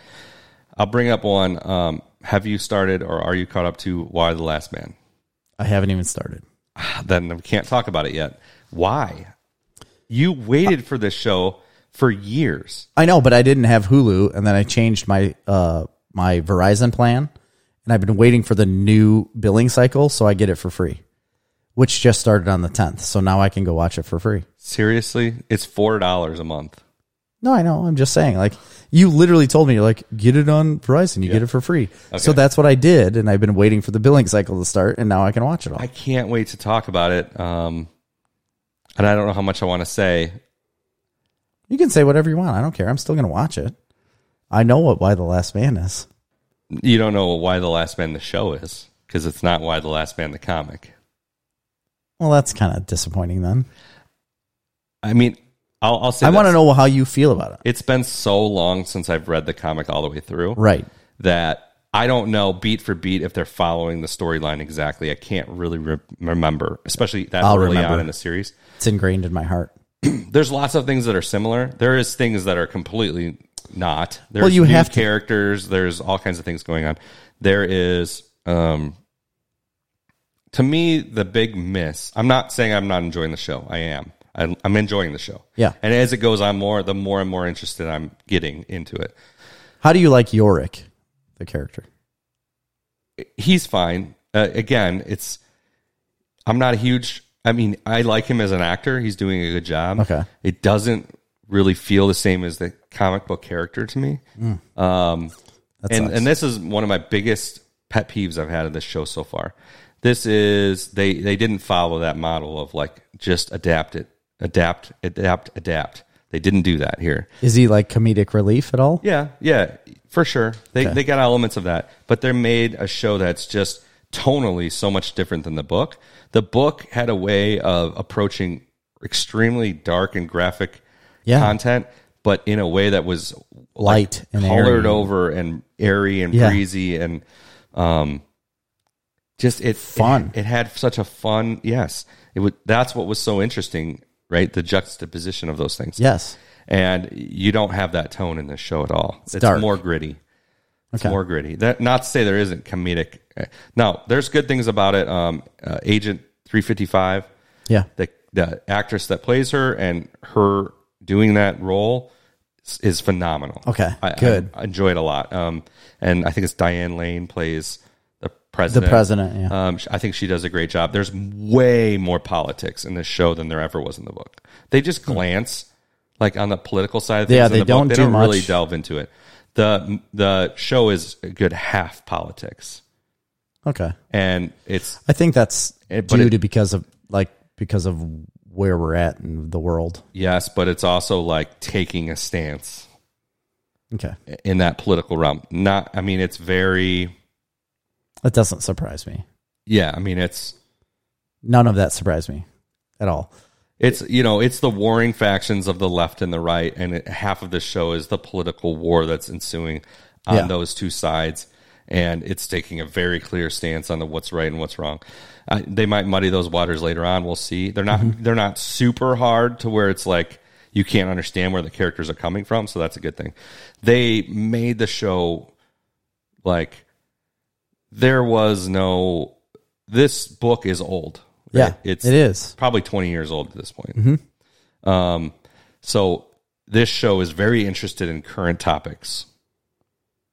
I'll bring up one. Um, have you started or are you caught up to Why the Last Man?
I haven't even started.
Then we can't talk about it yet. Why? You waited for this show for years.
I know, but I didn't have Hulu, and then I changed my uh my Verizon plan, and I've been waiting for the new billing cycle, so I get it for free, which just started on the tenth. So now I can go watch it for free.
Seriously? It's $4 a month.
No, I know. I'm just saying, like you literally told me, you're like get it on Verizon, you get it for free. So that's what I did, and I've been waiting for the billing cycle to start, and now I can watch it all.
I can't wait to talk about it. Um, and I don't know how much I want to say.
you can say whatever you want. I don't care. I'm still gonna watch it. I know what why the last man is.
You don't know why The Last Man the show is because it's not why The Last Man the comic.
Well, that's kind of disappointing then.
I mean, I'll, I'll say
I want to
this.
know how you feel about it.
It's been so long since I've read the comic all the way through
Right.
that I don't know beat for beat if they're following the storyline exactly. I can't really re- remember, especially that
I'll
early
remember.
on in the series.
It's ingrained in my heart.
There's lots of things that are similar. There is things that are completely not. There's
Well, you
new
have to-
characters. There's all kinds of things going on. There is, um, to me, the big miss. I'm not saying I'm not enjoying the show. I am. I'm, I'm enjoying the show.
Yeah.
And as it goes on more, the more and more interested I'm getting into it.
How do you like Yorick, the character?
he's fine. Uh, again, it's I'm not a huge. I mean, I like him as an actor. He's doing a good job.
Okay.
It doesn't really feel the same as the comic book character to me. Um,
Hmm. That
and
sucks.
and this is one of my biggest pet peeves I've had of this show so far. This is they they didn't follow that model of like just adapt it, adapt, adapt, adapt. They didn't do that here.
Is he like comedic relief at all?
Yeah, yeah, for sure. They they got elements of that, but they made a show that's just tonally so much different than the book. The book had a way of approaching extremely dark and graphic
Yeah.
content, but in a way that was
Light and
colored
airy.
over and airy and
Yeah.
breezy and um, just it
Fun.
It, it had such a fun. Yes, it would. That's what was so interesting, right? The juxtaposition of those things.
Yes.
and you don't have that tone in this show at all. It's,
dark.
more gritty. It's
Okay.
more gritty. That not to say there isn't comedic. Now there's good things about it. Um, uh, Agent 355,
Yeah.
the the actress that plays her and her doing that role is, is phenomenal.
Okay,
I,
good.
I, enjoy it a lot. Um, and I think it's Diane Lane plays the
The
president.
president. Yeah.
Um, sh- I think she does a great job. There's way more politics in this show than there ever was in the book. They just glance like on the political side of things.
Hmm. Yeah,
in
they
the book.
don't
They
do
don't really
much.
delve into it. the The show is a good half politics,
okay.
and it's
I think that's
It- but
due
it-
to because of like because of where we're at in the world.
yes, but it's also like taking a stance
Okay.
in that political realm. Not, I mean, it's very
That doesn't surprise me.
yeah. I mean, it's
None of that surprised me at all.
It's you know it's the warring factions of the left and the right, and it, half of the show is the political war that's ensuing on
Yeah.
those two sides, and it's taking a very clear stance on the what's right and what's wrong. Uh, they might muddy those waters later on. We'll see. They're not
Mm-hmm.
they're not super hard to where it's like you can't understand where the characters are coming from, so that's a good thing. They made the show like there was no this book is old.
Yeah.
it's
it is.
probably 20 years old at this point. Um,
Mm-hmm.
so this show is very interested in current topics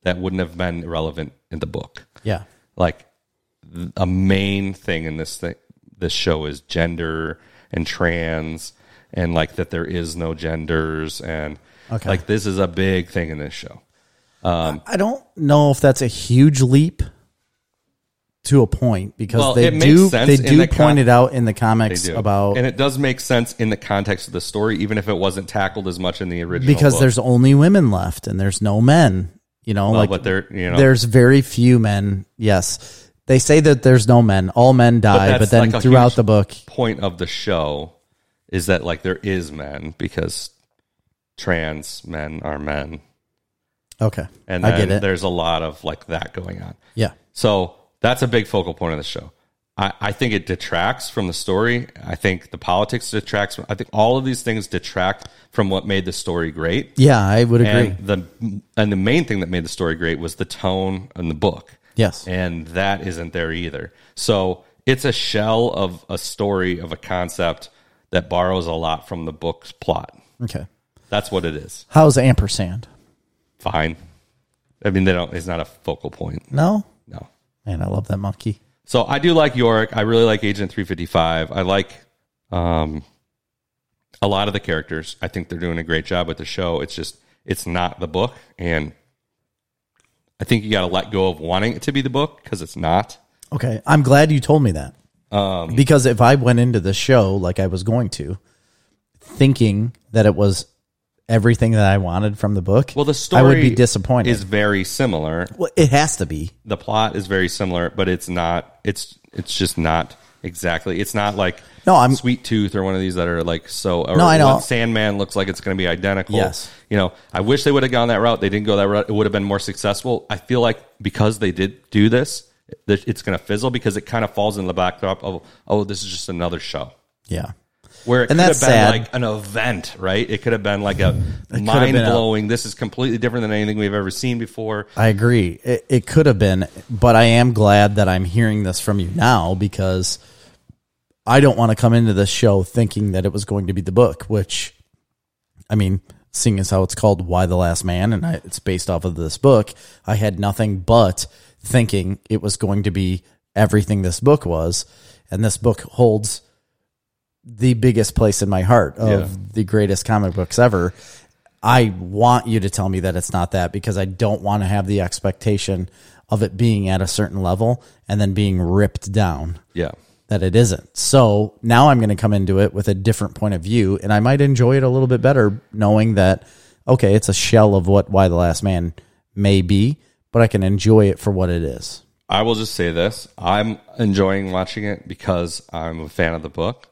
that wouldn't have been relevant in the book.
Yeah.
Like th- a main thing in this thing, this show is gender and trans and like that there is no genders and
Okay.
like this is a big thing in this show. Um,
I don't know if that's a huge leap to a point because
Well,
they
it makes
do
sense
they
in
do
the
point
con-
it out in the comics
They do.
about
and it does make sense in the context of the story, even if it wasn't tackled as much in the original
because
book. Uh,
there's only women left and there's no men. You know, like
but there you know
there's very few men. Yes, they say that there's no men. All men die, but,
that's
then
like a
throughout
huge-
the book,
point of the show is that like there is men because trans men are men
okay,
and
I get
then
it.
there's a lot of like that going on
Yeah,
so that's a big focal point of the show I, I think it detracts from the story i think the politics detracts i think all of these things detract from what made the story great
yeah, I would agree.
and the and the main thing that made the story great was the tone and the book
yes,
and that isn't there either. So it's a shell of a story of a concept that borrows a lot from the book's plot.
okay.
That's what it is.
How's ampersand?
Fine. I mean, they don't. It's not a focal point.
No,
No.
man, I love that monkey.
So I do like Yorick. I really like Agent 355. I like um, a lot of the characters. I think they're doing a great job with the show. It's just it's not the book, and I think you got to let go of wanting it to be the book because it's not.
Okay, I'm glad you told me that
Um,
because if I went into the show like I was going to, thinking that it was everything that I wanted from the book,
Well, the story
I would be disappointed.
is very similar.
well, it has to be.
The plot is very similar, but it's not. It's it's just not exactly. It's not like
No, I'm-
Sweet Tooth or one of these that are like so. Or
No, I know.
what Sandman looks like it's going to be identical.
Yes.
you know. I wish they would have gone that route. They didn't go that route. It would have been more successful. I feel like because they did do this, that it's going to fizzle because it kind of falls in the backdrop of oh, this is just another show.
Yeah,
Where it
And
could
that's
have been
sad.
like an event, right? It could have been like a mind blowing. This is completely different than anything we've ever seen before.
I agree. It, it could have been, but I am glad that I'm hearing this from you now because I don't want to come into this show thinking that it was going to be the book, which, I mean, seeing as how it's called Why the Last Man and I, it's based off of this book, I had nothing but thinking it was going to be everything this book was. And this book holds the biggest place in my heart of
Yeah.
the greatest comic books ever. I want you to tell me that it's not that because I don't want to have the expectation of it being at a certain level and then being ripped down
Yeah.
that it isn't. So now I'm going to come into it with a different point of view and I might enjoy it a little bit better knowing that, okay, it's a shell of what Why the Last Man may be, but I can enjoy it for what it is.
I will just say this: I'm enjoying watching it because I'm a fan of the book.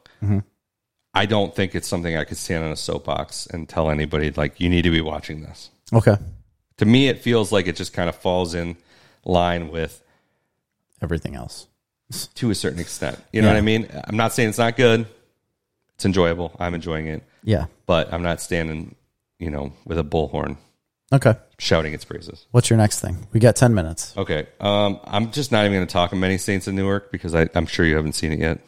I don't think it's something I could stand on a soapbox and tell anybody like you need to be watching this.
Okay.
To me, it feels like it just kind of falls in line with
Everything else.
to a certain extent. You know
Yeah.
what I mean? I'm not saying it's not good. It's enjoyable. I'm enjoying it,
Yeah.
but I'm not standing, you know, with a bullhorn
Okay.
shouting its praises.
What's your next thing? We got 10 minutes.
Okay. Um, I'm just not even going to talk on Many Saints of Newark because I, I'm sure you haven't seen it yet.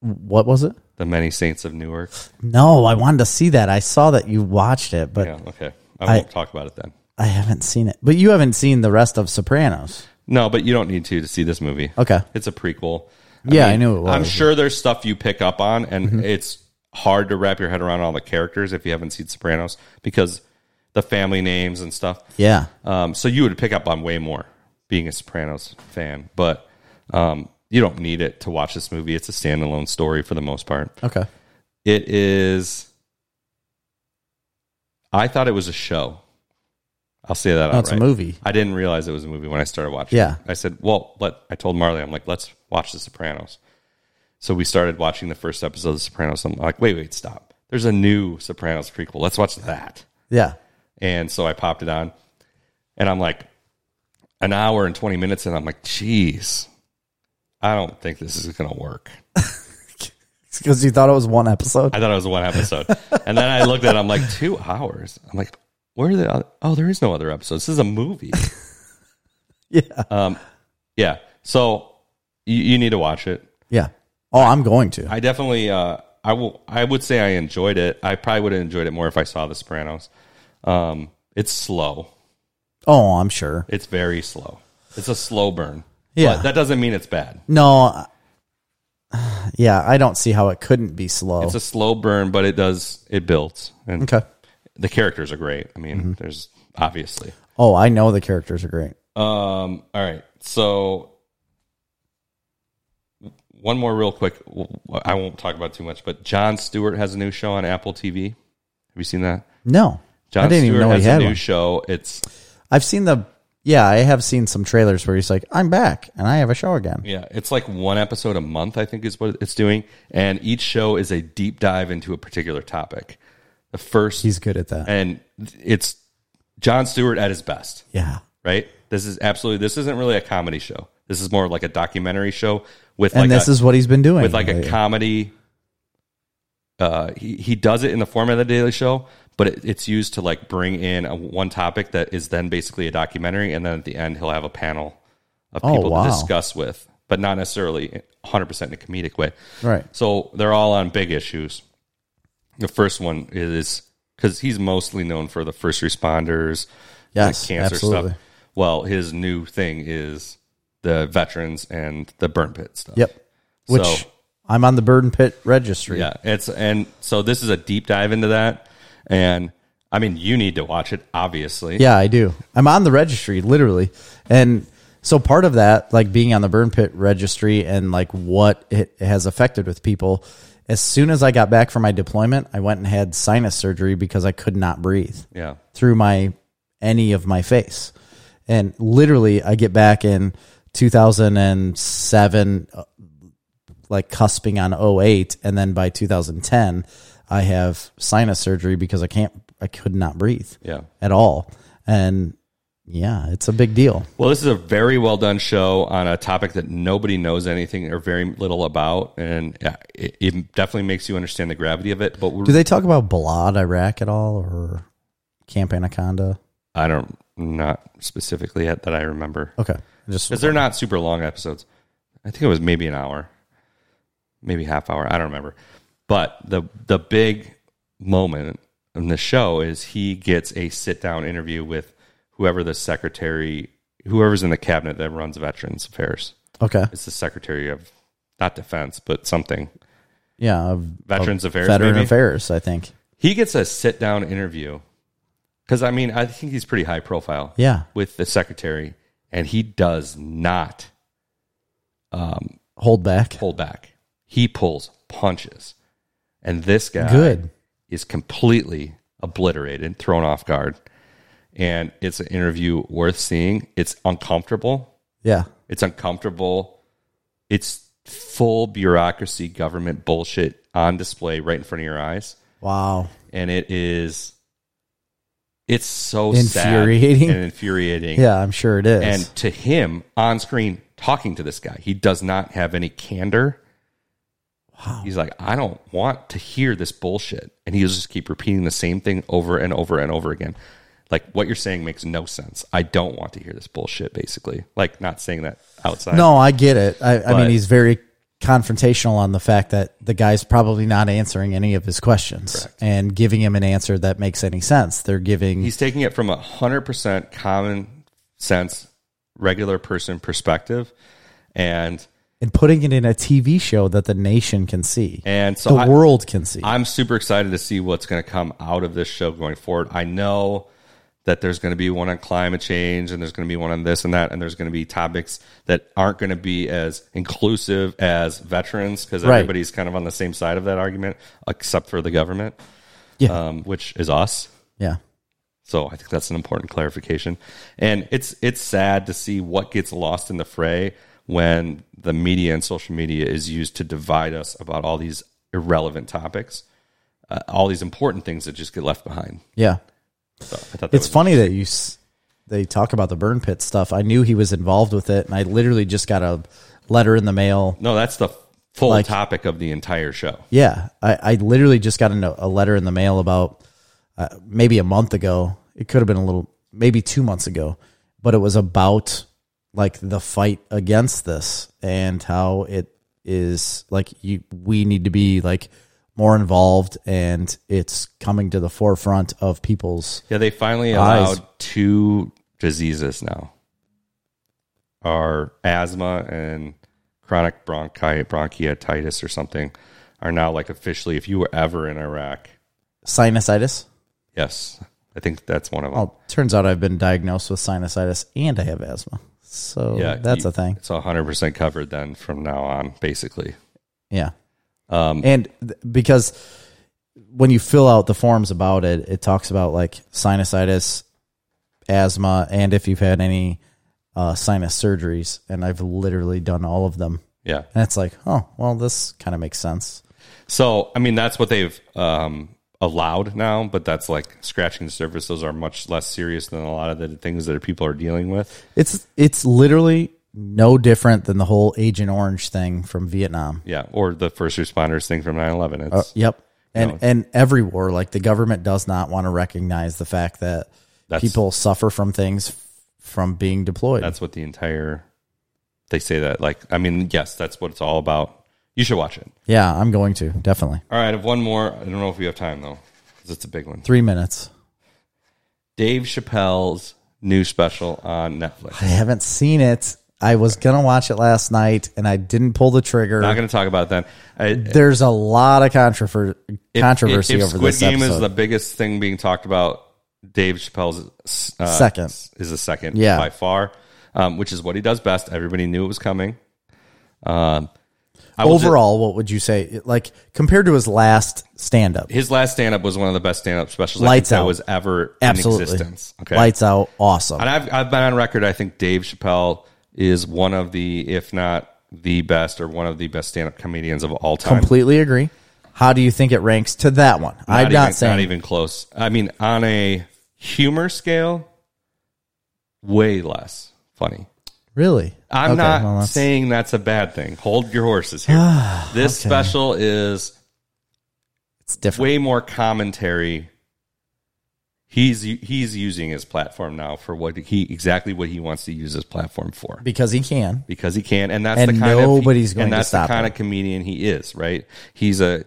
What was it?
The Many Saints of Newark.
No, I wanted to see that. I saw that you watched it, but
Yeah. Okay. I won't talk about it then.
I haven't seen it. But you haven't seen the rest of Sopranos.
No, but you don't need to to see this movie.
Okay.
It's a prequel.
Yeah, I knew it was. Mm-hmm.
I'm sure there's stuff you pick up on, and it's hard to wrap your head around all the characters if you haven't seen Sopranos because the family names and stuff.
Yeah.
Um, so you would pick up on way more being a Sopranos fan, but um, you don't need it to watch this movie. It's a standalone story for the most part.
Okay.
It is. I thought it was a show. I'll say that.
No, Oh, it's
outright.
a movie.
I didn't realize it was a movie when I started watching.
Yeah.
it. I said, "Well, let." I told Marley, "I'm like, let's watch The Sopranos." So we started watching the first episode of The Sopranos. I'm like, "Wait, wait, stop! There's a new Sopranos prequel. Let's watch that."
Yeah.
And so I popped it on, and I'm like, an hour and twenty minutes, and I'm like, "Jeez, I don't think this is gonna work."
Because you thought it was one episode.
I thought it was one episode. and then I looked at it, I'm like, two hours? I'm like, where are the other? Oh, there is no other episode. This is a movie.
yeah.
yeah. So you, you need to watch it.
Yeah. Oh, I'm going to.
I definitely, uh, I will, I would say I enjoyed it. I probably would have enjoyed it more if I saw The Sopranos. Um, it's slow.
Oh, I'm sure.
It's very slow. It's a slow burn.
Yeah.
But that doesn't mean it's bad.
No. I- Yeah, I don't see how it couldn't be slow.
It's a slow burn, but it does, it builds.
Oh.
And
okay. Mm-hmm.
the characters are great. I mean, there's obviously.
Oh, I know the characters are great.
Um. All right. So one more real quick. I won't talk about it too much, but John Stewart has a new show on Apple TV. Have you seen that?
No.
John
I didn't
Stewart
even know
has
he had
a new
one.
show. It's
I've seen the yeah, I have seen some trailers where he's like, "I'm back and I have a show again."
yeah, it's like one episode a month. I think is what it's doing, and each show is a deep dive into a particular topic. The first
He's good at that.
and it's John Stewart at his best.
Yeah.
Right. This is absolutely. This isn't really a comedy show. This is more like a documentary show with
And
like
this
a,
is what he's been doing.
with like a
lately.
comedy. Uh, he he does it in the format of the Daily Show, but it, it's used to like bring in a, one topic that is then basically a documentary, and then at the end he'll have a panel of
Oh,
people
wow.
to discuss with, but not necessarily 100 percent in a comedic way.
Right.
So they're all on big issues. The first one is because he's mostly known for the first responders,
Yes,
the cancer
absolutely.
stuff. Well, his new thing is the veterans and the burn pit stuff.
Yep. Which
So-
I'm on the burden pit registry.
Yeah, it's and so this is a deep dive into that, and I mean you need to watch it obviously.
Yeah, I do. I'm on the registry, literally. And so part of that, like being on the burn pit registry and like what it has affected with people, as soon as I got back from my deployment, I went and had sinus surgery because I could not breathe
yeah,
through my any of my face. And literally I get back in 2007 uh, like cusping on 08 and then by 2010 I have sinus surgery because I can't I could not breathe
yeah.
at all. And yeah, it's a big deal.
Well, this is a very well done show on a topic that nobody knows anything or very little about, and uh, it, it definitely makes you understand the gravity of it. But
Do
we're,
they talk about Balad, Iraq at all or Camp Anaconda?
I don't not specifically yet that I remember
Okay. Just
because they're not super long episodes. I think it was maybe an hour, maybe half hour. I don't remember. But the the big moment in the show is he gets a sit down interview with whoever the secretary, whoever's in the cabinet that runs Veterans Affairs.
okay.
It's the secretary of not defense, but something
Yeah, of-
Veterans
of
Affairs,
Veteran
maybe?
Affairs, I think.
he gets a sit down interview because I mean I think he's pretty high profile.
Yeah.
with the secretary, and he does not
Hold back.
pull back. He pulls punches, and this guy
Good.
is completely obliterated, thrown off guard, and it's an interview worth seeing. It's uncomfortable,
Yeah.
It's uncomfortable. It's full bureaucracy, government bullshit on display right in front of your eyes,
Wow.
and it is. It's so
Infuriating.
sad and infuriating.
Yeah, I'm sure it is.
And to him on screen talking to this guy, he does not have any candor.
Wow.
He's like, I don't want to hear this bullshit. And he'll just keep repeating the same thing over and over and over again. Like, what you're saying makes no sense. I don't want to hear this bullshit, basically. Like, not saying that outside.
no, I get it. I, I mean,
But-
he's very confrontational on the fact that the guy's probably not answering any of his questions and giving him an answer that makes any sense. They're giving
He's taking it from a 100% common sense, regular person perspective. And,
and putting it in a TV show that the nation can see,
and so
the
I-
world can see.
I'm super excited to see what's going to come out of this show going forward. I know that there's going to be one on climate change and there's going to be one on this and that and there's going to be topics that aren't going to be as inclusive as veterans because
Right.
everybody's kind of on the same side of that argument except for the government
Yeah.
um, which is us
yeah.
so I think that's an important clarification. And it's it's sad to see what gets lost in the fray when the media and social media is used to divide us about all these irrelevant topics, uh, all these important things that just get left behind.
Yeah.
So I thought that
It's
was-
funny that you s- they talk about the burn pit stuff. I knew he was involved with it, and I literally just got a letter in the mail.
No, that's the full
Like-
topic of the entire show.
Yeah, I, I literally just got a, no- a letter in the mail about uh, maybe a month ago. It could have been a little, maybe two months ago, but it was about like the fight against this and how it is like you, we need to be like more involved, and it's coming to the forefront of people's
Yeah, they finally
Eyes.
allowed two diseases now. Are asthma and chronic bronchi- bronchitis or something are now like officially if you were ever in Iraq
sinusitis.
Yes, I think that's one of them.
Oh, turns out I've been diagnosed with sinusitis and I have asthma. So
yeah,
that's
you-
a thing.
It's 100 percent covered then from now on, basically.
Yeah.
Um,
And th- because when you fill out the forms about it, it talks about like sinusitis, asthma, and if you've had any uh, sinus surgeries. And I've literally done all of them.
yeah.
And it's like, oh, well, this kind of makes sense.
So I mean, that's what they've um, allowed now, but that's like scratching the surface. Those are much less serious than a lot of the things that people are dealing with.
It's it's literally no different than the whole Agent Orange thing from Vietnam. Uh,
Yeah, or the first responders thing from 9/11. It's
Yep. And
know.
and every war, like the government does not want to recognize the fact that
That's-
people suffer from things f- from being deployed.
that's what the entire. They say that like I mean yes, that's what it's all about. You should watch it.
yeah, I'm going to definitely
All right, I have one more. I don't know if we have time though, because it's a big one.
three minutes.
Dave Chappelle's new special on Netflix.
I haven't seen it. I was gonna watch it last night and I didn't pull the trigger.
Not going to talk about that. I,
There's a lot of controver-
if-
controversy
if, if
over
Squid
this
Game
episode.
is the biggest thing being talked about. Dave Chappelle's uh,
Second.
is the second,
Yeah.
by far, um, which is what he does best. Everybody knew it was coming. Um, I will ju-
Overall, what would you say? It- Like compared to his last stand up,
his last stand up was one of the best stand up specials I
Lights
think that
Out.
was ever
absolutely.
in existence. Okay,
Lights out, awesome.
And I've, I've been on record. I think Dave Chappelle is one of the, if not the best, or one of the best stand up comedians of all time.
Completely agree. How do you think it ranks to that one? I'm
not
not
even,
saying
not even close. I mean, on a humor scale, way less funny.
really.
I'm
Okay,
not
well, that's- Uh,
saying that's a bad thing. Hold your horses here. this special is
It's different.
way more commentary. He's he's using his platform now for what he exactly what he wants to use his platform for
because he can.
because he can, and that's
And
the kind
nobody's
of
going
and
to
that's
stop
the kind
him.
of comedian he is. Right? He's a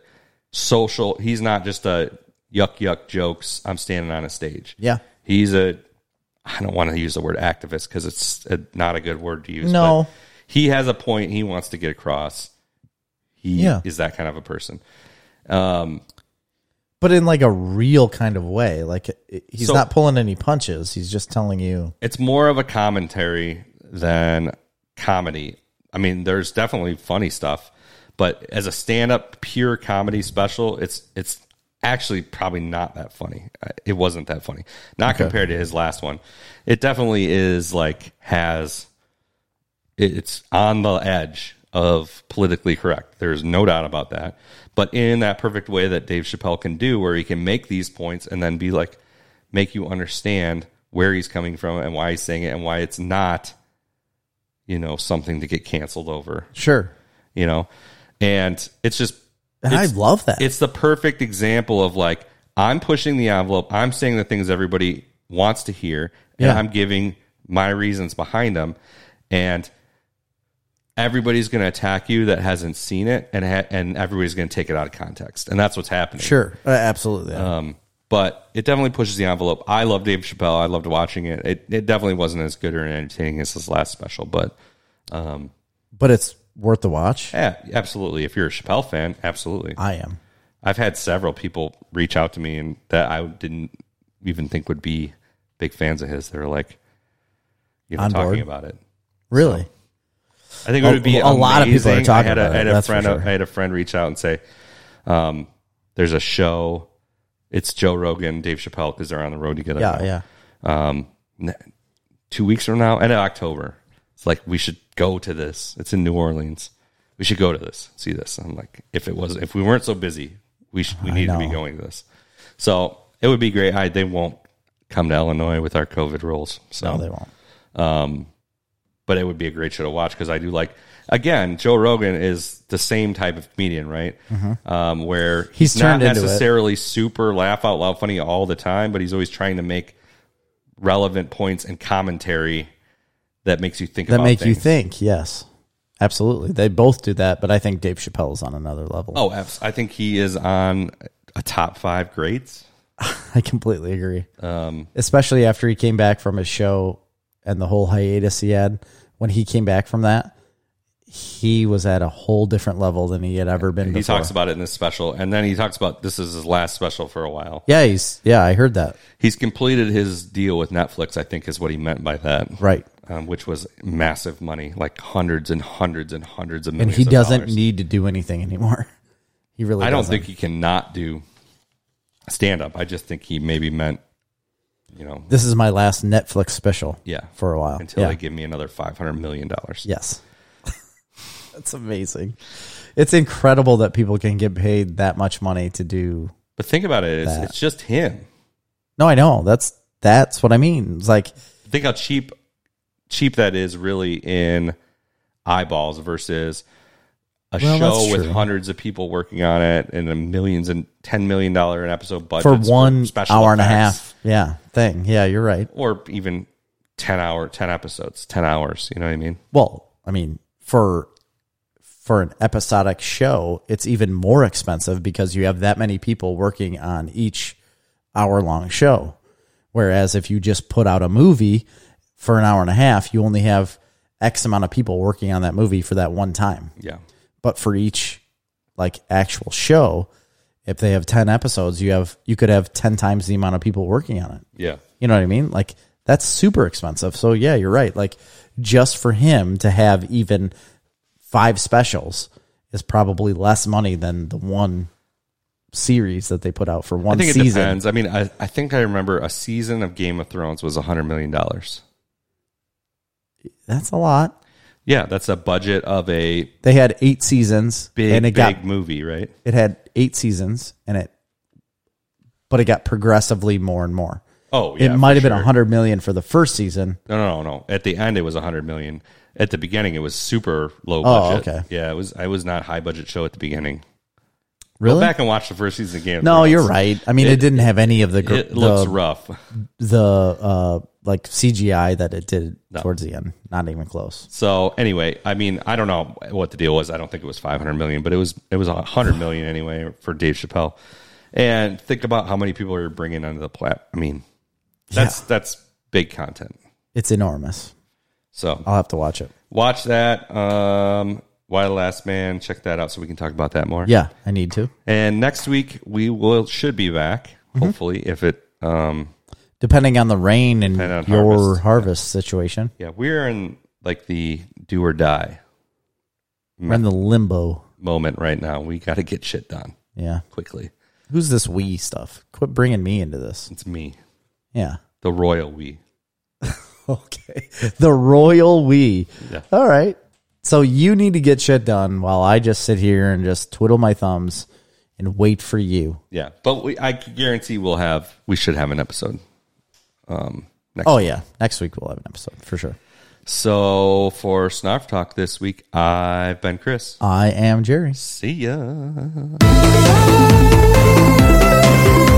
social. He's not just a yuck yuck jokes. I'm standing on a stage.
Yeah.
he's a. I don't want to use the word activist because it's a, not a good word to use.
No.
but he has a point he wants to get across. He
Yeah.
is that kind of a person. Um,
But in like a real kind of way. Like it- he's
So-
not pulling any punches. He's just telling you.
it's more of a commentary than comedy. I mean, there's definitely funny stuff, but as a stand-up pure comedy special, it's it's actually probably not that funny. Uh, It wasn't that funny. Not compared to his last one. It definitely is like has It- It's on the edge of politically correct. There's no doubt about that. But in that perfect way that Dave Chappelle can do, where he can make these points and then be like, make you understand where he's coming from and why he's saying it and why it's not, you know, something to get canceled over,
Sure.
you know? And it's just
And I love that.
it's the perfect example of like I'm pushing the envelope. I'm saying the things everybody wants to hear, and
Yeah.
I'm giving my reasons behind them. And everybody's going to attack you that hasn't seen it, and ha- and everybody's going to take it out of context, and that's what's happening.
Sure. Uh, absolutely.
Um, but it definitely pushes the envelope. I love Dave Chappelle. I loved watching it. It, it definitely wasn't as good or entertaining as his last special, but
but it's worth the watch.
yeah, absolutely. If you're a Chappelle fan, absolutely.
I am.
I've had several people reach out to me and that I didn't even think would be big fans of his. They're like, you know,
On
talking
board.
about it.
Really?
I think it would be
A- a lot of people are
amazing.
talking
I had a,
about
I had
it,
a
that's for
friend.
sure.
I had a friend reach out and say, um, "There's a show. It's Joe Rogan, Dave Chappelle, because they're on the road together.
Yeah,
now.
yeah.
N- Two weeks from now, end of October. It's like we should go to this. It's in New Orleans. We should go to this. See this. I'm like, if it was, if we weren't so busy, we should, we need to be
know.
going to this. So it would be great. I they won't come to Illinois with our COVID rules. So
No, they won't.
but it would be a great show to watch because I do like. Again, Joe Rogan is the same type of comedian, right? Um, where
Mm-hmm. He's turned
not
into it.
necessarily super laugh out loud funny all the time, but he's always trying to make relevant points and commentary that makes you think.
That
about
make you
things.
think. Yes. Absolutely. They both do that, but I think Dave Chappelle is on another level.
Oh, abs- I think he is on a top five grades.
I completely agree.
Um,
Especially after he came back from his show and the whole hiatus he had. When he came back from that, he was at a whole different level than he had ever been
He
before.
talks about it in this special, and then he talks about this is his last special for a while.
yeah, he's yeah, I heard that.
He's completed his deal with Netflix. I think is what he meant by that.
Right.
um, which was massive money, like hundreds and hundreds and hundreds of
And
millions.
he
of
doesn't
dollars.
need to do anything anymore. He really
I don't
doesn't.
think he can not do stand up. I just think he maybe meant, you know,
this is my last Netflix special.
Yeah.
For a while.
until
yeah.
they give me another five hundred million dollars.
Yes. That's amazing. It's incredible that people can get paid that much money to do.
But think about it; it's, it's just him.
No, I know. That's that's what I mean. It's like
Think how cheap cheap that is, really, in eyeballs versus a
Well, that's
show with
true.
hundreds of people working on it and a millions and ten million dollar an episode budget
for one hour and a
effects.
half. Yeah, thing. Yeah, you're right.
or even 10 hour 10 episodes 10 hours you know what i mean
Well, I mean, for for an episodic show, it's even more expensive because you have that many people working on each hour long show. Whereas if you just put out a movie for an hour and a half, you only have X amount of people working on that movie for that one time.
yeah
but for each like actual show if they have 10 episodes you have you could have 10 times the amount of people working on it
yeah
you know what i mean like that's super expensive so yeah you're right like just for him to have even five specials is probably less money than the one series that they put out for
i
one
think it
season
depends i mean I, I think i remember a season of game of thrones was 100 million dollars
that's a lot
yeah that's a budget of a
they had eight seasons
big
and it
big
got
movie right
it had eight seasons and it but it got progressively more and more
oh yeah
it might have
for
been
sure.
100 million for the first season
no no no at the end it was 100 million at the beginning it was super low
Oh,
budget
okay.
yeah it was i was not high budget show at the beginning
really
go back and watch the first season of Game of
no
Thrones.
you're right i mean it, didn't have any of the gr-
it looks
the,
rough
the uh like cgi that it did towards the end not even close
So anyway, I mean, I don't know what the deal was. I don't think it was 500 million, but it was it was 100 million anyway for Dave Chappelle. And think about how many people are bringing onto the plat. I mean, that's that's big content.
it's enormous
So
i'll have to watch it
watch that. Um, Why the Last Man? Check that out so we can talk about that more.
yeah i need to
And next week we will should be back hopefully if it. Um,
depending on the rain and
on
your
harvest.
harvest, situation
yeah, we're in like the do or die
we're in the limbo
moment right now. We got to get shit done
yeah
quickly.
who's this we stuff quit bringing me into this
It's me,
yeah
the royal we.
Okay. The royal we.
Yeah.
All right. So you need to get shit done while I just sit here and just twiddle my thumbs and wait for you.
Yeah, but we, I guarantee we'll have we should have an episode.
Oh yeah, next week we'll have an episode for sure.
So for Snarf Talk this week, I've been Chris.
I am Jerry.
See ya.
Thank you.